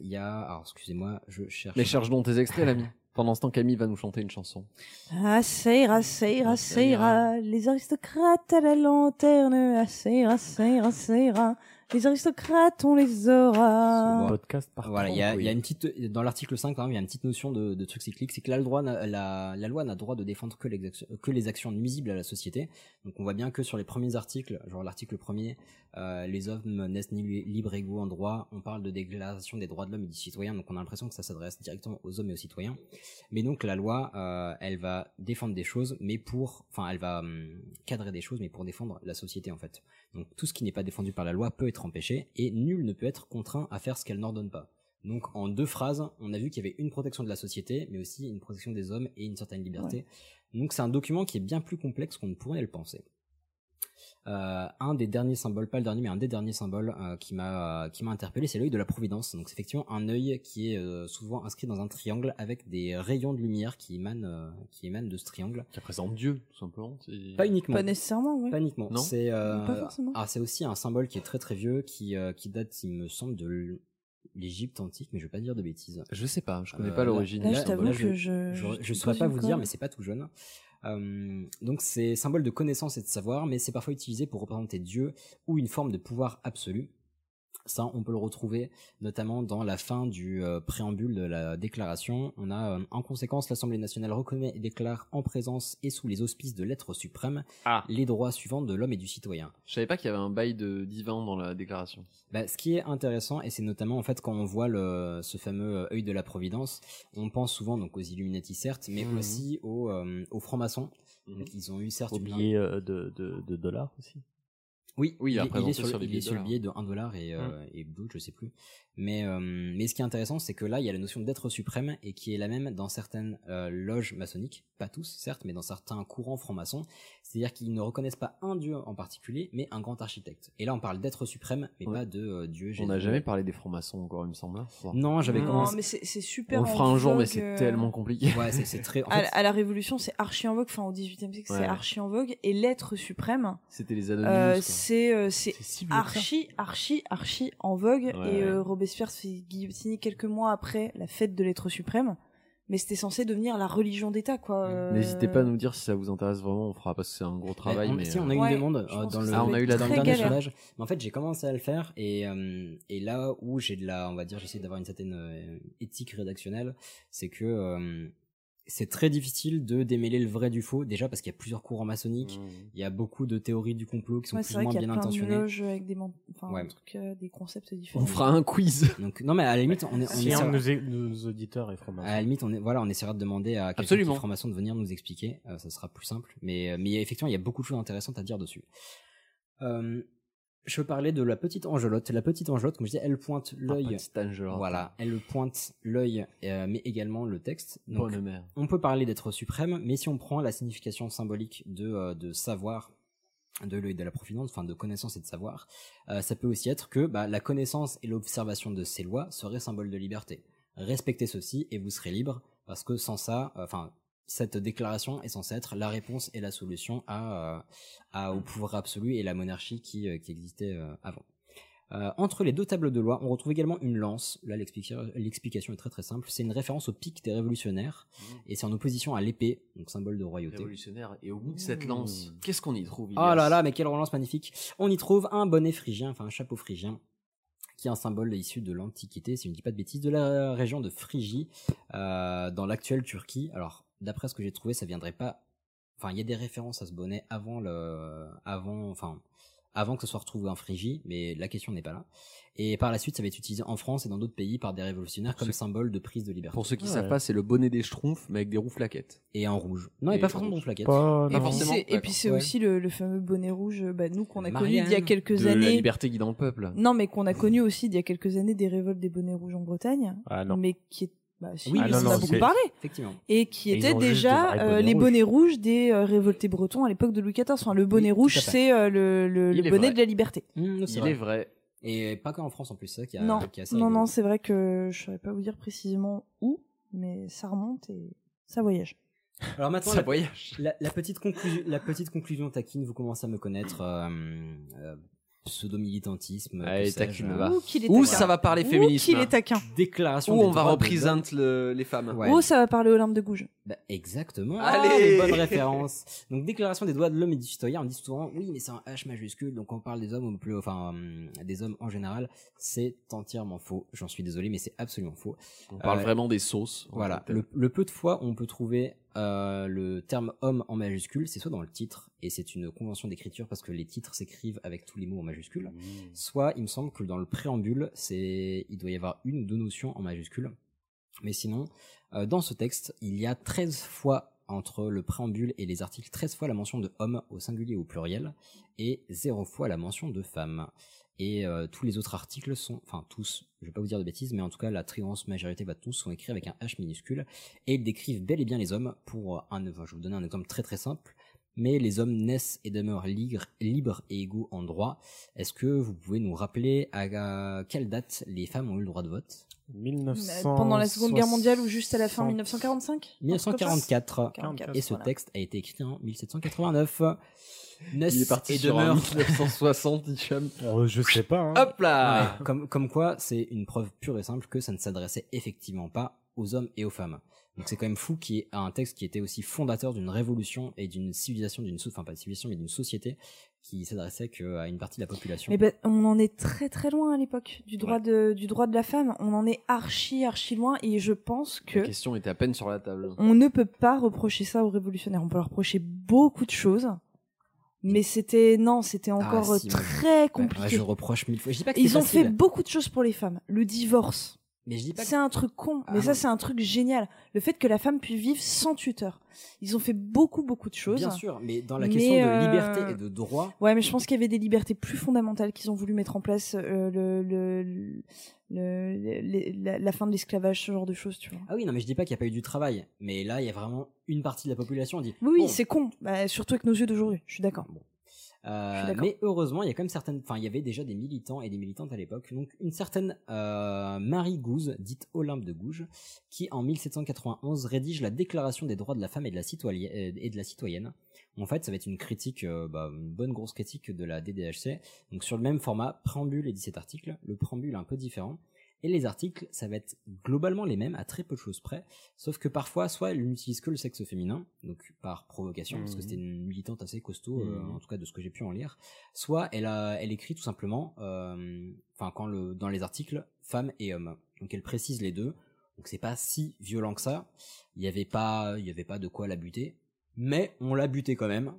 Il y a, alors excusez-moi, je cherche. Mais cherche donc tes extraits, l'ami. Pendant ce temps, Camille va nous chanter une chanson. Ah, ça ira, ça ira, ça hein. ira. Les aristocrates à la lanterne. Ah, ça ira, ça ira, ça ira. Les aristocrates, on les aura. podcast par Voilà, il y, a, il y a une petite dans l'article 5 quand même, il y a une petite notion de, de truc cyclique, c'est que là le droit n'a- la, la loi n'a droit de défendre que les actions, que les actions nuisibles à la société. Donc on voit bien que sur les premiers articles, genre l'article premier, euh, les hommes naissent ni li- libres égaux en droit, on parle de déclaration des droits de l'homme et du citoyen, donc on a l'impression que ça s'adresse directement aux hommes et aux citoyens. Mais donc la loi, euh, elle va défendre des choses, mais pour, enfin elle va hum, cadrer des choses, mais pour défendre la société en fait. Donc tout ce qui n'est pas défendu par la loi peut être empêché et nul ne peut être contraint à faire ce qu'elle n'ordonne pas. Donc en deux phrases, on a vu qu'il y avait une protection de la société, mais aussi une protection des hommes et une certaine liberté. Donc c'est un document qui est bien plus complexe qu'on ne pourrait le penser. Euh, un des derniers symboles, pas le dernier, mais un des derniers symboles euh, qui m'a qui m'a interpellé, c'est l'œil de la providence. Donc c'est effectivement un œil qui est euh, souvent inscrit dans un triangle avec des rayons de lumière qui émanent euh, qui émanent de ce triangle. Qui représente Dieu, tout simplement. C'est- Pas uniquement. Pas nécessairement, ouais. Pas uniquement. Non c'est euh, Pas forcément. ah, c'est aussi un symbole qui est très très vieux, qui euh, qui date, il me semble, de l- l'Égypte antique, mais je vais pas dire de bêtises. Je sais pas, je connais Euh, pas là- l'origine. Là, Là, je t'avoue là, que je- je. Je je je te saurais pas pose vous une dire, colle. mais c'est pas tout jeune. Euh, donc c'est symbole de connaissance et de savoir, mais c'est parfois utilisé pour représenter Dieu ou une forme de pouvoir absolu. Ça, on peut le retrouver notamment dans la fin du euh, préambule de la déclaration. On a euh, en conséquence l'Assemblée nationale reconnaît et déclare en présence et sous les auspices de l'être suprême Ah, les droits suivants de l'homme et du citoyen. je savais pas qu'il y avait un bail de divin dans la déclaration. Bah, ce qui est intéressant, et c'est notamment en fait quand on voit le, ce fameux euh, œil de la providence, on pense souvent donc aux Illuminati certes, mais Mhm. aussi aux, euh, aux francs-maçons. Donc, Ils ont eu certes Au une- billet euh, de, de, de dollars aussi. Oui, Oui, il, à est- il présenter est sur, sur les le, il billets est de sur le dollars. Mhm. billet de 1 dollar et, euh, et d'autres, je sais plus. Mais, euh, mais ce qui est intéressant, c'est que là, il y a la notion d'être suprême et qui est la même dans certaines euh, loges maçonniques, pas tous certes, mais dans certains courants francs-maçons. C'est-à-dire qu'ils ne reconnaissent pas un dieu en particulier, mais un grand architecte. Et là, on parle d'être suprême, mais On- pas de euh, dieu. On Jésus. n'a jamais parlé des francs-maçons encore, il me semble. hein. Non, j'avais Non, commencé. mais c'est c'est super. On le fera un en jour, mais vogue, c'est euh, tellement compliqué. Ouais, c'est- c'est très. en À, fait, à la Révolution, c'est archi en vogue. Enfin, au 18 e siècle, Ouais, ouais. c'est archi en vogue. Et l'être suprême, C'était les euh, anonymes. c'est euh, c'est si archi, archi, archi en vogue. Ouais, et euh, ouais. Robespierre se fait guillotiner quelques mois après la fête de l'être suprême. Mais c'était censé devenir la religion d'État, quoi. euh. N'hésitez pas à nous dire si ça vous intéresse vraiment, on fera parce que c'est un gros travail. Eh, on, mais, si, euh, on a eu Ouais, une demande je euh, pense dans que le, ça Ah, on a peut eu la être dans très le dernier galère. sondage. Mais en fait, j'ai commencé à le faire et, euh, et là où j'ai de la, on va dire, j'essaie d'avoir une certaine euh, éthique rédactionnelle, c'est que euh, c'est très difficile de démêler le vrai du faux. Déjà parce qu'il y a plusieurs courants maçonniques, Mm. Mmh. il y a beaucoup de théories du complot qui sont Ouais, plus c'est ou vrai moins qu'il y a bien plein de intentionnées. loges avec des, man- enfin, Ouais. un truc, euh, des concepts différents. On fera un quiz. Donc non, mais à la limite, on est, on Si est un sur- de nos, é- nos auditeurs est À la franc-maçon. limite, on, est, voilà, on essaiera de demander à quelqu'un qui est Absolument. franc-maçon de venir nous expliquer. euh, ça sera plus simple. Mais, euh, mais effectivement, il y a beaucoup de choses intéressantes à dire dessus. Euh, je parlais de la petite angelotte. La petite angelotte, comme je disais, elle pointe l'œil. voilà, elle pointe l'œil, euh, mais également le texte. Donc, Bonne mère. on peut parler d'être suprême, mais si on prend la signification symbolique de, euh, de savoir de l'œil de la providence, enfin de connaissance et de savoir, euh, ça peut aussi être que bah, la connaissance et l'observation de ces lois seraient symbole de liberté. Respectez ceci et vous serez libre, parce que sans ça, euh, enfin, cette déclaration est censée être la réponse et la solution à, euh, à- au pouvoir absolu et la monarchie qui, euh, qui existait euh, avant. Euh, entre les deux tables de loi, on retrouve également une lance. Là, l'explica- l'explication est très très simple. C'est une référence au pic des révolutionnaires, et c'est en opposition à l'épée, donc symbole de royauté. Révolutionnaire. Et au bout de cette lance, qu'est-ce qu'on y trouve Oh là là, mais quelle relance magnifique On y trouve un bonnet phrygien, enfin un chapeau phrygien, qui est un symbole issu de l'Antiquité, si je ne dis pas de bêtises, de la région de Phrygie, euh, dans l'actuelle Turquie. Alors, d'après ce que j'ai trouvé, ça viendrait pas... Enfin, il y a des références à ce bonnet avant le... Avant... Enfin... Avant que ce soit retrouvé en Phrygie, mais la question n'est pas là. Et par la suite, ça va être utilisé en France et dans d'autres pays par des révolutionnaires comme symbole de prise de liberté. Pour ceux qui savent pas, c'est le bonnet des schtroumpfs, mais avec des roues flaquettes. Et en rouge. Non, et, pas forcément de plaquettes. Et puis c'est- et puis c'est aussi le, le fameux bonnet rouge, euh, bah, nous qu'on a connu Marianne. il y a quelques de la années. Mmh. liberté guidant le peuple. Non, mais qu'on a connu aussi il y a quelques années des révoltes des bonnets rouges en Bretagne. Ah, non. Mais qui est. Bah, si, Oui, on mais en non, a non, beaucoup c'est- parlé. Effectivement. Et qui Et ils étaient ont juste de déjà vrais euh, bonnets les rouges. bonnets rouges des euh, révoltés bretons à l'époque de Louis XIV. Enfin, le bonnet rouge, fait. c'est euh, le, le- Il le est bonnet vrai. de la liberté. Mmh, Il c'est est vrai. Et pas qu'en France en plus, c'est ça qui a, Non, qui est assez non, rigolo. non, c'est vrai que je saurais pas vous dire précisément où, mais ça remonte et ça voyage. Alors maintenant, Ça la, la- la petite conclusion, la petite conclusion taquine, vous commencez à me connaître. euh, euh, pseudo-militantisme. Allez, que sais-je. euh, taquine, va. Ouh, qu'il est Ouh, taquin. ça va parler Ouh, féminisme. qu'il est taquin. Déclaration Où des on va droits des représenter le- les femmes. Ouais. Oh, ça va parler Olympe de Gouges. Bah, exactement. Allez Allez, bonne référence. Donc déclaration des droits de l'homme et du citoyen, on dit souvent oui, mais c'est un H majuscule, donc on parle des hommes au plus, enfin hum, des hommes en général, c'est entièrement faux. J'en suis désolé, mais c'est absolument faux. On parle vraiment des sauces, en Voilà. fait. Le, le peu de fois où on peut trouver euh, le terme homme en majuscule, c'est soit dans le titre et c'est une convention d'écriture parce que les titres s'écrivent avec tous les mots en majuscule, Mmh. soit il me semble que dans le préambule, c'est il doit y avoir une ou deux notions en majuscule. Mais sinon, euh, dans ce texte, il y a 13 fois entre le préambule et les articles, 13 fois la mention de homme au singulier ou au pluriel, et 0 fois la mention de femme. Et euh, tous les autres articles sont, enfin tous, je vais pas vous dire de bêtises, mais en tout cas la très grande majorité, bah, tous sont écrits avec un H minuscule, et ils décrivent bel et bien les hommes pour euh, un, enfin, je vais vous donner un exemple très très simple, mais les hommes naissent et demeurent ligres- libres et égaux en droit. Est-ce que vous pouvez nous rappeler à, à quelle date les femmes ont eu le droit de vote Pendant la Seconde Guerre mondiale ou juste à la fin 1945 1944. 44, et ce voilà. texte a été écrit en 1789. Naissent Il est parti et sur demeurent- un 1960, Hicham. Euh, je sais pas. hein. Hop là Ouais, comme, comme quoi, c'est une preuve pure et simple que ça ne s'adressait effectivement pas aux hommes et aux femmes. Donc c'est quand même fou qu'il y ait un texte qui était aussi fondateur d'une révolution et d'une civilisation, d'une so- enfin pas de civilisation, mais d'une société qui s'adressait qu'à une partie de la population. Mais ben, on en est très très loin à l'époque du droit de du droit de la femme. On en est archi archi loin et je pense que La question était à peine sur la table. on ne peut pas reprocher ça aux révolutionnaires. On peut leur reprocher beaucoup de choses, mais c'était non, c'était encore Ah, si, moi, je- très ouais, compliqué. ouais, je reproche mille fois. Je dis pas que Ils c'est ont facile. fait beaucoup de choses pour les femmes. Le divorce. Mais je dis pas que- C'est un truc con, Ah mais ça c'est un truc génial. Le fait que la femme puisse vivre sans tuteur. Ils ont fait beaucoup beaucoup de choses. euh, Bien sûr, mais dans la question de liberté et de droit. Ouais, mais je pense qu'il y avait des libertés plus fondamentales qu'ils ont voulu mettre en place, euh, le, le, le- le- les- la, la fin de l'esclavage, ce genre de choses, tu vois. Ah oui, non, mais je dis pas qu'il n'y a pas eu du travail, mais là, il y a vraiment une partie de la population qui dit. Oui, oui, bon, c'est con, Bah, surtout avec nos yeux d'aujourd'hui. Je suis d'accord. Euh, Je suis d'accord. mais heureusement, il y a quand même certaines, enfin, il y avait déjà des militants et des militantes à l'époque. Donc, une certaine euh, Marie Gouze, dite Olympe de Gouges, qui en 1791 rédige la Déclaration des droits de la femme et de la, citoyen- euh, et de la citoyenne. En fait, ça va être une critique, euh, bah, une bonne grosse critique de la DDHC. Donc, sur le même format, préambule et 17 articles. Le préambule est un peu différent. Et les articles, ça va être globalement les mêmes à très peu de choses près, sauf que parfois, soit elle n'utilise que le sexe féminin, donc par provocation, parce que Mmh. Mhm. c'était une militante assez costaud, euh, Mhm. en tout cas de ce que j'ai pu en lire, soit elle, a, elle écrit tout simplement, euh, enfin quand le, dans les articles, femme et homme. Donc elle précise les deux, donc c'est pas si violent que ça, il n'y avait, pas- il y avait pas de quoi la buter, mais on l'a butée quand même,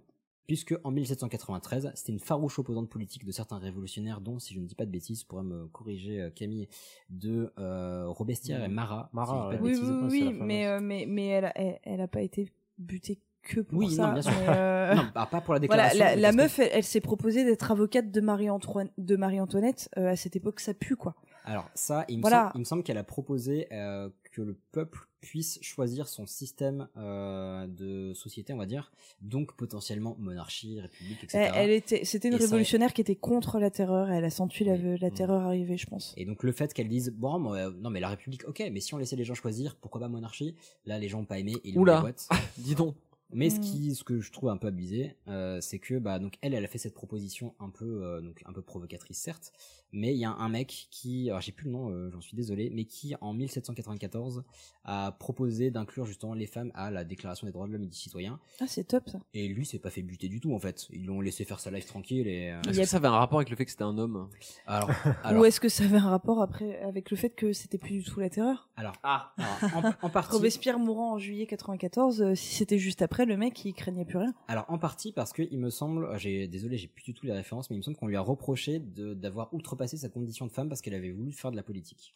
puisque en 1793, c'était une farouche opposante politique de certains révolutionnaires, dont, si je ne dis pas de bêtises, pourrait me corriger euh, Camille, de euh, Robespierre et Marat. si je dis pas de Mmh. oui, bêtises. oui, oui, mais, euh, mais, mais elle, a- elle, elle a pas été butée que pour Oui, ça. non, bien sûr. mais, euh, Non, bah, pas pour la Voilà, déclaration. la, mais la parce que- meuf, elle, elle s'est proposée d'être avocate de Marie-Antoine- de Marie-Antoinette. euh, à cette époque, ça pue, quoi. Alors ça, il me Voilà. semble, il me semble qu'elle a proposé euh, que le peuple puisse choisir son système euh, de société, on va dire, donc potentiellement monarchie, république, etc. Eh, Elle, elle était, c'était une Et ça- Mm. révolutionnaire qui était contre la terreur. Elle a senti la, la terreur arriver, je pense. Et donc le fait qu'elle dise bon moi, euh, non mais la République ok mais si on laissait les gens choisir pourquoi pas monarchie là les gens ont pas aimé et ils Oula. ont boîte. Dis donc. Mais ce Mm. qui ce que je trouve un peu abusé euh, c'est que bah donc elle elle a fait cette proposition un peu euh, donc un peu provocatrice certes mais il y a un mec qui alors j'ai plus le nom euh, j'en suis désolé mais qui en 1794 a proposé d'inclure justement les femmes à la Déclaration des droits de l'homme et du citoyen Ah, c'est top ça. et lui s'est pas fait buter du tout en fait ils l'ont laissé faire sa life tranquille et euh, Est-ce que ça avait un rapport avec le fait que c'était un homme alors alors Ou est-ce que ça avait un rapport après avec le fait que c'était plus du tout la terreur alors, alors, en, en partie Robespierre mourant en juillet 94, euh, si c'était juste après, le mec il craignait plus rien. Alors en partie parce que il me semble, j'ai désolé, j'ai plus du tout les références, mais il me semble qu'on lui a reproché de- d'avoir outrepassé sa condition de femme parce qu'elle avait voulu faire de la politique.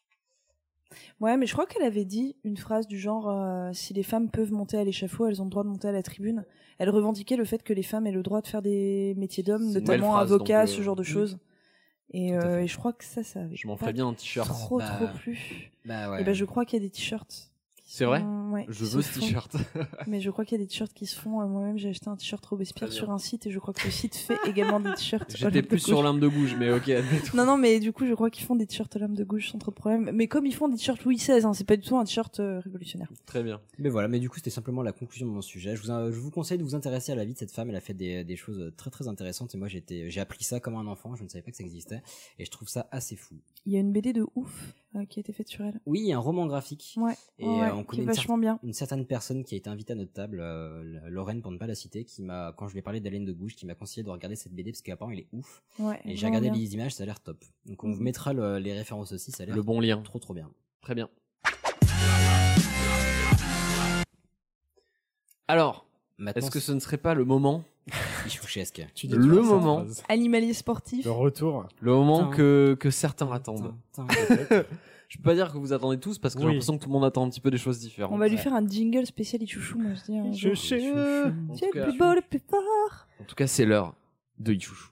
Ouais, mais je crois qu'elle avait dit une phrase du genre euh, si les femmes peuvent monter à l'échafaud, elles ont le droit de monter à la tribune. Elle revendiquait le fait que les femmes aient le droit de faire des métiers d'hommes, C'est une notamment belle phrase, avocat, donc, euh, ce genre de choses. Et, Tout à euh, fait. et je crois que ça, ça avait. Je m'en pas ferais bien un t-shirt. Trop, Bah, trop plu. Bah ouais. Et ben, je crois qu'il y a des t-shirts. C'est vrai Mm, ouais, Je qui veux se ce font. t-shirt. Mais je crois qu'il y a des t-shirts qui se font. Euh, Moi-même, j'ai acheté un t-shirt Robespierre Très bien. sur un site et je crois que le site fait également des t-shirts. J'étais Olympe de plus sur gauche. l'âme de gauche, mais ok, admettons. Non, non, mais du coup, je crois qu'ils font des t-shirts l'homme de gauche sans trop de problème. Mais comme ils font des t-shirts Louis XVI, hein, c'est pas du tout un t-shirt euh, révolutionnaire. Très bien. Mais voilà, mais du coup c'était simplement la conclusion de mon sujet. Je vous, je vous conseille de vous intéresser à la vie de cette femme. Elle a fait des, des choses très très intéressantes et moi j'étais, j'ai appris ça comme un enfant. Je ne savais pas que ça existait et je trouve ça assez fou. Il y a une BD de ouf euh, qui a été faite sur elle. Oui, il y a un roman graphique. Ouais, Et ouais, euh, qui on est connaît une, cer- vachement bien. une certaine personne qui a été invitée à notre table, euh, Lorraine pour ne pas la citer, qui m'a, quand je lui ai parlé d'Hélène de Gouche, qui m'a conseillé de regarder cette BD parce qu'apparemment il est ouf. Ouais, Et j'ai vraiment regardé bien. les images, ça a l'air top. Donc on vous mettra le- les références aussi, ça a l'air Le bon lien. trop trop bien. Très bien. Alors, Maintenant, est-ce que ce ne serait pas le moment Ichouchesque. Tu Le toujours cette moment. phrase. Animalier sportif. Le retour. Le moment Putain. que, que certains attendent. Tintin. Je peux pas dire que vous attendez tous parce que j'ai Oui. l'impression que tout le monde attend un petit peu des choses différentes. On va lui Ouais. faire un jingle spécial Ichouchou, moi je dis. un jour. En Tu es tout le cas, plus beau, le plus fort. en tout cas, c'est l'heure de Ichouchou.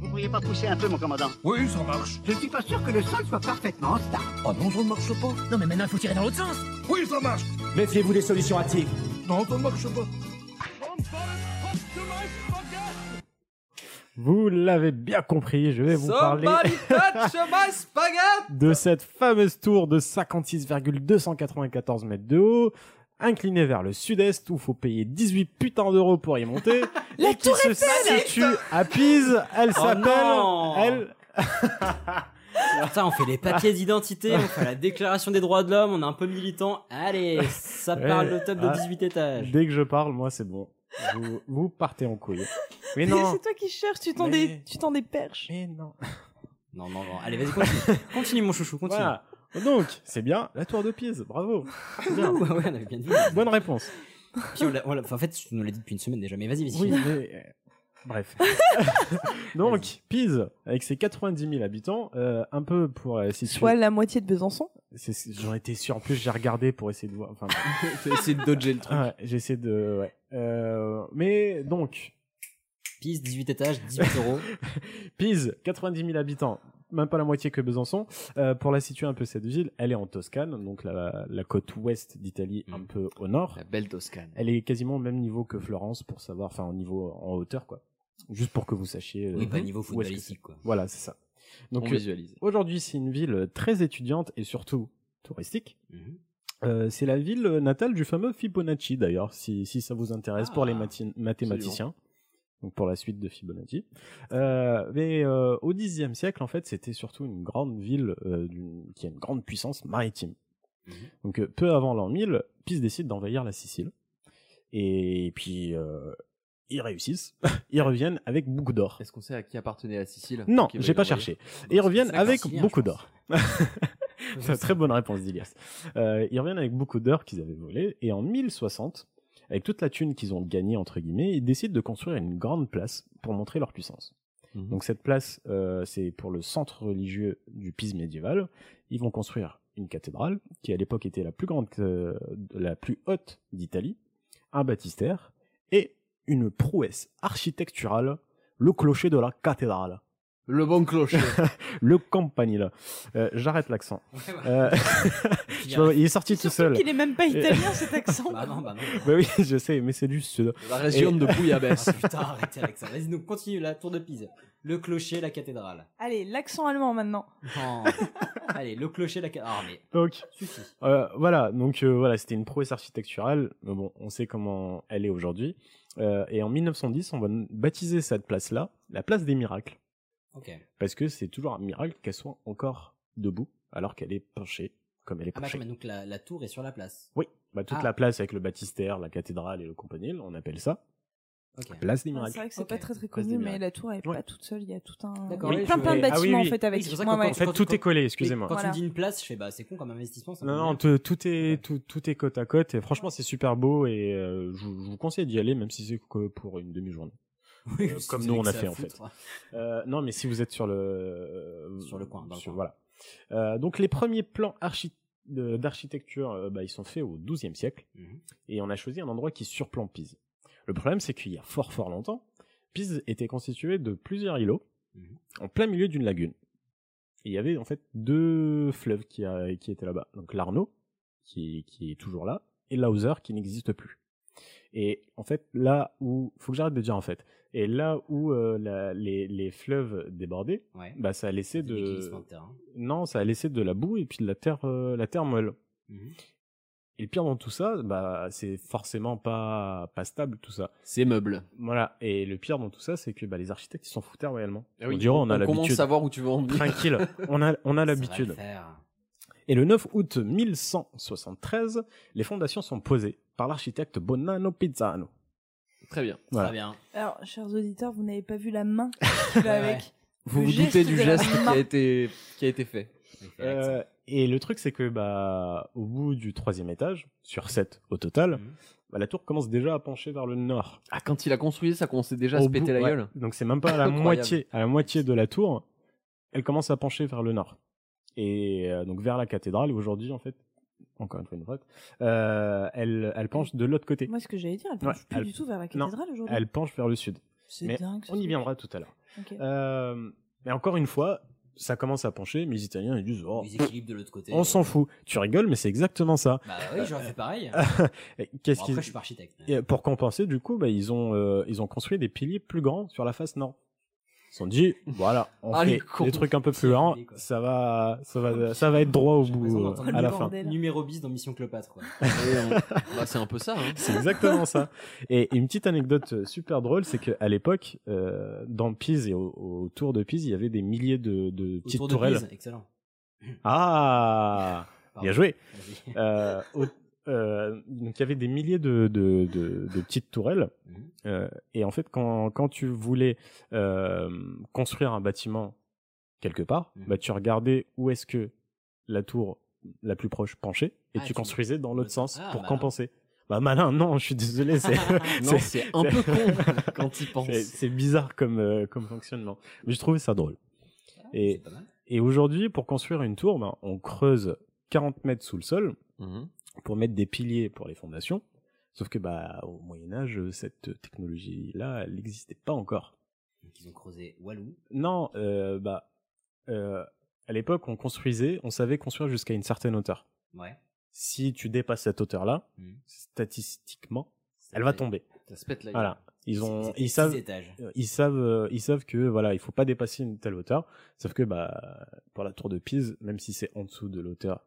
Vous pourriez pas pousser un peu, mon commandant Oui, ça marche. Je suis pas sûr que le sol soit parfaitement stable. Ah non, ça ne marche pas. Non, mais maintenant, il faut tirer dans l'autre sens. Oui, ça marche. Méfiez-vous des solutions hâtives. Non, ça ne marche pas. Vous l'avez bien compris, je vais vous parler de cette fameuse tour de 56,294 mètres de haut, inclinée vers le sud-est où faut payer 18 putains d'euros pour y monter, La et qui Tour se situe à Pise. Elle non s'appelle, elle, Putain, on fait les papiers d'identité, on fait la déclaration des droits de l'homme, on est un peu militant. Allez, ça Ouais. parle le top de Ah. 18 étages. dès que je parle, moi c'est bon. Vous, vous partez en couille. Mais non. c'est toi qui cherches, tu t'en Mais- des, tu t'en des perches. Mais non. Non, non, non. Allez, vas-y, continue. continue, mon chouchou, continue. Voilà. Donc, c'est bien la tour de Pise. Bravo. Bien. Ouais, ouais, on avait bien dit. Bonne réponse. Puis on l'a- on l'a- enfin, en fait, tu nous l'as dit depuis une semaine déjà, mais vas-y, vas-y. Oui, mais... euh, Bref. Donc, Pise, avec ses 90 000 habitants, euh, un peu pour euh, situer- Soit la moitié de Besançon. c'est- c'est- J'en étais sûr. En plus, j'ai regardé pour essayer de voir. Enfin, Essayez de dodger le truc. ouais, j'essaie de. Ouais. Euh, mais donc, Pisse, 18 étages, 18 euros. Mhm. Pise, 90 000 habitants, même pas la moitié que Besançon. Euh, pour la situer un peu cette ville, elle est en Toscane, donc la, la côte ouest d'Italie, un Mm. peu au nord. La belle Toscane. Ah. Elle est quasiment au même niveau que Florence, pour savoir, enfin, au niveau en hauteur, quoi. Juste pour que vous sachiez. euh, Oui, pas où niveau est-ce que c'est. footballistique, quoi. Voilà, c'est ça. On Donc, euh, visualise. Aujourd'hui, c'est une ville très étudiante et surtout touristique. Mhm. Euh, c'est la ville natale du fameux Fibonacci, d'ailleurs, si, si ça vous intéresse pour les Ah, mati- mathématiciens. Donc pour la suite de Fibonacci. Euh, mais euh, au Xe siècle, en fait, c'était surtout une grande ville euh, d'une- qui a une grande puissance maritime. Mhm. Donc euh, peu avant l'an 1000, Pise décide d'envahir la Sicile. Et puis, euh, ils réussissent. ils reviennent avec beaucoup d'or. Est-ce qu'on sait à qui appartenait la Sicile Non, Qui va j'ai y pas envoyer cherché. Et ils reviennent C'est un avec Sicilien, hein, beaucoup je pense. d'or. C'est une très bonne réponse d'Ilias. Euh, ils reviennent avec beaucoup d'heures qu'ils avaient volées, et en 1060, avec toute la thune qu'ils ont gagnée, entre guillemets, ils décident de construire une grande place pour montrer leur puissance. Mhm. Donc cette place, euh, c'est pour le centre religieux du Pise médiéval. Ils vont construire une cathédrale, qui à l'époque était la plus grande, euh, la plus haute d'Italie, un baptistère, et une prouesse architecturale, le clocher de la cathédrale. Le bon clocher. le campanile. Euh, J'arrête l'accent. Euh, je vois, il est sorti tout seul. qu'il est même pas italien cet accent. Bah non, bah non. Bah oui, je sais, mais c'est du sud. La région Et- de Bouillabaisse. Ah, putain, arrêtez avec ça. Vas-y, nous continue la tour de Pise. Le clocher, la cathédrale. Allez, l'accent allemand maintenant. Non. Allez, le clocher, la cathédrale. Ah, mais Donc, suffit. Euh, voilà, donc euh, voilà, c'était une prouesse architecturale, mais bon, on sait comment elle est aujourd'hui. Euh, et en 1910, on va n- baptiser cette place-là la place des miracles, Ok. Ah, bah, parce que c'est toujours un miracle qu'elle soit encore debout, alors qu'elle est penchée, comme elle est Ah, bah, penchée. mais donc la, la tour est sur la place. oui, bah, toute Ah. la place avec le baptistère, la cathédrale et le campanile, on appelle ça Ok. place des Ah, C'est miracles. vrai que c'est Ok. pas très très Place connu, des mais miracles. la tour elle est Ouais. pas toute seule. Il y a tout un. D'accord, il y a oui, plein je plein de vais- ah oui, bâtiments en oui. fait avec. Oui, c'est pour ça Ouais, qu'on ouais. En fait, Quand- tout est collé, Quand excusez-moi. tu Voilà. me dis une place, je fais bah c'est con comme investissement. Ça me Non, non, convient. tout, tout est, tout, tout est côte à côte, et franchement, c'est super beau, et euh, je, vous- je vous conseille d'y aller, même si c'est que pour une demi-journée. Oui, euh, c'est comme nous, on que a ça fait, à en foutre. Euh, non, mais si vous êtes sur le euh, Sur le coin, dans le coin. voilà. Euh, donc les premiers plans archi- de- d'architecture, euh, bah, ils sont faits au XIIe siècle, Mhm. et on a choisi un endroit qui surplombe Pise. Le problème, c'est qu'il y a fort fort longtemps, Pise était constituée de plusieurs îlots Mhm. en plein milieu d'une lagune. Et il y avait en fait deux fleuves qui, a- qui étaient là-bas, donc l'Arno qui, qui est toujours là et l'Auser qui n'existe plus. Et en fait, là où faut que j'arrête de dire en fait, et là où euh, la- les, les fleuves débordaient Ouais. bah ça a laissé C'est des glissements de de terrain. non ça a laissé de la boue et puis de la terre euh, la terre molle Mhm. et le pire dans tout ça bah c'est forcément pas pas stable tout ça Ces meubles. voilà et le pire dans tout ça c'est que bah, les architectes ils s'en foutaient royalement on dirait dirait on a commence à l'habitude savoir où tu veux en venir. tranquille on a on a Ça va l'habitude le faire. et le 9 août 1173 les fondations sont posées par l'architecte Bonanno Pizzano Très bien. Voilà. Très bien. Alors, chers auditeurs, vous n'avez pas vu la main qu'il a Ouais, ouais. avec. Vous Le vous doutez geste du de la geste qui main. a été, qui a été fait. Il fait l'accent. Euh, et le truc, c'est que bah, au bout du troisième étage, sur sept au total, Mhm. bah, la tour commence déjà à pencher vers le nord. Ah, quand il a construit ça, qu'on s'est déjà Au se péter bout- la ouais. gueule. Donc c'est même pas à la Incroyable. moitié, à la moitié de la tour, elle commence à pencher vers le nord et euh, donc vers la cathédrale. Et aujourd'hui, en fait, encore une fois une droite, euh, elle, elle penche de l'autre côté. Moi, ce que j'allais dire, elle penche Ouais, plus elle- du tout vers la Non, cathédrale aujourd'hui. Elle penche vers le sud. mais C'est dingue. ce On y truc. viendra tout à l'heure. Ok. Euh, mais encore une fois, ça commence à pencher. Mais les Italiens ils disent, oh, Les équilibres de l'autre côté. on s'en fout. Tu rigoles, mais c'est exactement ça. Bah oui, j'aurais fait pareil. Et Qu'est-ce Bon, qu'ils- après, je suis pas architecte. mais- Et pour compenser, du coup, bah, ils, ont, euh, ils ont construit des piliers plus grands sur la face nord. Ils se sont dit, voilà, on Ah, les fait cons. des trucs un peu C'est plus grands, fini, quoi. ça va, ça, va, ça va être droit au Par exemple, bout, euh, d'entendre à le la fin. bordel. bord Numéro bis dans Mission Cléopâtre, quoi. Et on- bah, c'est un peu ça. hein. C'est exactement ça. Et une petite anecdote euh, super drôle, c'est qu'à l'époque, euh, dans Pise et au- autour de Pise, il y avait des milliers de, de petites Autour de tourelles. Pise, excellent. Ah Pardon. Bien joué Vas-y. Euh, au- euh, donc il y avait des milliers de, de, de- de petites tourelles. Mhm. Euh, et en fait, quand, quand tu voulais euh, construire un bâtiment quelque part, Mhm. bah, tu regardais où est-ce que la tour la plus proche penchait et Ah, tu tu- construisais dans l'autre sens Ah, pour malin. compenser. Bah malin, non, je suis désolé, c'est Non, c'est- c'est un peu c'est- con quand il pense. c'est- c'est bizarre comme, euh, comme fonctionnement. Mais je trouvais ça drôle. Et- C'est pas mal. Et aujourd'hui, pour construire une tour, bah, on creuse 40 mètres sous le sol Mhm. pour mettre des piliers pour les fondations. Sauf que bah au Moyen Âge, euh, cette technologie-là, elle n'existait pas encore. Donc, ils ont creusé Walou. Non, euh, bah euh, à l'époque, on construisait, on savait construire jusqu'à une certaine hauteur. Ouais. Si tu dépasses cette hauteur-là, Mhm. statistiquement, elle va tomber. Ça se pète la gueule. Voilà. Ils ont, C'était ils six savent, étages. euh, ils savent, euh, ils savent que voilà, il faut pas dépasser une telle hauteur. Sauf que bah pour la tour de Pise, même si c'est en dessous de l'hauteur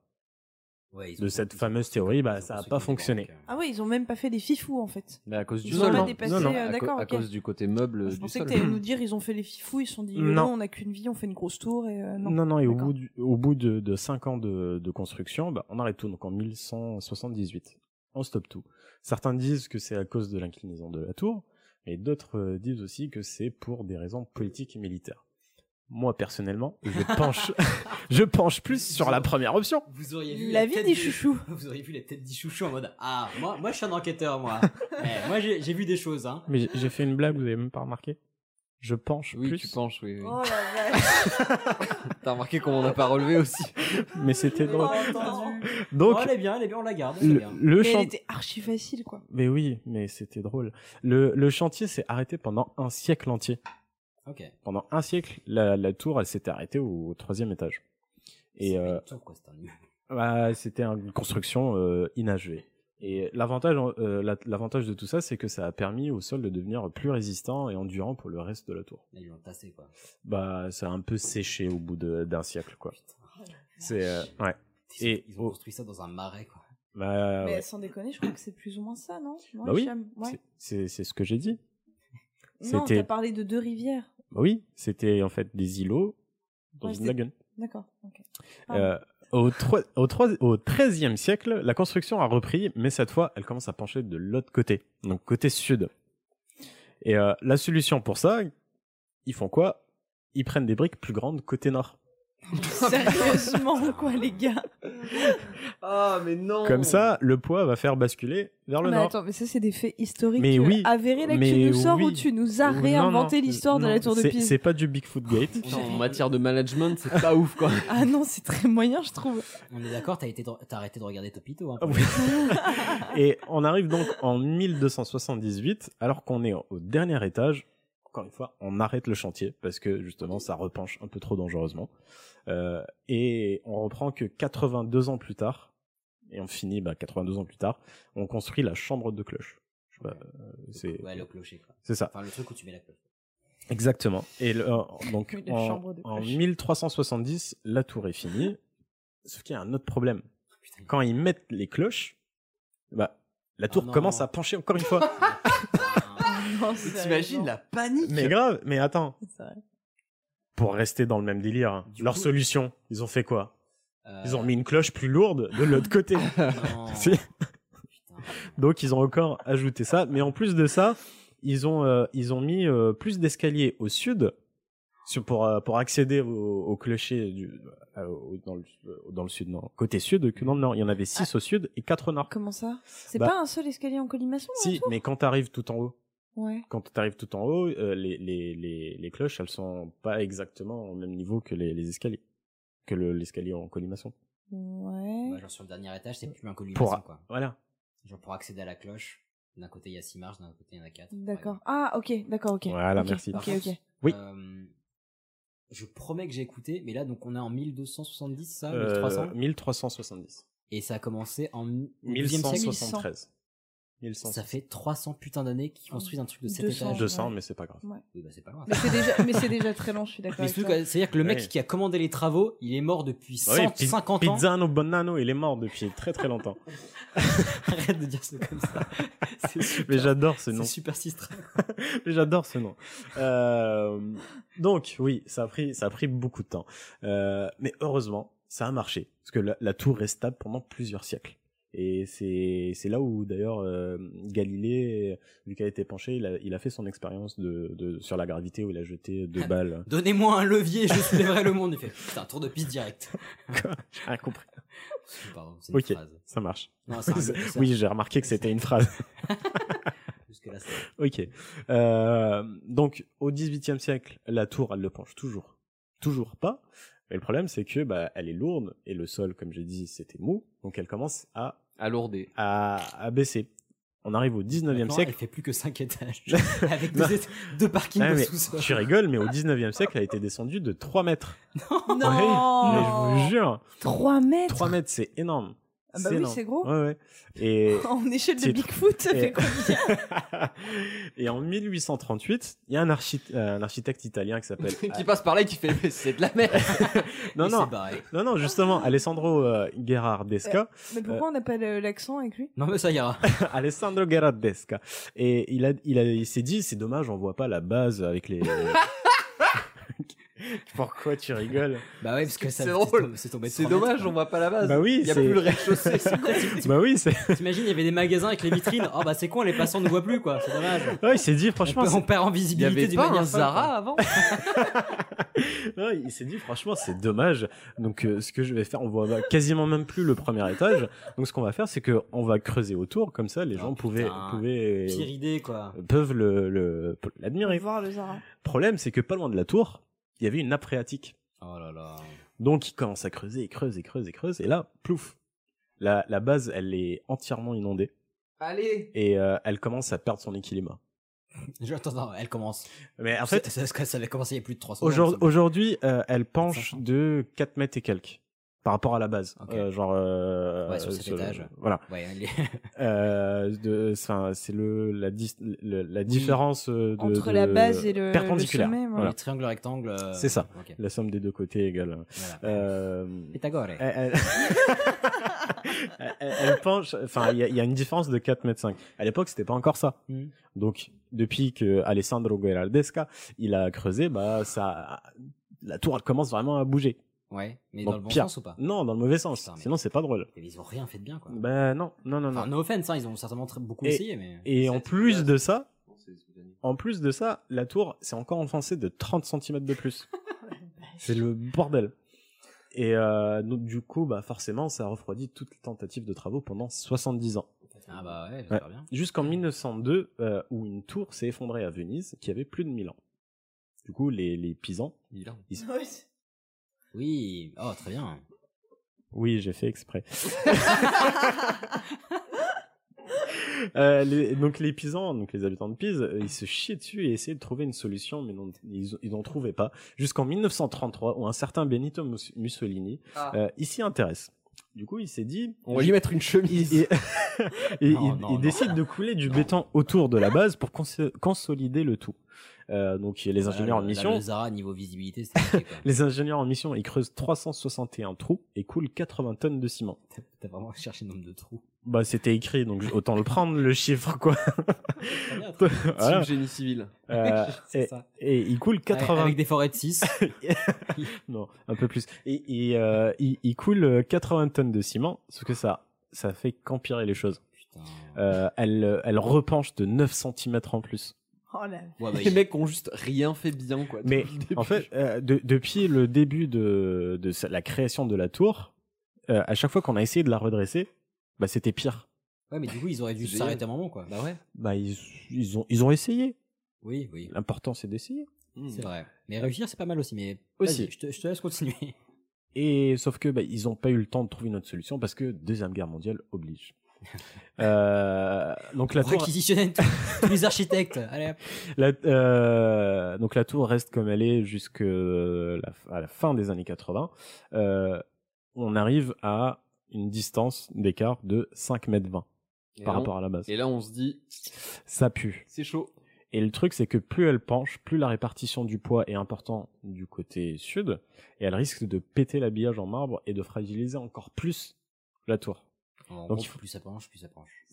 Ouais, ils ont de cette construit- fameuse ils ont théorie, bah, construit ça a construit pas des banques, fonctionné. euh. Ah ouais, ils ont même pas fait des fifous en fait. Mais à cause du Ils ont sol. pas hein. dépassé, Non, non, euh, à, co- d'accord, à ok. Ah, cause du côté meuble Je du pensais sol. que t'allais nous dire, ils ont fait les fifous, ils se sont dit, Euh, Non. non, on n'a qu'une vie, on fait une grosse tour et euh, non. Non, non, et au D'accord. bout, du- au bout de, de 5 ans de, de construction, bah, on arrête tout, donc en 1178. On stoppe tout. Certains disent que c'est à cause de l'inclinaison de la tour, mais d'autres euh, disent aussi que c'est pour des raisons politiques et militaires. Moi, personnellement, je penche, je penche plus sur la première option. Vous auriez vu La vie tête des chouchous. Vous auriez vu la tête des chouchous en mode Ah, moi, moi je suis un enquêteur, moi. Eh, moi j'ai j'ai vu des choses, hein. Mais j'ai- j'ai fait une blague, vous avez même pas remarqué. Je penche Oui, plus, tu penches, oui. oui. Oh la vache. T'as remarqué comment on n'a pas relevé aussi. mais c'était Oh, drôle. entendu. Donc, Oh, elle est bien, elle est bien, on la garde. elle est le, bien. le Mais chan- elle était archi facile quoi. Mais oui, mais c'était drôle. Le, le chantier s'est arrêté pendant un siècle entier. Ok. Pendant un siècle, la, la tour, elle s'était arrêtée au, troisième étage. Et euh, Tout, quoi, c'est un immeuble. bah, c'était une construction euh, inachevée. Et l'avantage, euh, la- l'avantage de tout ça, c'est que ça a permis au sol de devenir plus résistant et endurant pour le reste de la tour. Là, ils l'ont tassé, quoi. Bah, ça a un peu séché au bout de- d'un siècle, quoi. C'est euh, ouais. Ils, Et- ont, ils ont construit ça dans un marais, quoi. Bah, Mais ouais. sans déconner, je crois que c'est plus ou moins ça, non Non, Bah oui. Hicham Ouais. C'est c'est ce que j'ai dit. Non, c'était- t'as parlé de deux rivières. Bah oui, c'était en fait des îlots dans Ouais, une c'était- lagune. D'accord. ok. Euh, au, troi- au, troi- au 13e siècle, la construction a repris, mais cette fois, elle commence à pencher de l'autre côté, donc côté sud. Et euh, la solution pour ça, ils font quoi Ils prennent des briques plus grandes côté nord. Sérieusement, quoi, les gars Ah, mais non Comme ça, le poids va faire basculer vers le Oh. Mais nord. attends, mais ça, c'est des faits historiques euh, Mais oui, avérés, là, que tu mais nous sors oui. où tu nous as Ou- non, réinventé non, l'histoire de non, la tour de c'est- Pise. C'est pas du Bigfoot Gate. Putain, en matière de management, c'est pas ouf, quoi. Ah non, c'est très moyen, je trouve. On est d'accord, t'as, été de- t'as arrêté de regarder Topito. Hein, Ah oui. Et on arrive donc en 1278, alors qu'on est au dernier étage. Encore une fois, on arrête le chantier parce que justement, ça repenche un peu trop dangereusement. Euh, et on reprend que 82 ans plus tard, et on finit bah, 82 ans plus tard, on construit la chambre de cloche. Je sais pas, euh, c'est Ouais, le clocher, quoi. c'est ça. Enfin, le truc où tu mets la cloche. Exactement. Et le- euh, donc Oui, la en, chambre de en cloche. 1370, la tour est finie. Sauf qu'il y a un autre problème. Quand ils mettent les cloches, bah, la tour non. commence à pencher encore une fois. Ah. Oh, T'imagines la panique mais grave, mais attends, pour rester dans le même délire, hein, leur solution, ils ont fait quoi Euh, Ils ont mis une cloche plus lourde de l'autre côté. Oh. Si. Donc ils ont encore ajouté ça, mais en plus de ça, ils ont euh, ils ont mis euh, plus d'escaliers au sud sur- pour euh, pour accéder au, au clocher du, euh, au- dans le dans le sud non côté sud que dans le nord. Il y en avait 6 au sud et 4 au nord. Comment ça C'est Bah- pas un seul escalier en colimaçon là, Si, autour mais quand t'arrives tout en haut, Ouais. quand t'arrives tout en haut, euh, les, les les les cloches elles sont pas exactement au même niveau que les, les escaliers que le- l'escalier en colimaçon. Ouais. Bah, genre sur le dernier étage, c'est plus un colimaçon, Pour quoi. voilà. Genre pour accéder à la cloche, d'un côté il y a 6 marches, d'un autre côté il y en a 4. D'accord. Ah, ok, d'accord, ok. Voilà, Ok, merci. Ok, ok. Oui. Euh, je promets que j'ai écouté, mais là, donc on est en 1270, ça Euh, 1300 1370. Et ça a commencé en 1173. 1173. Ça fait 300 putains d'années qu'ils construisent un truc de 7 200, étages. 200, mais c'est pas grave. Ouais. Oui, bah, c'est pas loin. Mais c'est déjà, mais c'est déjà très long, je suis d'accord. Mais avec surtout toi. que- c'est-à-dire que le mec Oui. qui a commandé les travaux, il est mort depuis Ah oui, 150 Pi- ans. Pizzano Bonanno, il est mort depuis très très longtemps. Arrête de dire ça comme ça. C'est super- Mais j'adore ce nom. C'est super sinistre. Mais J'adore ce nom. Euh, donc oui, ça a pris ça a pris beaucoup de temps, Euh, mais heureusement ça a marché parce que la, la tour est stable pendant plusieurs siècles. Et c'est c'est là où d'ailleurs euh, Galilée, vu qu'elle était penchée, il a, il a fait son expérience de, de sur la gravité où il a jeté deux balles. Donnez-moi un levier, je soulèverai le monde. Il fait putain, tour de piste direct. J'ai rien compris. Pardon, c'est une Ok, phrase. ça marche. Non, Ah, c'est un Oui, mot, ça. oui, j'ai remarqué que c'était une phrase. Jusque-là, ça Ok. Euh, donc, au XVIIIe siècle, la tour, elle le penche toujours. Toujours pas. Mais le problème, c'est que bah, elle est lourde et le sol, comme j'ai dit, c'était mou. Donc, elle commence à, Alourdé. à, à baisser. On arrive au 19e Maintenant, siècle. Elle fait plus que 5 étages. Avec deux, Non. éta- deux parkings Ah, au mais sous-sol. tu rigoles, mais au 19e siècle, elle a été descendue de 3 mètres. Non. Oui, mais je vous jure. 3 mètres 3 mètres, c'est énorme. Ah bah oui, énorme. c'est gros. Ouais, ouais. Et, En échelle de c'est- Eh, Bigfoot, ça fait et- combien et en 1838, il y a un, archi- euh, un architecte italien qui s'appelle qui passe par là et qui fait mais c'est de la merde. Non, Il non. s'est barré. Non, non, justement, Alessandro euh, Gherardesca. Mais euh, pourquoi on n'a pas le- l'accent avec lui Non, mais ça ira. Alessandro Gherardesca. Et il, a, il, a, il s'est dit, c'est dommage, on voit pas la base avec les. Pourquoi tu rigoles Bah ouais, parce que ça- C'est drôle. C'est tombé de C'est trois mètres, dommage, quoi. on voit pas la base. Bah oui, Il y a c'est- plus le rez-de-chaussée. c'est quoi Bah oui, c'est. T'imagines, il y avait des magasins avec les vitrines. Oh bah c'est con, les passants ne voient plus quoi. C'est dommage. Ouais, il s'est dit, On, franchement. perd- on c'est- perd en Il y visibilité avait d'une pas manière un folle, quoi. Zara avant Non, il s'est dit, franchement, c'est dommage. Donc, euh, ce que je vais faire, on voit quasiment même plus le premier étage. Donc, ce qu'on va faire, c'est qu'on va creuser autour, comme ça, les gens pouvaient, putain. pouvaient, Pire idée quoi. peuvent le, le, l'admirer. Voir le Zara. problème, c'est que pas loin de la tour, il y avait une nappe phréatique. Oh là là. Donc, il commence à creuser, et creuse, et creuse, et creuse, et là, plouf. La, la base, elle est entièrement inondée, Allez et euh, elle commence à perdre son équilibre. Je- attends, attends, elle commence. Mais en C'est- fait- c'est- c'est- ça avait commencé il y a plus de 300 ans. Aujourd'hui, ça. aujourd'hui, euh, elle penche de 4 mètres et quelques par rapport à la base. Ok. Euh, genre. euh, Ouais, sur cet sur- étage. Voilà. Ouais, elle est- Euh, de- enfin, c'est le la, dis- le- la différence euh, de, Entre de- la base et le- perpendiculaire. le sommet, ouais. Le triangle rectangle, euh, C'est ça. ok. La somme des deux côtés égale. Euh, Pythagore. Elle, elle- elle penche. Enfin, il y, a- il y a une différence de 4 mètres 5. À l'époque, c'était pas encore ça. Mhm. Donc, depuis que Alessandro Gueraldesca il a creusé, bah ça, la tour elle commence vraiment à bouger. Ouais, mais Donc, dans le bon pire. sens ou pas Non, dans le mauvais sens. Sinon, c'est pas drôle. Ils ont rien fait de bien, quoi. Bah non, non, non, non. Enfin, no offense, hein, ils ont certainement très- beaucoup et, essayé, mais. et en plus de ça, en plus de ça, la tour s'est encore enfoncée de 30 cm de plus. c'est le bordel. Et euh, donc, du coup, bah forcément, ça a refroidi toutes les tentatives de travaux pendant 70 ans. Ah bah ouais, j'espère Ouais. bien. Jusqu'en 1902, euh, où une tour s'est effondrée à Venise, qui avait plus de 1000 ans. Du coup, les, les pisans... Milan. ils se- Oui, oh, très bien. Oui, j'ai fait exprès. Euh, les- donc les pisans, donc les habitants de Pise, euh, ils se chiaient dessus et essayaient de trouver une solution, mais non, ils ils n'en trouvaient pas. Jusqu'en 1933, où un certain Benito Mus- Mussolini Ah. euh, il s'y intéresse. Du coup, il s'est dit, On va lui mettre une chemise. Et, et Non, il, non, il non. décide de couler du béton autour de la base pour cons- consolider le tout. Euh, donc les ingénieurs Voilà, en le- mission, Le Zara, niveau visibilité, c'était. les ingénieurs en mission, ils creusent 361 trous et coulent 80 tonnes de ciment. T'as vraiment cherché le nombre de trous. Bah, c'était écrit, donc autant le prendre, le chiffre, quoi. Team génie civil. Euh, C'est et, ça. et il coule 80. Avec des forêts de 6. non, un peu plus. Et, et, euh, il, il coule euh, 80 tonnes de ciment, sauf que ça, ça fait qu'empirer les choses. Euh, elle, euh, elle repenche de 9 cm en plus. Oh là. bah, les mecs ont juste rien fait bien, quoi. Mais depuis le début. en fait, euh, de- depuis le début de, de sa- la création de la tour, euh, à chaque fois qu'on a essayé de la redresser, bah, c'était pire. Ouais, mais du coup, ils auraient dû C'est s'arrêter un génial. moment, quoi. Bah ouais. Bah, ils, ils, ont, ils ont essayé. Oui, oui. L'important, c'est d'essayer. C'est vrai. Mais réussir, c'est pas mal aussi. Mais Aussi. Vas-y, Je te, je te laisse continuer. Et sauf que bah, ils n'ont pas eu le temps de trouver une autre solution parce que deuxième guerre mondiale oblige. Euh, donc la tour, Réquisitionnez tous tous les architectes. Allez, hop. la- euh, donc la tour reste comme elle est jusque la- à la fin des années 80. Euh, on arrive à une distance d'écart de 5 mètres 20 Et par là, on- rapport à la base. Et là, on se dit, Ça pue. c'est chaud. Et le truc, c'est que plus elle penche, plus la répartition du poids est importante du côté sud, et elle risque de péter l'habillage en marbre et de fragiliser encore plus la tour. En Donc, gros, il faut- plus ça penche, plus ça penche.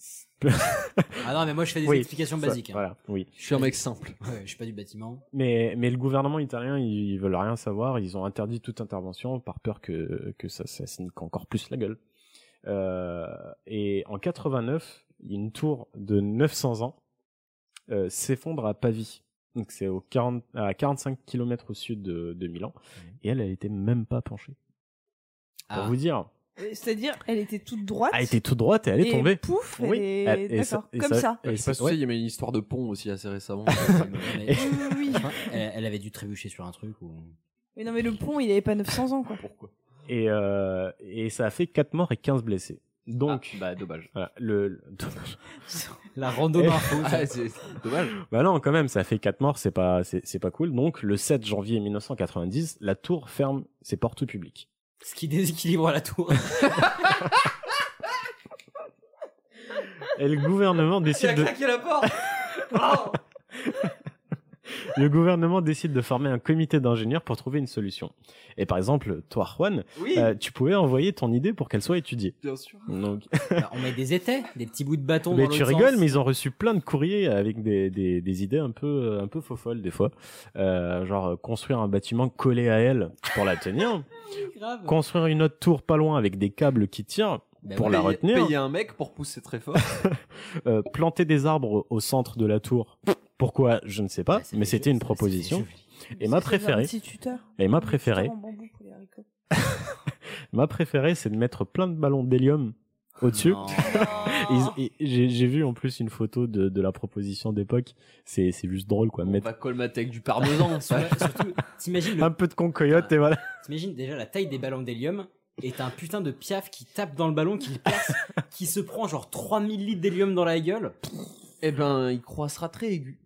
ah non, mais moi, je fais des Oui, explications ça, basiques. hein. Voilà, oui. Je suis un mec simple. Ouais, je suis pas du bâtiment. Mais, mais le gouvernement italien, ils, ils veulent rien savoir. Ils ont interdit toute intervention par peur que, que ça, ça se nique encore plus la gueule. Euh, et en 89, une tour de 900 ans euh, s'effondre à Pavie. Donc c'est au 40, à 45 km au sud de, de Milan. Mmh. Et elle, elle était même pas penchée. Pour Ah. vous dire, Euh, C'est-à-dire, elle était toute droite. Ah, elle était toute droite et elle est Et tombée. pouf, elle est- d'accord, et comme ça. et Je sais pas si ouais. tu sais, il y avait une histoire de pont aussi assez récemment. Mais- elle, elle avait dû trébucher sur un truc ou. Mais non, mais le pont, il avait pas 900 ans, quoi. et, euh, et ça a fait 4 morts et 15 blessés. Donc, Ah. bah dommage. le, le- dommage. La randonnée. Ah, c'est dommage. Bah non, quand même, ça fait 4 morts, c'est pas, c'est, c'est pas cool. Donc, le 7 janvier 1990, la tour ferme ses portes au public. Ce qui déséquilibre la tour. Et le gouvernement décide de, la porte le gouvernement décide de former un comité d'ingénieurs pour trouver une solution. Et par exemple, toi, Juan, Oui. euh, tu pouvais envoyer ton idée pour qu'elle soit étudiée. Bien sûr. Donc, Bah, On met des étais, des petits bouts de bâton mais dans tu l'autre rigoles, sens. mais ils ont reçu plein de courriers avec des, des, des idées un peu, un peu faux-folles des fois. Euh, genre, euh, construire un bâtiment collé à elle pour la tenir. Grave. construire une autre tour pas loin avec des câbles qui tirent Bah pour oui. la Payer- retenir, Payer un mec pour pousser très fort. euh, planter des arbres au centre de la tour. Pourquoi Je ne sais Bah, Ben, pas, mais c'était une proposition. Et ma préférée, Un petit tuteur. et ma Un petit préférée, tuteur en bambou pour les haricots. ma préférée, c'est de mettre plein de ballons d'hélium au-dessus. Ils- et J'ai j'ai vu en plus une photo de, de la proposition d'époque. C'est c'est juste drôle quoi. On Mettre va colmater avec du parmesan. ça. Surtout, t'imagines le un peu de concoyote et voilà. T'imagines déjà la taille des ballons d'hélium et t'as un putain de piaf qui tape dans le ballon, qui le perce, qui se prend genre 3000 litres d'hélium dans la gueule. Eh ben, il croissera très aigu.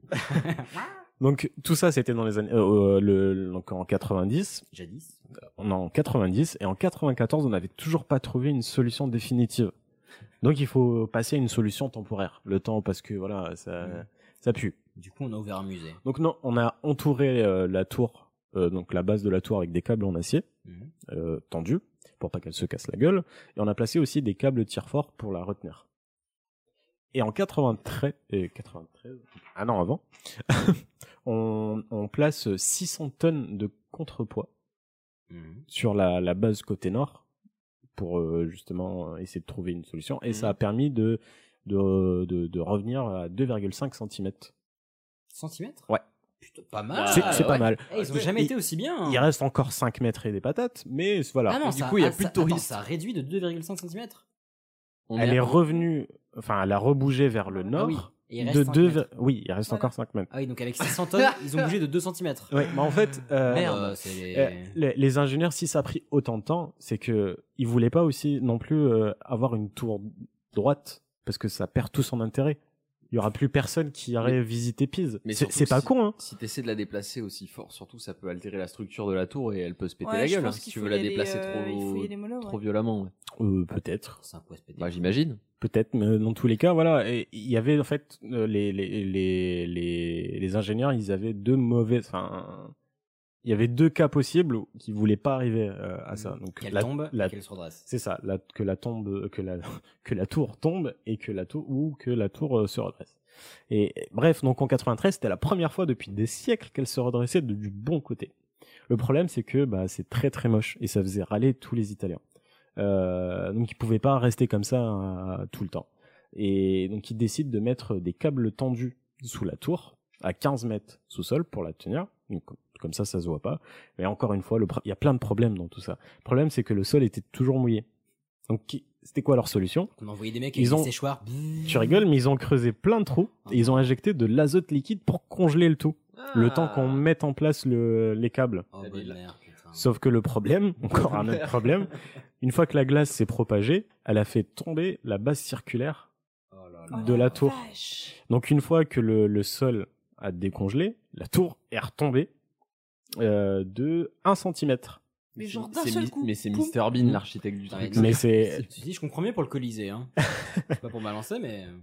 Donc tout ça, c'était dans les années, euh, euh, le, donc en 90. Jadis. On est en 90 et en 94, on n'avait toujours pas trouvé une solution définitive. Donc il faut passer à une solution temporaire. Le temps parce que voilà, ça, Mhm. ça pue. Du coup, on a ouvert un musée. Donc non, on a entouré euh, la tour, euh, donc la base de la tour avec des câbles en acier Mhm. euh, tendus pour pas qu'elle se casse la gueule. Et on a placé aussi des câbles tire fort pour la retenir. Et en 93, et 93 un an avant, on, on place 600 tonnes de contrepoids Mhm. sur la, la base côté nord pour euh, justement euh, essayer de trouver une solution. Et Mhm. ça a permis de, de, de, de revenir à 2,5 cm. Centimètres Ouais. Putain, pas mal. C'est- c'est pas ouais. mal. Eh, ils ont jamais Il- été aussi bien. Il reste encore 5 mètres et des patates, mais voilà. Ah non, du ça- coup, il n'y a ah, plus ça- de touristes. attends, ça réduit de 2,5 cm. elle est revenue, enfin, elle a rebougé vers le nord. Ah oui. Et il reste de cinq deux, mètres. oui, il reste encore 5 mètres. Ah oui, donc avec 600 tonnes, ils ont bougé de 2 cm. Ouais, mais en fait, euh, Merde, bah, c'est- euh, les, les ingénieurs, si ça a pris autant de temps, c'est que ils voulaient pas aussi non plus euh, avoir une tour droite parce que ça perd tout son intérêt. Il y aura plus personne qui irait Mais- visiter Pise. mais C'est surtout c'est pas si- con, hein. Si t'essaies de la déplacer aussi fort, surtout ça peut altérer la structure de la tour et elle peut se péter Ouais, la je gueule hein, pense si qu'il tu faut veux y la aller, déplacer euh, il faut y aller trop, mollo, trop ouais. violemment. ouais. Euh, peut-être. C'est un coup à se péter. Bah j'imagine. Peut-être, mais euh, dans tous les cas, voilà. Et Il y avait en fait euh, les les les les, les ingénieurs, ils avaient deux mauvais. Enfin, il y avait deux cas possibles qui voulaient pas arriver euh, à ça. Donc Mmh. Qu'elle la- tombe, la- qu'elle se redresse. c'est ça, la- que la tombe, euh, que la que la tour tombe et que la tour ou que la tour euh, se redresse. Et et bref, donc en 93, c'était la première fois depuis des siècles qu'elle se redressait de- du bon côté. Le problème, c'est que bah c'est très très moche et ça faisait râler tous les Italiens. Euh, donc ils pouvaient pas rester comme ça euh, tout le temps. Et donc ils décident de mettre des câbles tendus sous la tour, à 15 mètres sous sol pour la tenir. Donc, com- comme ça, ça se voit pas. Mais encore une fois, le pro- il y a plein de problèmes dans tout ça. Le problème, c'est que le sol était toujours mouillé. Donc qui- c'était quoi leur solution On a envoyé des mecs Ils avec ont- des séchoirs. Tu rigoles, mais ils ont creusé plein de trous et ils ont injecté de l'azote liquide pour congeler le tout. Ah. Le temps qu'on mette en place le- les câbles. Oh, bonne mère, putain. Sauf que le problème, encore un autre problème, une fois que la glace s'est propagée, elle a fait tomber la base circulaire Oh là là. de la tour. Vache. Donc une fois que le, le sol a décongelé, la tour est retombée euh, de 1 cm. Mais c'est- genre d'un c'est seul mi- coup, Mais c'est poum. Mr Bean, l'architecte du Putain, truc. Mais c'est Tu dis, je comprends mieux pour le colisée. Hein. c'est pas pour balancer, mais. euh,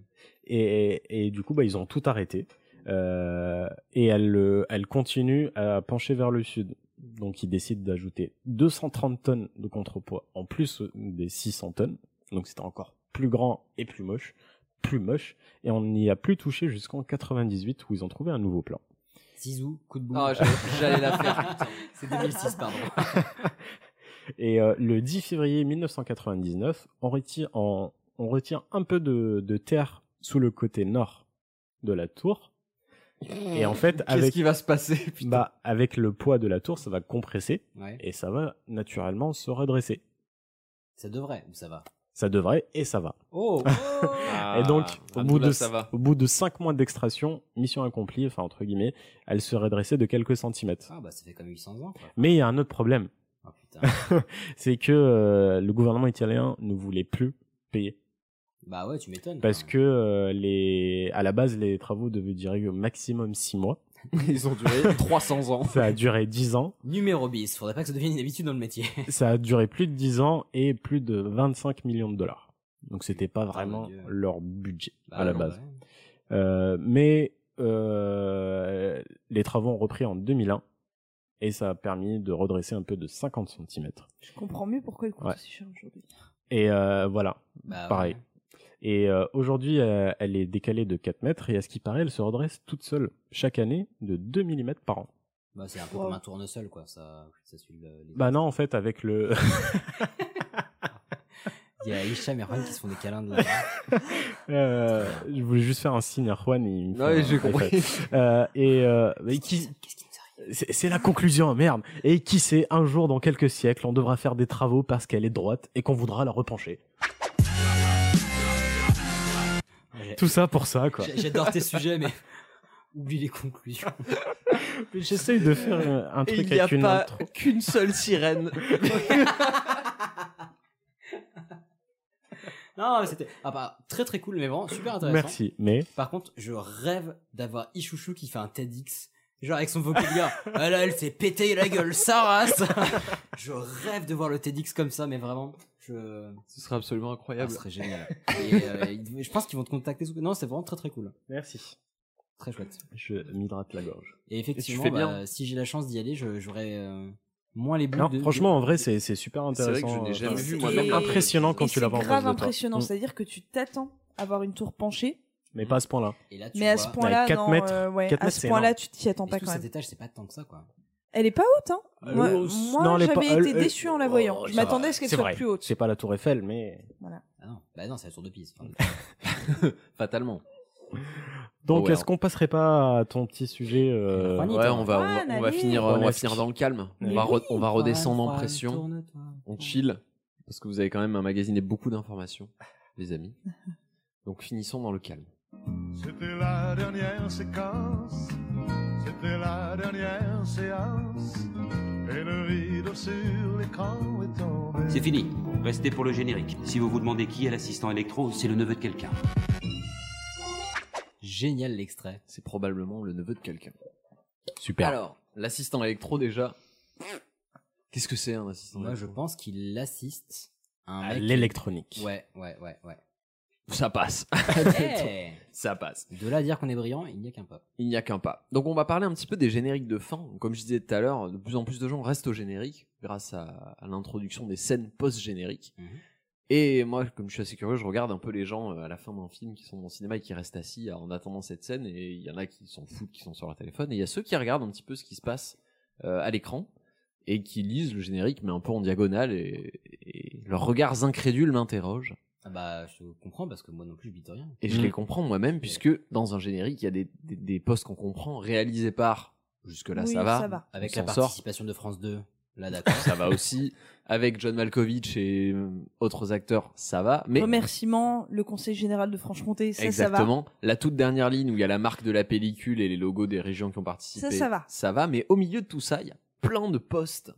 et, et du coup bah ils ont tout arrêté Euh, et elle euh, elle continue à pencher vers le sud. Donc ils décident d'ajouter 230 tonnes de contrepoids en plus des 600 tonnes. Donc c'était encore plus grand et plus moche, plus moche et on n'y a plus touché jusqu'en 98 où ils ont trouvé un nouveau plan. Zizou, coup de boule. Ah, j'allais- j'allais la faire. c'est 2006, pardon. Et euh, le 10 février 1999, on retire, en- on retire un peu de, de terre sous le côté nord de la tour. Et en fait, Qu'est-ce avec, qui va se passer putain bah, avec le poids de la tour, ça va compresser Ouais. et ça va naturellement se redresser. Ça devrait, ou ça va Ça devrait et ça va. Oh Ah, et donc, au ah, bout, là, de, ça va. au bout de 5 mois d'extraction, mission accomplie, enfin entre guillemets, elle se redressait de quelques centimètres. Ah, bah ça fait comme 800 ans, quoi. Mais il y a un autre problème, Ah, putain. c'est que euh, le gouvernement italien ne voulait plus payer. Bah ouais, tu m'étonnes. parce Enfin, que euh, les à la base les travaux devaient durer au maximum 6 mois Ils ont duré 300 ans. ça a duré 10 ans Numéro bis, faudrait pas que ça devienne une habitude dans le métier. ça a duré plus de 10 ans et plus de 25 millions de dollars donc c'était pas Putain, mon vraiment Dieu. leur budget Ah, Bah à la non, base ouais. Euh, mais euh, les travaux ont repris en 2001 et ça a permis de redresser un peu de 50 cm Je comprends mieux pourquoi il coûte Ouais. aussi cher aujourd'hui. et euh, voilà Bah, pareil ouais. et euh, aujourd'hui euh, elle est décalée de 4 mètres et à ce qui paraît elle se redresse toute seule chaque année de 2 mm par an Bah, c'est un peu Wow. comme un tournesol, quoi. Ça, ça suit le- les- Bah non, en fait, avec le. Il y a Hicham et Erwan qui se font des câlins de la. Euh, je voulais juste faire un signe à Juan. Il me fait un Ouais, j'ai compris. high five. Euh, et euh, mais qui. Qu'est-ce qui nous arrive C'est c'est la conclusion, merde. Et qui sait, un jour, dans quelques siècles, on devra faire des travaux parce qu'elle est droite et qu'on voudra la repencher. J'ai- Tout ça pour ça, quoi. j'ai- J'adore tes sujets, mais oublie les conclusions. J'essaye de faire euh, un Et il truc n'y a avec une pas intro. qu'une seule sirène. Non, mais c'était ah, bah, très très cool, mais vraiment super intéressant. Merci, mais- Par contre, je rêve d'avoir Ichouchou qui fait un TEDx. Genre avec son vocabulaire, elle, elle s'est pété la gueule, sa race. je rêve de voir le TEDx comme ça, mais vraiment, je... Ce serait absolument incroyable. ce serait génial. Et, euh, ils- je pense qu'ils vont te contacter. sous- Non, c'est vraiment très très cool. Merci. Très chouette. Je m'hydrate la gorge. Et effectivement, fais bah, bien. si j'ai la chance d'y aller, je- j'aurai euh, moins les boules Non, de- franchement, en vrai, c'est c'est super C'est vrai que intéressant. je n'ai euh, jamais enfin, vu, c'est moi, même toujours pas. impressionnant quand Et tu l'as c'est pas en grave face de toi. impressionnant, Mm. c'est-à-dire que tu t'attends à avoir une tour penchée, Mais pas à ce point-là. Et là, tu mais à vois- ce point-là, Ouais, quatre non, mètres. euh, ouais, Quatre à mètres, ce c'est point-là, énorme. tu t'y attends Et pas tout quand cet même. étage, c'est pas tant que ça, quoi. Elle est pas haute, hein. Euh, Moi, non, moi, elle est j'avais pas- été elle- elle- déçu en la voyant. Oh, je ça va. m'attendais à ce qu'elle C'est soit vrai. plus haute. C'est pas la Tour Eiffel, mais. Ah non, bah non, c'est la tour de Pise. Enfin, Fatalement. Donc, Oh, ouais, est-ce qu'on passerait pas à ton petit sujet euh, Juanito. Ouais, on va, on va, Juan, on va allez. finir, euh, on va Juanesque. finir dans le calme. On Mais va, re- on va Juan, redescendre en Juan, pression. tourne-toi. On chill. Parce que vous avez quand même magasiné beaucoup d'informations, les amis. Donc finissons dans le calme. C'était la dernière séquence, c'était la dernière séance, et le rideau sur l'écran est tombé. C'est fini. Restez pour le générique. Si vous vous demandez qui est l'assistant électro, c'est le neveu de quelqu'un. Génial l'extrait. C'est probablement le neveu de quelqu'un. Super. Alors, l'assistant électro déjà. Qu'est-ce que c'est un assistant Moi, je électro pense qu'il assiste à un à mec. l'électronique Ouais, ouais, ouais, ouais. Ça passe. Hey Ça passe. Eh. de là à dire qu'on est brillant, il n'y a qu'un pas. Il n'y a qu'un pas. Donc on va parler un petit peu des génériques de fin. Comme je disais tout à l'heure, de plus en plus de gens restent au générique grâce à, à l'introduction des scènes post-génériques. Mhm. Et moi, comme je suis assez curieux, je regarde un peu les gens euh, à la fin d'un film qui sont dans le cinéma et qui restent assis en attendant cette scène. Et il y en a qui s'en foutent, qui sont sur leur téléphone. Et il y a ceux qui regardent un petit peu ce qui se passe euh, à l'écran et qui lisent le générique, mais un peu en diagonale. Et, et leurs regards incrédules m'interrogent. Ah bah, je comprends parce que moi non plus, je bite rien. Mm. Et Mm. je les comprends moi-même, puisque dans un générique, il y a des, des, des postes qu'on comprend, réalisés par, jusque-là, Oui, ça, va, ça va. on Avec s'en la participation de France 2, là d'accord. sort, ça va aussi, avec John Malkovich et euh, autres acteurs, ça va, mais Remerciement, le conseil général de Franche-Comté, Oh, ça, exactement, la toute dernière ligne où il y a la marque de la pellicule et les logos des régions qui ont participé, Ça, ça va. ça va, mais au milieu de tout ça, il y a plein de postes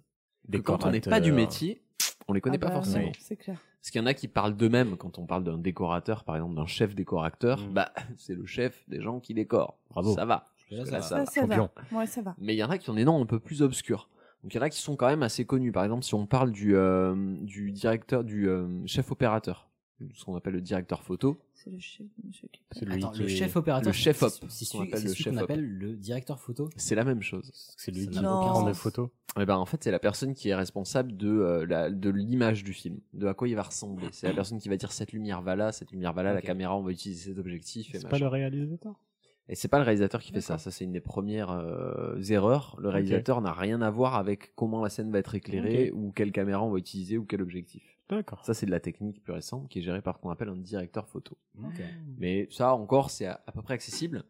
Des euh, que quand on n'est pas du correcteurs. métier, on les connaît Ah pas bah, forcément. non. C'est clair. Parce qu'il y en a qui parlent d'eux-mêmes quand on parle d'un décorateur, par exemple d'un chef décorateur, bah c'est le chef des gens qui décorent. Mm. Bravo. Ça va. Parce que Là, ça là, va. ça va. Ça, ça va. Ouais, ça va. Mais il y en a qui ont des noms un peu plus obscurs. Donc il y en a qui sont quand même assez connus. Par exemple, si on parle du, euh, du directeur, du euh, chef opérateur, ce qu'on appelle le directeur photo, C'est le chef de monsieur qui- C'est lui Attends, qui le est- chef opérateur. le chef op, c'est- C'est qu'on celui appelle c'est le celui chef qu'on op. appelle le directeur photo. c'est la même chose. C'est lui Ça qui n'a aucun prend sens. des photos. Et ben en fait, c'est la personne qui est responsable de euh, la- de l'image du film, de à quoi il va ressembler. C'est la personne qui va dire cette lumière va là, cette lumière va là, la Ok. caméra on va utiliser cet objectif. et C'est pas machin. le réalisateur. Et c'est pas le réalisateur qui fait ça. Ça, c'est une des premières euh, erreurs. Le réalisateur n'a rien à voir avec comment la scène va être éclairée ou quelle caméra on va utiliser ou quel objectif. D'accord. Ça, c'est de la technique pure et simple qui est gérée par ce qu'on appelle un directeur photo. Ok. Hmm. Mais ça, encore, c'est à, à peu près accessible.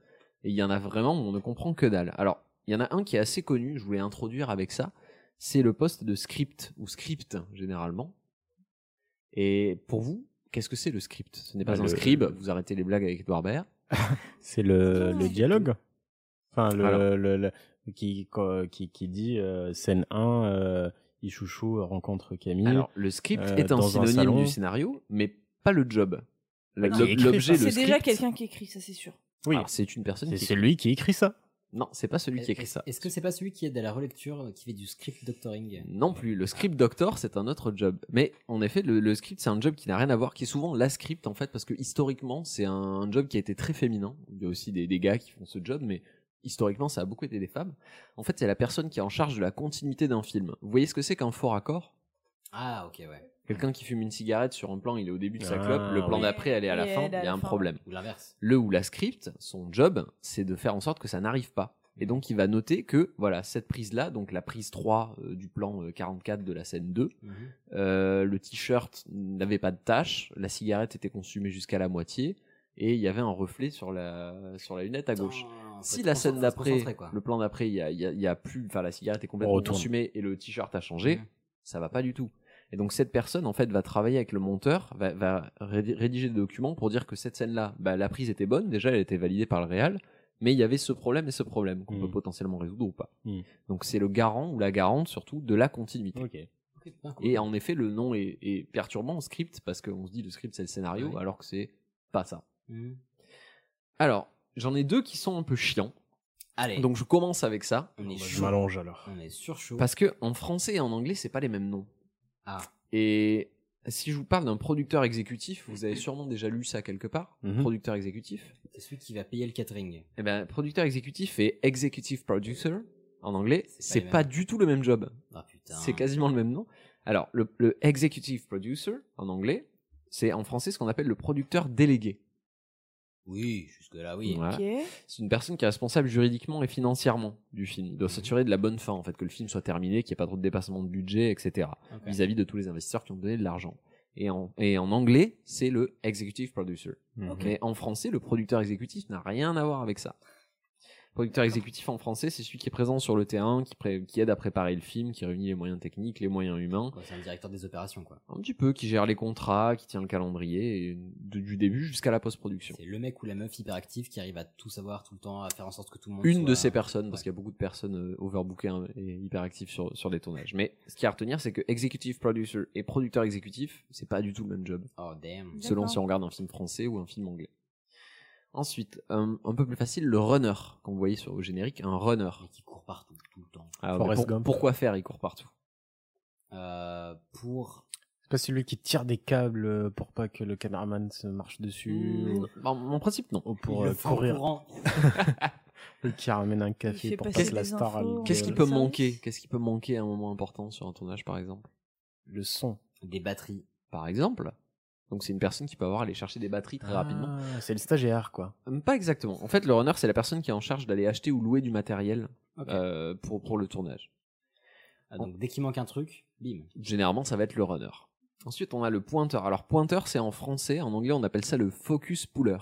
Et il y en a vraiment où on ne comprend que dalle. Alors, il y en a un qui est assez connu, je voulais introduire avec ça. C'est le poste de script, ou script, généralement. Et pour vous, qu'est-ce que c'est le script Ce n'est Bah, pas un le- scribe, vous arrêtez les blagues avec Edouard Baird. C'est le, le dialogue. Enfin, le, Alors. le- le- qui, quoi, qui, qui dit euh, scène 1, euh, Ichouchou rencontre Camille. Alors, le script euh, est un dans un synonyme salon. du scénario, mais pas le job. Le- qui écrit L'objet, ça. le C'est déjà script, quelqu'un qui écrit, ça c'est sûr. Oui. alors, c'est une personne C'est qui... c'est lui qui écrit ça. Non, c'est pas celui qui écrit ça. Est-ce que c'est pas celui qui aide à la relecture, euh, qui fait du script doctoring Non plus. Le script doctor, c'est un autre job. Mais en effet, le, le script, c'est un job qui n'a rien à voir, qui est souvent la script en fait, parce que historiquement, c'est un, un job qui a été très féminin. Il y a aussi des, des gars qui font ce job, mais historiquement, ça a beaucoup été des femmes. En fait, c'est la personne qui est en charge de la continuité d'un film. Vous voyez ce que c'est qu'un fort accord Ah ok ouais. Quelqu'un qui fume une cigarette sur un plan, il est au début de sa Ah, clope, le plan oui. d'après, elle est à la Et fin, elle il est à y a la un fin. problème Ou l'inverse. le ou la script, son job, c'est de faire en sorte que ça n'arrive pas. Et donc il va noter que voilà cette prise là, donc la prise 3 euh, du plan euh, 44 de la scène 2, Mhm. euh, le t-shirt n'avait pas de tache, la cigarette était consumée jusqu'à la moitié et il y avait un reflet sur la sur la lunette à gauche. Putain, faut Si être la concentré- scène faut se d'après, concentrer, quoi. le plan d'après, il y a, il y a- il y a plus, enfin la cigarette est complètement On retourne. consumée et le t-shirt a changé, Mhm. ça va pas du tout. Et donc cette personne en fait va travailler avec le monteur, va, va rédi- rédiger des documents pour dire que cette scène-là, bah, la prise était bonne, déjà elle était validée par le réal, mais il y avait ce problème et ce problème qu'on Mhm. peut potentiellement résoudre ou pas. Mhm. Donc c'est le garant ou la garante surtout de la continuité. Ok. Et en effet, le nom est, est perturbant, script, parce qu'on se dit le script c'est le scénario, Oui. alors que c'est pas ça. Mhm. Alors, j'en ai deux qui sont un peu chiants. Allez. Donc bah, je commence avec ça. On est Je m'allonge alors. On est sur chaud. Parce que en français et en anglais, c'est pas les mêmes noms. Ah. Et si je vous parle d'un producteur exécutif, vous avez sûrement déjà lu ça quelque part. Mhm. Producteur exécutif. C'est celui qui va payer le catering. Eh ben, producteur exécutif et executive producer en anglais, c'est les pas, mêmes. du tout le même job. Ah putain. C'est quasiment le même nom. Alors, le, le executive producer en anglais, c'est en français ce qu'on appelle le producteur délégué. Oui, jusque-là, oui. Voilà. Ok. C'est une personne qui est responsable juridiquement et financièrement du film. Il doit s'assurer de la bonne fin, en fait, que le film soit terminé, qu'il n'y ait pas trop de dépassement de budget, etc. Ok. Vis-à-vis de tous les investisseurs qui ont donné de l'argent. Et en, et en anglais, c'est le executive producer. Mhm. Mais en français, le producteur exécutif n'a rien à voir avec ça. Producteur exécutif en français, c'est celui qui est présent sur le terrain, qui, pré- qui aide à préparer le film, qui réunit les moyens techniques, les moyens humains, Quoi, C'est un directeur des opérations, quoi. un petit peu, qui gère les contrats, qui tient le calendrier, et de- du début jusqu'à la post-production. C'est le mec ou la meuf hyperactive qui arrive à tout savoir tout le temps, à faire en sorte que tout le monde. Une de soit- ces personnes, parce qu'il y a beaucoup de personnes euh, overbookées hein, et hyperactives sur, sur les tournages. Mais ce qu'il y a à retenir, c'est que executive producer et producteur exécutif, c'est pas du tout le même job. Oh damn. selon D'accord. si on regarde un film français ou un film anglais. Ensuite, un, un peu plus facile, le runner, comme vous voyez sur au générique, un runner. Et qui court partout, tout le temps. Alors, Ah, Forrest mais pour- Gump. pourquoi faire Il court partout. Euh, pour. C'est pas celui qui tire des câbles euh, pour pas que le caméraman se marche dessus ou- Bah, en, en principe, non. ou Mmh. pour le euh, fond courir courant. et qui ramène un café fait pour passer passer la des star à infos. l'idole. Qu'est-ce qui le peut service. manquer Qu'est-ce qui peut manquer à un moment important sur un tournage, par exemple le son Des batteries. Par exemple donc c'est une personne qui peut avoir à aller chercher des batteries très rapidement. Ah, c'est le stagiaire quoi Hum, Pas exactement. En fait, le runner, c'est la personne qui est en charge d'aller acheter ou louer du matériel Ok. euh, pour, pour le tournage. Ah, donc dès qu'il manque un truc, bim. Généralement, ça va être le runner. Ensuite, on a le pointeur. Alors, pointeur, c'est en français. En anglais, on appelle ça le focus puller.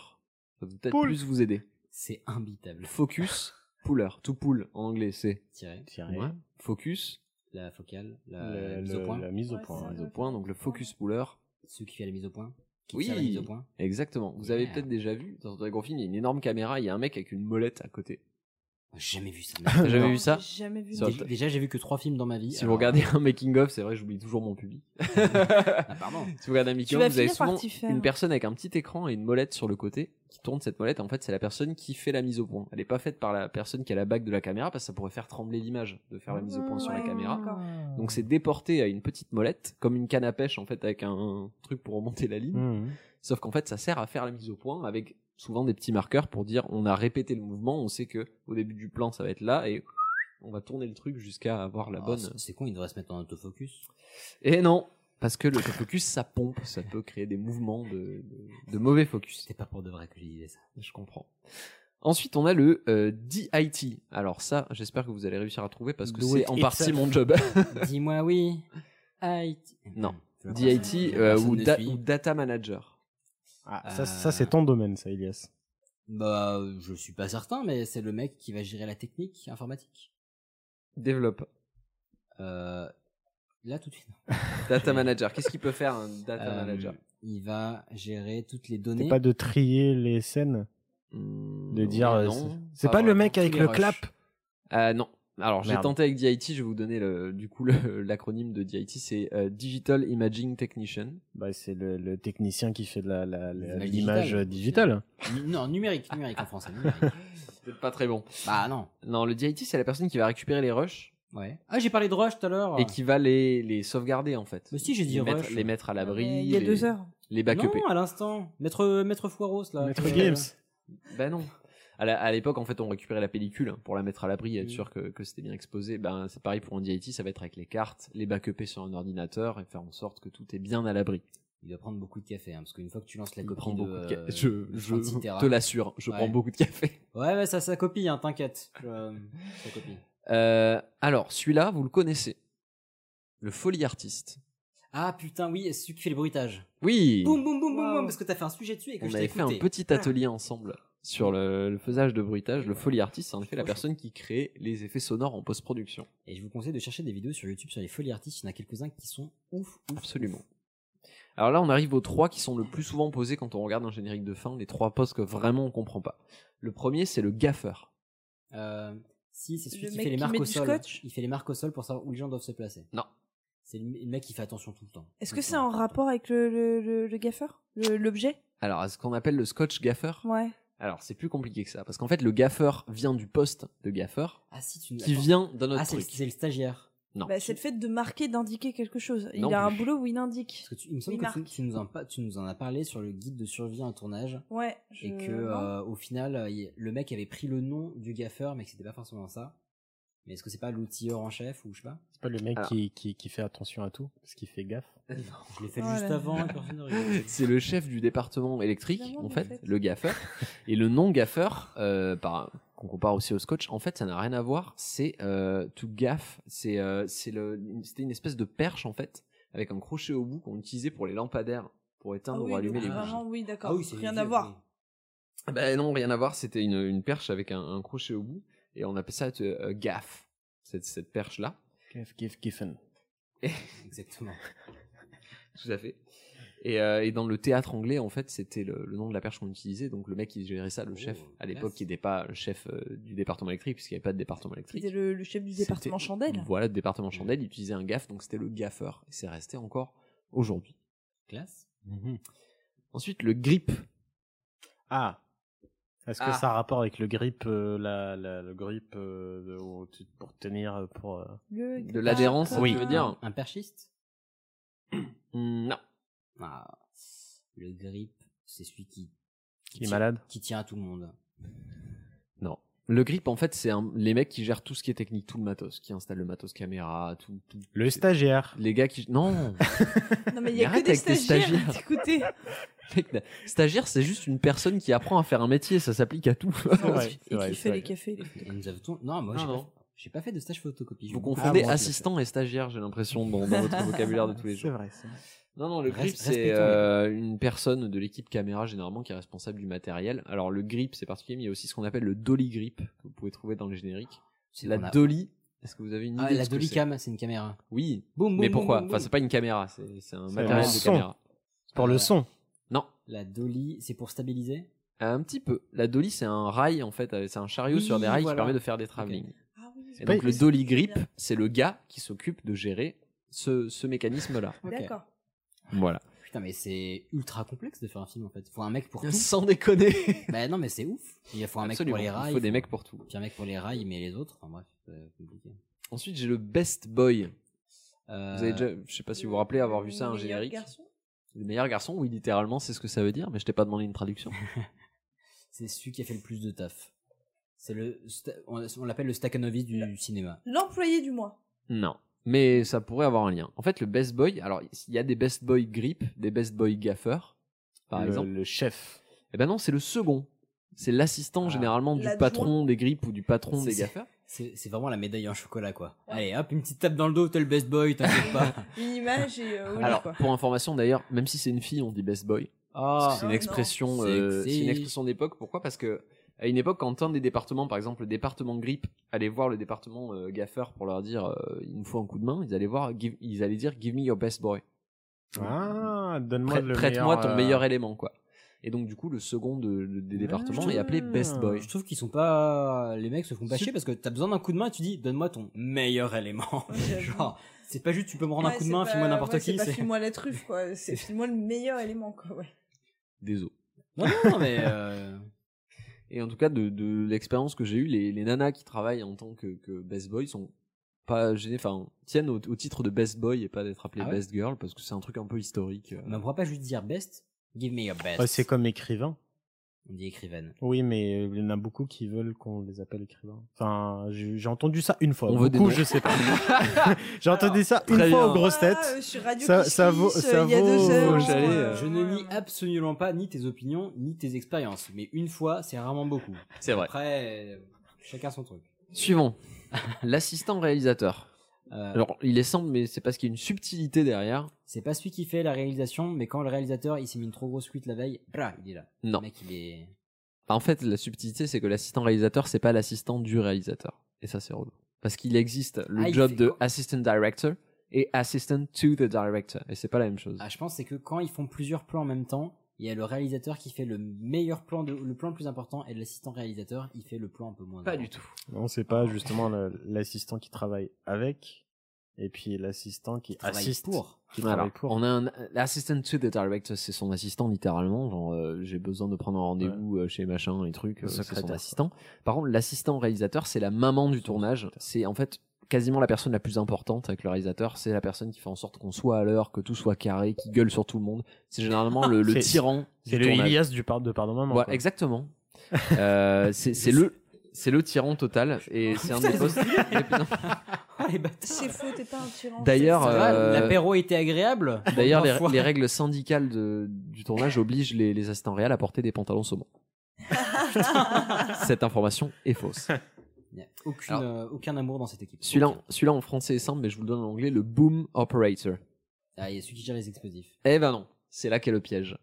Ça peut peut-être Pull. plus vous aider. C'est imbitable. Le focus puller. To pull, en anglais, c'est Tirer Tirer. Ouais. focus, la focale, Le- la mise au le- point. la mise au Ouais, point c'est ouais. mise au point. Donc, le focus puller. Celui qui fait la mise au point. Qui Oui. tire la mise au point. Exactement. Vous avez Yeah. peut-être déjà vu, dans un gros film, il y a une énorme caméra, il y a un mec avec une molette à côté. J'ai jamais vu ça. T'as jamais vu ça J'ai jamais vu Ça, ça. Déjà, déjà, j'ai vu que trois films dans ma vie. Si vous alors- regardez un making-of, c'est vrai, j'oublie toujours mon public. Ah, pardon. Si vous regardez un Tu Mickey, vas vous avez finir par souvent t'y faire. une personne avec un petit écran et une molette sur le côté qui tourne cette molette. En fait, c'est la personne qui fait la mise au point. Elle n'est pas faite par la personne qui a la bague de la caméra parce que ça pourrait faire trembler l'image de faire la mise au point sur la Ouais, caméra. d'accord. Donc c'est déporté à une petite molette, comme une canne à pêche en fait avec un truc pour remonter la ligne. Mhm. Sauf qu'en fait, ça sert à faire la mise au point avec souvent des petits marqueurs pour dire on a répété le mouvement, on sait que au début du plan ça va être là et on va tourner le truc jusqu'à avoir la Ah, bonne. c'est- C'est con, il devrait se mettre en autofocus. Et non, parce que le focus ça pompe, ça peut créer des mouvements de, de- de mauvais focus. C'était pas pour de vrai que j'ai dit ça. Je comprends. Ensuite, on a le euh, DIT. Alors ça, j'espère que vous allez réussir à trouver parce que Do c'est it en itself. partie mon job. Dis-moi oui. IT. Non. Je vois pas ça. DIT euh, Personne ou, ne da- suit. ou Data Manager. Ah, Euh, ça, ça c'est ton domaine ça Elias Bah, je suis pas certain, mais c'est le mec qui va gérer la technique informatique. Développe. Euh, là, tout de suite. Data Manager. Qu'est-ce qu'il peut faire un Data Euh, Manager Il va gérer toutes les c'est données. pas de trier les scènes de De dire euh, c'est- c'est pas le mec avec le clap Euh, non. Alors, j'ai Merde. tenté avec DIT, je vais vous donner le, du coup le- l'acronyme de DIT, c'est euh, Digital Imaging Technician. bah, c'est le, le technicien qui fait de la- la- la- L'image l'image digitale. euh, digitale Nu- Non, numérique, numérique en français. numérique. C'est pas très bon. bah non. Non, le DIT, c'est la personne qui va récupérer les rushs Ouais. Ah, j'ai parlé de Rush tout à l'heure. et qui va les, les sauvegarder, en fait. Mais si, j'ai dit les Rush. Ah, mettre, les mettre à l'abri, Il y a les, deux heures. les backuper. Non, à l'instant. Maître, Maître Foiros, là. Maître Euh, Games Ben non. À la- à l'époque, en fait, on récupérait la pellicule hein, pour la mettre à l'abri et être Mm. sûr que, que c'était bien exposé. Ben, c'est pareil pour un DIT, ça va être avec les cartes, les backuper sur un ordinateur et faire en sorte que tout est bien à l'abri. Il doit prendre beaucoup de café, hein, parce qu'une fois que tu lances la Il copie prend de, beaucoup de ca- euh, Je, de je 36 Tera. te l'assure, je Ouais. prends beaucoup de café. Ouais, ouais, ça, ça copie, hein, t'inquiète. Je- Ça copie. Euh, alors, celui-là, vous le connaissez. Le folie artiste. Ah putain, oui, c'est celui qui fait le bruitage. Oui, Boum, boum, boum, boum, Wow. boum, parce que t'as fait un Ah. sujet dessus et que on je avait t'ai fait un écouté. petit atelier ensemble sur le, le faisage de bruitage. Le Voilà. folie artiste, c'est en effet la Trop personne qui crée les effets sonores en post-production. Et je vous conseille de chercher des vidéos sur YouTube sur les folies artistes. Il y en a quelques-uns qui sont ouf, ouf. Absolument. Alors là, on arrive aux trois qui sont le plus souvent posés quand on regarde un générique de fin, les trois postes que vraiment on comprend pas. Le premier, c'est le gaffeur. Euh, si, c'est celui Le qui mec fait les qui marques met au du sol. scotch Il fait les marques au sol pour savoir où les gens doivent se placer. Non, C'est le le mec qui fait attention tout le temps. Est-ce Tout que le c'est temps. hein. en rapport avec le, le, le- le gaffeur Le- L'objet Alors, à ce qu'on appelle le scotch gaffer. Ouais. Alors, c'est plus compliqué que ça, parce qu'en fait, le gaffeur vient du poste de gaffeur, Ah si, tu qui attends. vient d'un autre Ah, c'est le- truc. c'est le stagiaire. Non. Bah, C'est le fait de marquer, d'indiquer quelque chose. Il Non a plus. un boulot où il indique. Parce que tu, il me semble Il que tu, tu nous en, pa- tu nous en as parlé sur le guide de survie en tournage. Ouais, Et je- que euh, au final, euh, il- le mec avait pris le nom du gaffeur, mais que c'était pas forcément ça. Mais est-ce que c'est pas l'outilleur en chef ou je sais pas C'est pas le mec Alors. qui, qui, qui fait attention à tout, parce qu'il fait gaffe. Je l'ai fait Oh juste avant. et personne n'a rigolé. C'est le chef du département électrique, Évidemment, en mais en fait, fait. le gaffeur. Et le non-gaffeur, euh, par- qu'on compare aussi au scotch, en fait, ça n'a rien à voir. C'est euh, tout gaffe. C'est euh, c'est le- c'était une espèce de perche, en fait, avec un crochet au bout qu'on utilisait pour les lampadaires, pour Ah éteindre oui, ou allumer donc les bougies. Vraiment, oui, d'accord. Ah oui, c'est Rien vieux, à voir. oui. Ben non, rien à voir. C'était une, une perche avec un, un crochet au bout. Et on appelle ça euh, gaffe, cette, cette perche-là. Gaffe, gaffe, giffen. Exactement. Tout à fait. Et, euh, et dans le théâtre anglais, en fait, c'était le, le nom de la perche qu'on utilisait. Donc le mec qui gérait ça, Oh, le chef, à l'époque, classe. qui n'était pas le chef euh, du département électrique, puisqu'il n'y avait pas de département électrique. C'était le, le chef du département Chandelle. Voilà, le département Mm. chandelle, il utilisait un gaffe, donc c'était le gaffeur. Et c'est resté encore aujourd'hui. Classe. Mhm. Ensuite, le grip. Ah Est-ce que Ah. ça a rapport avec le grip, euh, la, la- le grip euh, de- où tu- pour tenir, euh, pour... euh, Le De l'adhérence, ça Oui. Ah. veut dire Un perchiste Mm, Non. Ah, le grip, c'est celui qui, qui est tient- malade qui tient à tout le monde. Non. Le grip, en fait, c'est un- les mecs qui gèrent tout ce qui est technique, tout le matos, qui installent le matos caméra, tout. tout- Le stagiaire. Les gars qui. Non Non, mais il y a que Arrête des avec tes stagiaires. stagiaires. Écoutez, Mec, Stagiaire, c'est juste une personne qui apprend à faire un métier, ça s'applique à tout. vrai, et qui fait les cafés. les- Et nous avons tout- Non, moi Non, j'ai pas, non. fait- j'ai pas fait de stage photocopie. je Vous me- confondez Ah, bon, assistant et stagiaire, j'ai l'impression, dans, dans votre vocabulaire de tous les jours. C'est vrai, c'est vrai. Non, non, le Reste- grip, c'est respectons euh, une personne de l'équipe caméra, généralement, qui est responsable du matériel. Alors, le grip, c'est particulier, mais il y a aussi ce qu'on appelle le dolly grip, que vous pouvez trouver dans les génériques. C'est La qu'on a- dolly, est-ce que vous avez une idée Ah, de la ce que c'est Dollycam, c'est une caméra. Oui, Boum, boum, mais boum, pourquoi boum, Enfin, boum. c'est pas une caméra, c'est c'est un C'est matériel un de son. caméra. C'est pour le son. Non. La Dolly, c'est pour stabiliser Un petit peu. La dolly, c'est un rail, en fait, euh, c'est un chariot Oui, sur des rails voilà. qui permet de faire des travelling. Ah c'est Et pas- donc, le dolly grip, c'est le gars qui s'occupe de gérer ce, ce mécanisme-là. Ok. D'accord. Voilà. Putain, mais c'est ultra complexe de faire un film en fait. Faut un mec pour tout. Sans déconner Bah non, mais c'est ouf. Il faut un Absolument, mec il pour les rails. faut des mecs pour tout. Puis un mec pour les rails, mais les autres, enfin bref, c'est compliqué. Ensuite, j'ai le best boy. Euh, Vous avez déjà, je sais pas si vous vous rappelez avoir vu ça, un Le meilleur générique. garçon Le meilleur garçon, oui, littéralement, c'est ce que ça veut dire, mais je t'ai pas demandé une traduction. C'est celui qui a fait le plus de taf. C'est le, sta- on on l'appelle le Stakhanovich du cinéma. L'employé du mois. non. Mais ça pourrait avoir un lien. En fait, le best boy, alors, il y a des best boy grip, des best boy gaffeurs, par le, exemple. Le chef. Eh ben non, c'est le second. C'est l'assistant, généralement, du L'adjoint. patron des grippes ou du patron Ah. C'est- des c'est- gaffeurs. C'est c'est vraiment la médaille en chocolat quoi. Allez hop, une petite tape dans le dos, t'es le best boy, t'inquiète pas. Une image et euh, au lit, Alors, quoi. pour information d'ailleurs, même si c'est une fille, on dit best boy. Parce que c'est Oh une non. expression, euh, Sexy. c'est une expression d'époque. Pourquoi Parce que à une époque, quand un des départements, par exemple le département grippe, allait voir le département euh, gaffeur pour leur dire euh, il nous faut un coup de main, ils allaient voir, give- ils allaient dire give me your best boy. Ah, donne-moi Prête- le Prête-moi meilleur, ton euh, meilleur élément, quoi. Et donc du coup, le second de- de- Ah, des départements est appelé best boy. Je trouve qu'ils sont pas. Les mecs se font pas C'est- chier parce que t'as besoin d'un coup de main, tu dis donne-moi ton meilleur élément. Genre, c'est pas juste tu peux me rendre un Ouais, coup de c'est main, pas- file-moi n'importe ouais, qui. C'est pas c'est- file-moi la truffe, quoi. C'est file-moi le meilleur élément, quoi. ouais. Désolé. Non, non, non, mais. euh, Et en tout cas, de, de l'expérience que j'ai eue, les, les nanas qui travaillent en tant que, que best boy sont pas gênées, enfin tiennent au, au titre de best boy et pas d'être appelées Ah ouais best girl parce que c'est un truc un peu historique. euh. Mais on pourra pas juste dire best, give me your best. Ouais, c'est comme écrivain. On dit écrivaine. Oui, mais euh, il y en a beaucoup qui veulent qu'on les appelle écrivains. Enfin, j'ai j'ai entendu ça une fois. On veut des beaucoup, noms. je sais pas. j'ai entendu ça une très fois bien. aux grosses têtes. Ah, euh, sur Radio ça, Kiss ça Kiss, vaut, euh, ça il y a deux vaut- heures. Ah, Faut y aller, euh. Je ne nie absolument pas ni tes opinions, ni tes expériences. Mais une fois, c'est rarement beaucoup. C'est vrai. Après, euh, chacun son truc. Suivant, l'assistant réalisateur. Euh, Alors, il est simple, mais c'est parce qu'il y a une subtilité derrière. C'est pas celui qui fait la réalisation, mais quand le réalisateur il s'est mis une trop grosse cuite la veille, brah, il est là. Non. Le mec, il est. En fait, la subtilité, c'est que l'assistant réalisateur, c'est pas l'assistant du réalisateur. Et ça, c'est relou. Parce qu'il existe le Ah, il job fait de quoi assistant director et assistant to the director. Et c'est pas la même chose. Ah, je pense c'est que quand ils font plusieurs plans en même temps, il y a le réalisateur qui fait le meilleur plan, de, le plan le plus important, et l'assistant réalisateur, il fait le plan un peu moins. Pas important. du tout. Non, c'est pas justement le- l'assistant qui travaille avec. et puis l'assistant qui travaille assiste pour. qui Voilà. travaille pour. On a un euh, l'assistant to the director, c'est son assistant littéralement. Genre, euh, j'ai besoin de prendre un rendez-vous euh, chez machin et truc, euh, Le c'est secrétaire, son quoi. assistant. Par contre, l'assistant réalisateur, c'est la maman du tournage. C'est en fait quasiment la personne la plus importante avec le réalisateur. C'est la personne qui fait en sorte qu'on soit à l'heure, que tout soit carré, qui gueule sur tout le monde. C'est généralement le, le C'est- tyran. C'est du le tournage. Ilias du par de pardon maman. Ouais, quoi. exactement. Euh, c'est c'est le c'est le tyran total et c'est un des postes. Ah, C'est faux, t'es pas un tyran. D'ailleurs, Ça va, euh, l'apéro était agréable. D'ailleurs, les, Parfois. les règles syndicales de- du tournage obligent les, les assistants réels à porter des pantalons saumon. Cette information est fausse. Il n'y a aucune, Alors- euh, aucun amour dans cette équipe. Celui-là Aucun. celui en français est simple, mais je vous le donne en anglais, le boom operator. Ah, il y a celui qui gère les explosifs. Eh ben non, c'est là qu'est le piège.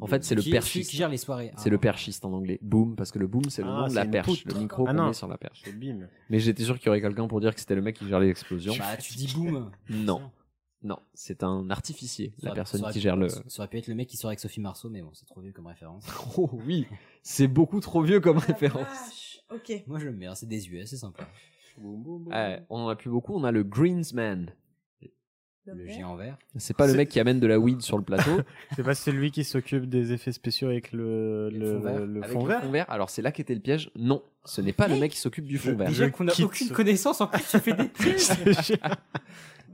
En fait, c'est le Qui- celui perchiste. qui gère les soirées. Ah, C'est le perchiste en anglais. Boom, parce que le boom, c'est le Ah, nom de c'est la une perche, poutre. le micro Ah qu'on non. met sur la perche. C'est bim. Mais j'étais sûr qu'il y aurait quelqu'un pour dire que c'était le mec qui gère les explosions. Bah, tu dis boum. non, non, c'est un artificier, Ça la aurait- personne ça aurait qui pu- gère le. Ça aurait pu être le mec qui sort avec Sophie Marceau, mais bon, c'est trop vieux comme référence. Oh oui, c'est beaucoup trop vieux Ah, comme référence. Ok. Moi, je le mets, hein, c'est des US, c'est sympa. Ouais, Eh, on en a plus beaucoup. On a le Greensman. Le géant vert. C'est pas le mec qui amène de la weed sur le plateau. C'est pas celui qui s'occupe des effets spéciaux avec le, le, fond vert. le Avec fond le vert. fond vert. Alors c'est là qu'était le piège. Non, ce n'est pas le mec qui s'occupe du fond vert. Déjà qu'on a quitte aucune ce- connaissance, en plus, tu fais des pièges.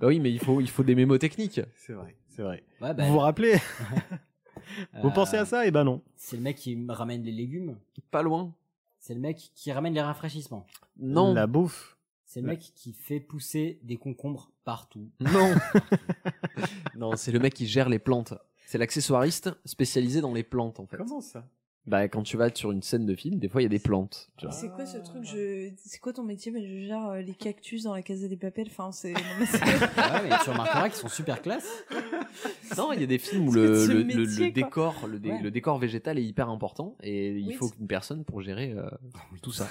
Bah oui, mais il faut, il faut des mémotechniques. C'est vrai, c'est vrai. Ouais, bah, Vous vous rappelez Vous Euh, pensez à ça Eh ben non. C'est le mec qui me ramène les légumes. Pas loin. C'est le mec qui ramène les rafraîchissements. Non, La bouffe. C'est le mec qui fait pousser des concombres partout. non, non. C'est le mec qui gère les plantes. C'est l'accessoiriste spécialisé dans les plantes en fait. ça Bah quand tu vas sur une scène de film, des fois il y a des plantes. tu vois. C'est quoi ce truc je... C'est quoi ton métier Mais je gère euh, les cactus dans la Casa des Papels. Enfin, c'est. non, Ah, mais c'est- Ouais, mais tu remarqueras qu'ils sont super classe. Non, il y a des films où C'est le, de ce le- le- le métier, quoi. décor, le, dé- Ouais. le décor végétal est hyper important et il Oui, faut c'est- une personne pour gérer euh, tout ça.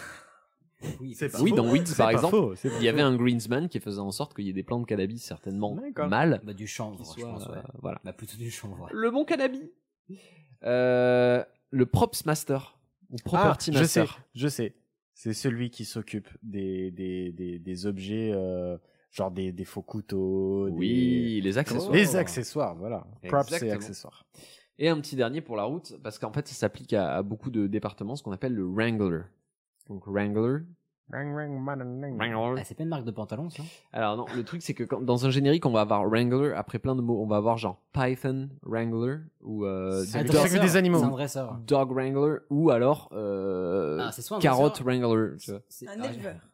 Oui, C'est pas Oui, faux. dans Weeds C'est par pas exemple, faux, c'est pas il y avait faux. un greensman qui faisait en sorte qu'il y ait des plantes de cannabis certainement D'accord. mal. Bah, du chanvre, qui je soient, pense, ouais. euh, voilà. Bah, plutôt du chanvre, ouais. Le bon cannabis. Euh, le props master ou Ah, property je sais, master. je sais. C'est celui qui s'occupe des, des, des, des objets, euh, genre des, des faux couteaux, Oui, les des... accessoires. les accessoires, voilà. Props et Exactement. accessoires. Et un petit dernier pour la route, parce qu'en fait, ça s'applique à, à beaucoup de départements, ce qu'on appelle le Wrangler. Donc Wrangler. Ah, c'est pas une marque de pantalon, ça Alors non, le truc c'est que quand- dans un générique, on va avoir Wrangler, après plein de mots, on va avoir genre Python Wrangler ou euh, C'est Ah, le dog, truc des animaux. C'est un dresseur. dog Wrangler ou alors euh, Ah, c'est soit un Carotte dresseur- Wrangler. tu vois. C'est- Un ah, éleveur.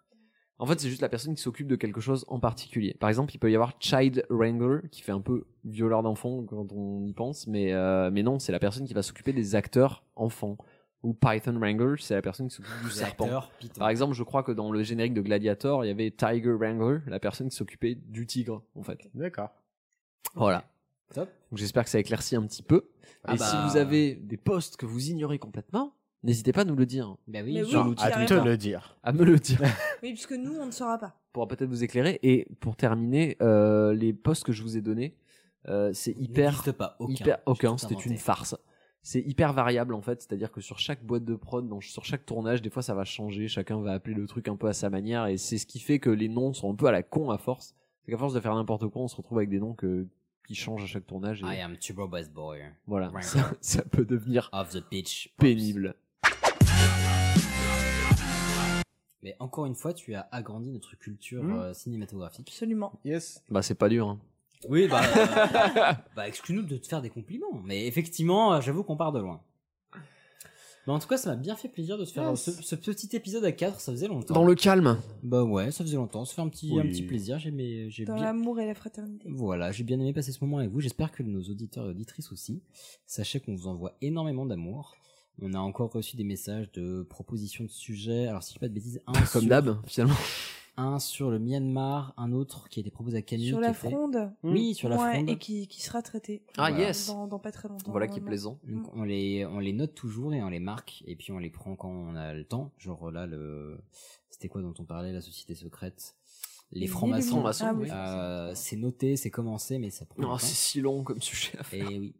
En fait, c'est juste la personne qui s'occupe de quelque chose en particulier. Par exemple, il peut y avoir Child Wrangler qui fait un peu violeur d'enfants quand on y pense, mais, euh, mais non, c'est la personne qui va s'occuper des acteurs enfants. Ou Python Wrangler, c'est la personne qui s'occupe du les serpent. acteurs, Python. Par exemple, je crois que dans le générique de Gladiator, il y avait Tiger Wrangler, la personne qui s'occupait du tigre, en fait. D'accord. Voilà. Top. Donc j'espère que ça éclaircit un petit peu. Ah Et bah. si vous avez des postes que vous ignorez complètement, n'hésitez pas à nous le dire, Bah oui, Mais je- oui. Genre, à te carrément. le dire. à me le dire. Oui, puisque nous, on ne saura pas. pourra peut-être vous éclairer. Et pour terminer, euh, les postes que je vous ai donnés, euh, c'est il hyper, n'existe pas aucun. hyper, J'ai aucun. tout C'était une inventé. farce. C'est hyper variable en fait, c'est-à-dire que sur chaque boîte de prod, donc sur chaque tournage, des fois ça va changer. Chacun va appeler le truc un peu à sa manière, et c'est ce qui fait que les noms sont un peu à la con à force. C'est qu'à force de faire n'importe quoi, on se retrouve avec des noms que, qui changent à chaque tournage. Et I am Turbo Buzz Boy voilà, Wrangler. ça, ça peut devenir of the Beach. pénible. Mais encore une fois, tu as agrandi notre culture Hmm. Mm. euh, cinématographique. Absolument. Yes. Bah c'est pas dur. Hein. Oui, bah, euh, bah, excuse-nous de te faire des compliments. Mais effectivement, euh, j'avoue qu'on part de loin. Mais en tout cas, ça m'a bien fait plaisir de se faire Yes. ce, ce petit épisode à 4, ça faisait longtemps. Dans le calme. Bah ouais, ça faisait longtemps, ça fait un petit, un Oui. petit plaisir, j'ai aimé- j'ai Dans bien... l'amour et la fraternité. Voilà, j'ai bien aimé passer ce moment avec vous, j'espère que nos auditeurs et auditrices aussi. Sachez qu'on vous envoie énormément d'amour. On a encore reçu des messages de propositions de sujets, alors si je dis pas de bêtises, un, Comme sur, d'hab, finalement. un sur le Myanmar, un autre qui a été proposé à Camille. Sur qui la était- fronde. Hmm. Oui, sur la Ouais, fronde. Et qui, qui sera traité. Ah, Voilà. yes. Dans, dans pas très longtemps. Voilà qui est normalement. plaisant. Donc on les, on les note toujours et on les marque et puis on les prend quand on a le temps. Genre là, le... c'était quoi dont on parlait, la société secrète Les Les francs-maçons. francs-maçons, Ah oui. Euh, c'est noté, c'est commencé, mais ça prend. du Non, temps. c'est si long comme sujet. à faire. Et oui.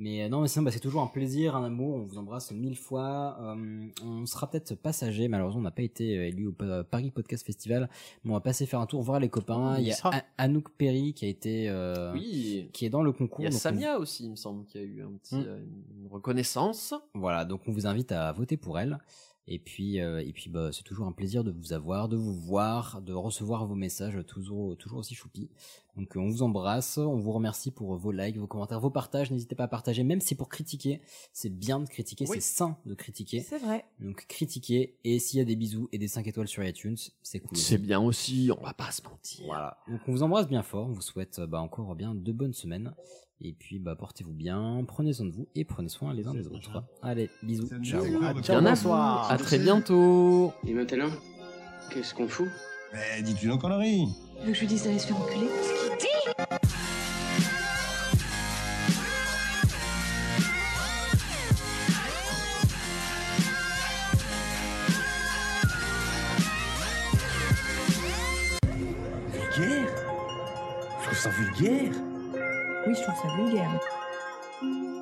Mais euh, non, mais sinon, bah, c'est toujours un plaisir, un amour. On vous embrasse mille fois. Euh, on sera peut-être passager. Malheureusement, on n'a pas été euh, élu au P- Paris Podcast Festival. Mais on va passer faire un tour, voir les copains. On Il y y a sera. A- Anouk Perry qui a été, euh, Oui. qui est dans le concours. Il y a donc on- Samia aussi, il me semble, qui a eu un petit, euh, une reconnaissance. Voilà, donc on vous invite à voter pour elle. Et puis, euh, et puis bah, c'est toujours un plaisir de vous avoir, de vous voir, de recevoir vos messages toujours, toujours aussi choupi. Donc euh, on vous embrasse, on vous remercie pour vos likes, vos commentaires, vos partages. N'hésitez pas à partager, même si pour critiquer, c'est bien de critiquer, Oui. c'est sain de Ah, critiquer. C'est vrai. Donc critiquer, et s'il y a des bisous et des 5 étoiles sur iTunes, c'est cool. C'est bien aussi, on va pas se mentir. Voilà. Donc on vous embrasse bien fort, on vous souhaite euh, bah, encore bien de bonnes semaines. Et puis bah, portez-vous bien, prenez soin de vous et prenez soin les uns des autres. Allez, bisous, ciao. Ah, Bien à vous. À très bientôt. Et maintenant, qu'est-ce qu'on fout Mais Eh, dis-tu une connerie Tu veux que je lui dise d'aller se faire enculer Vulgaire Je trouve ça vulgaire. Oui, je trouve ça vulgaire.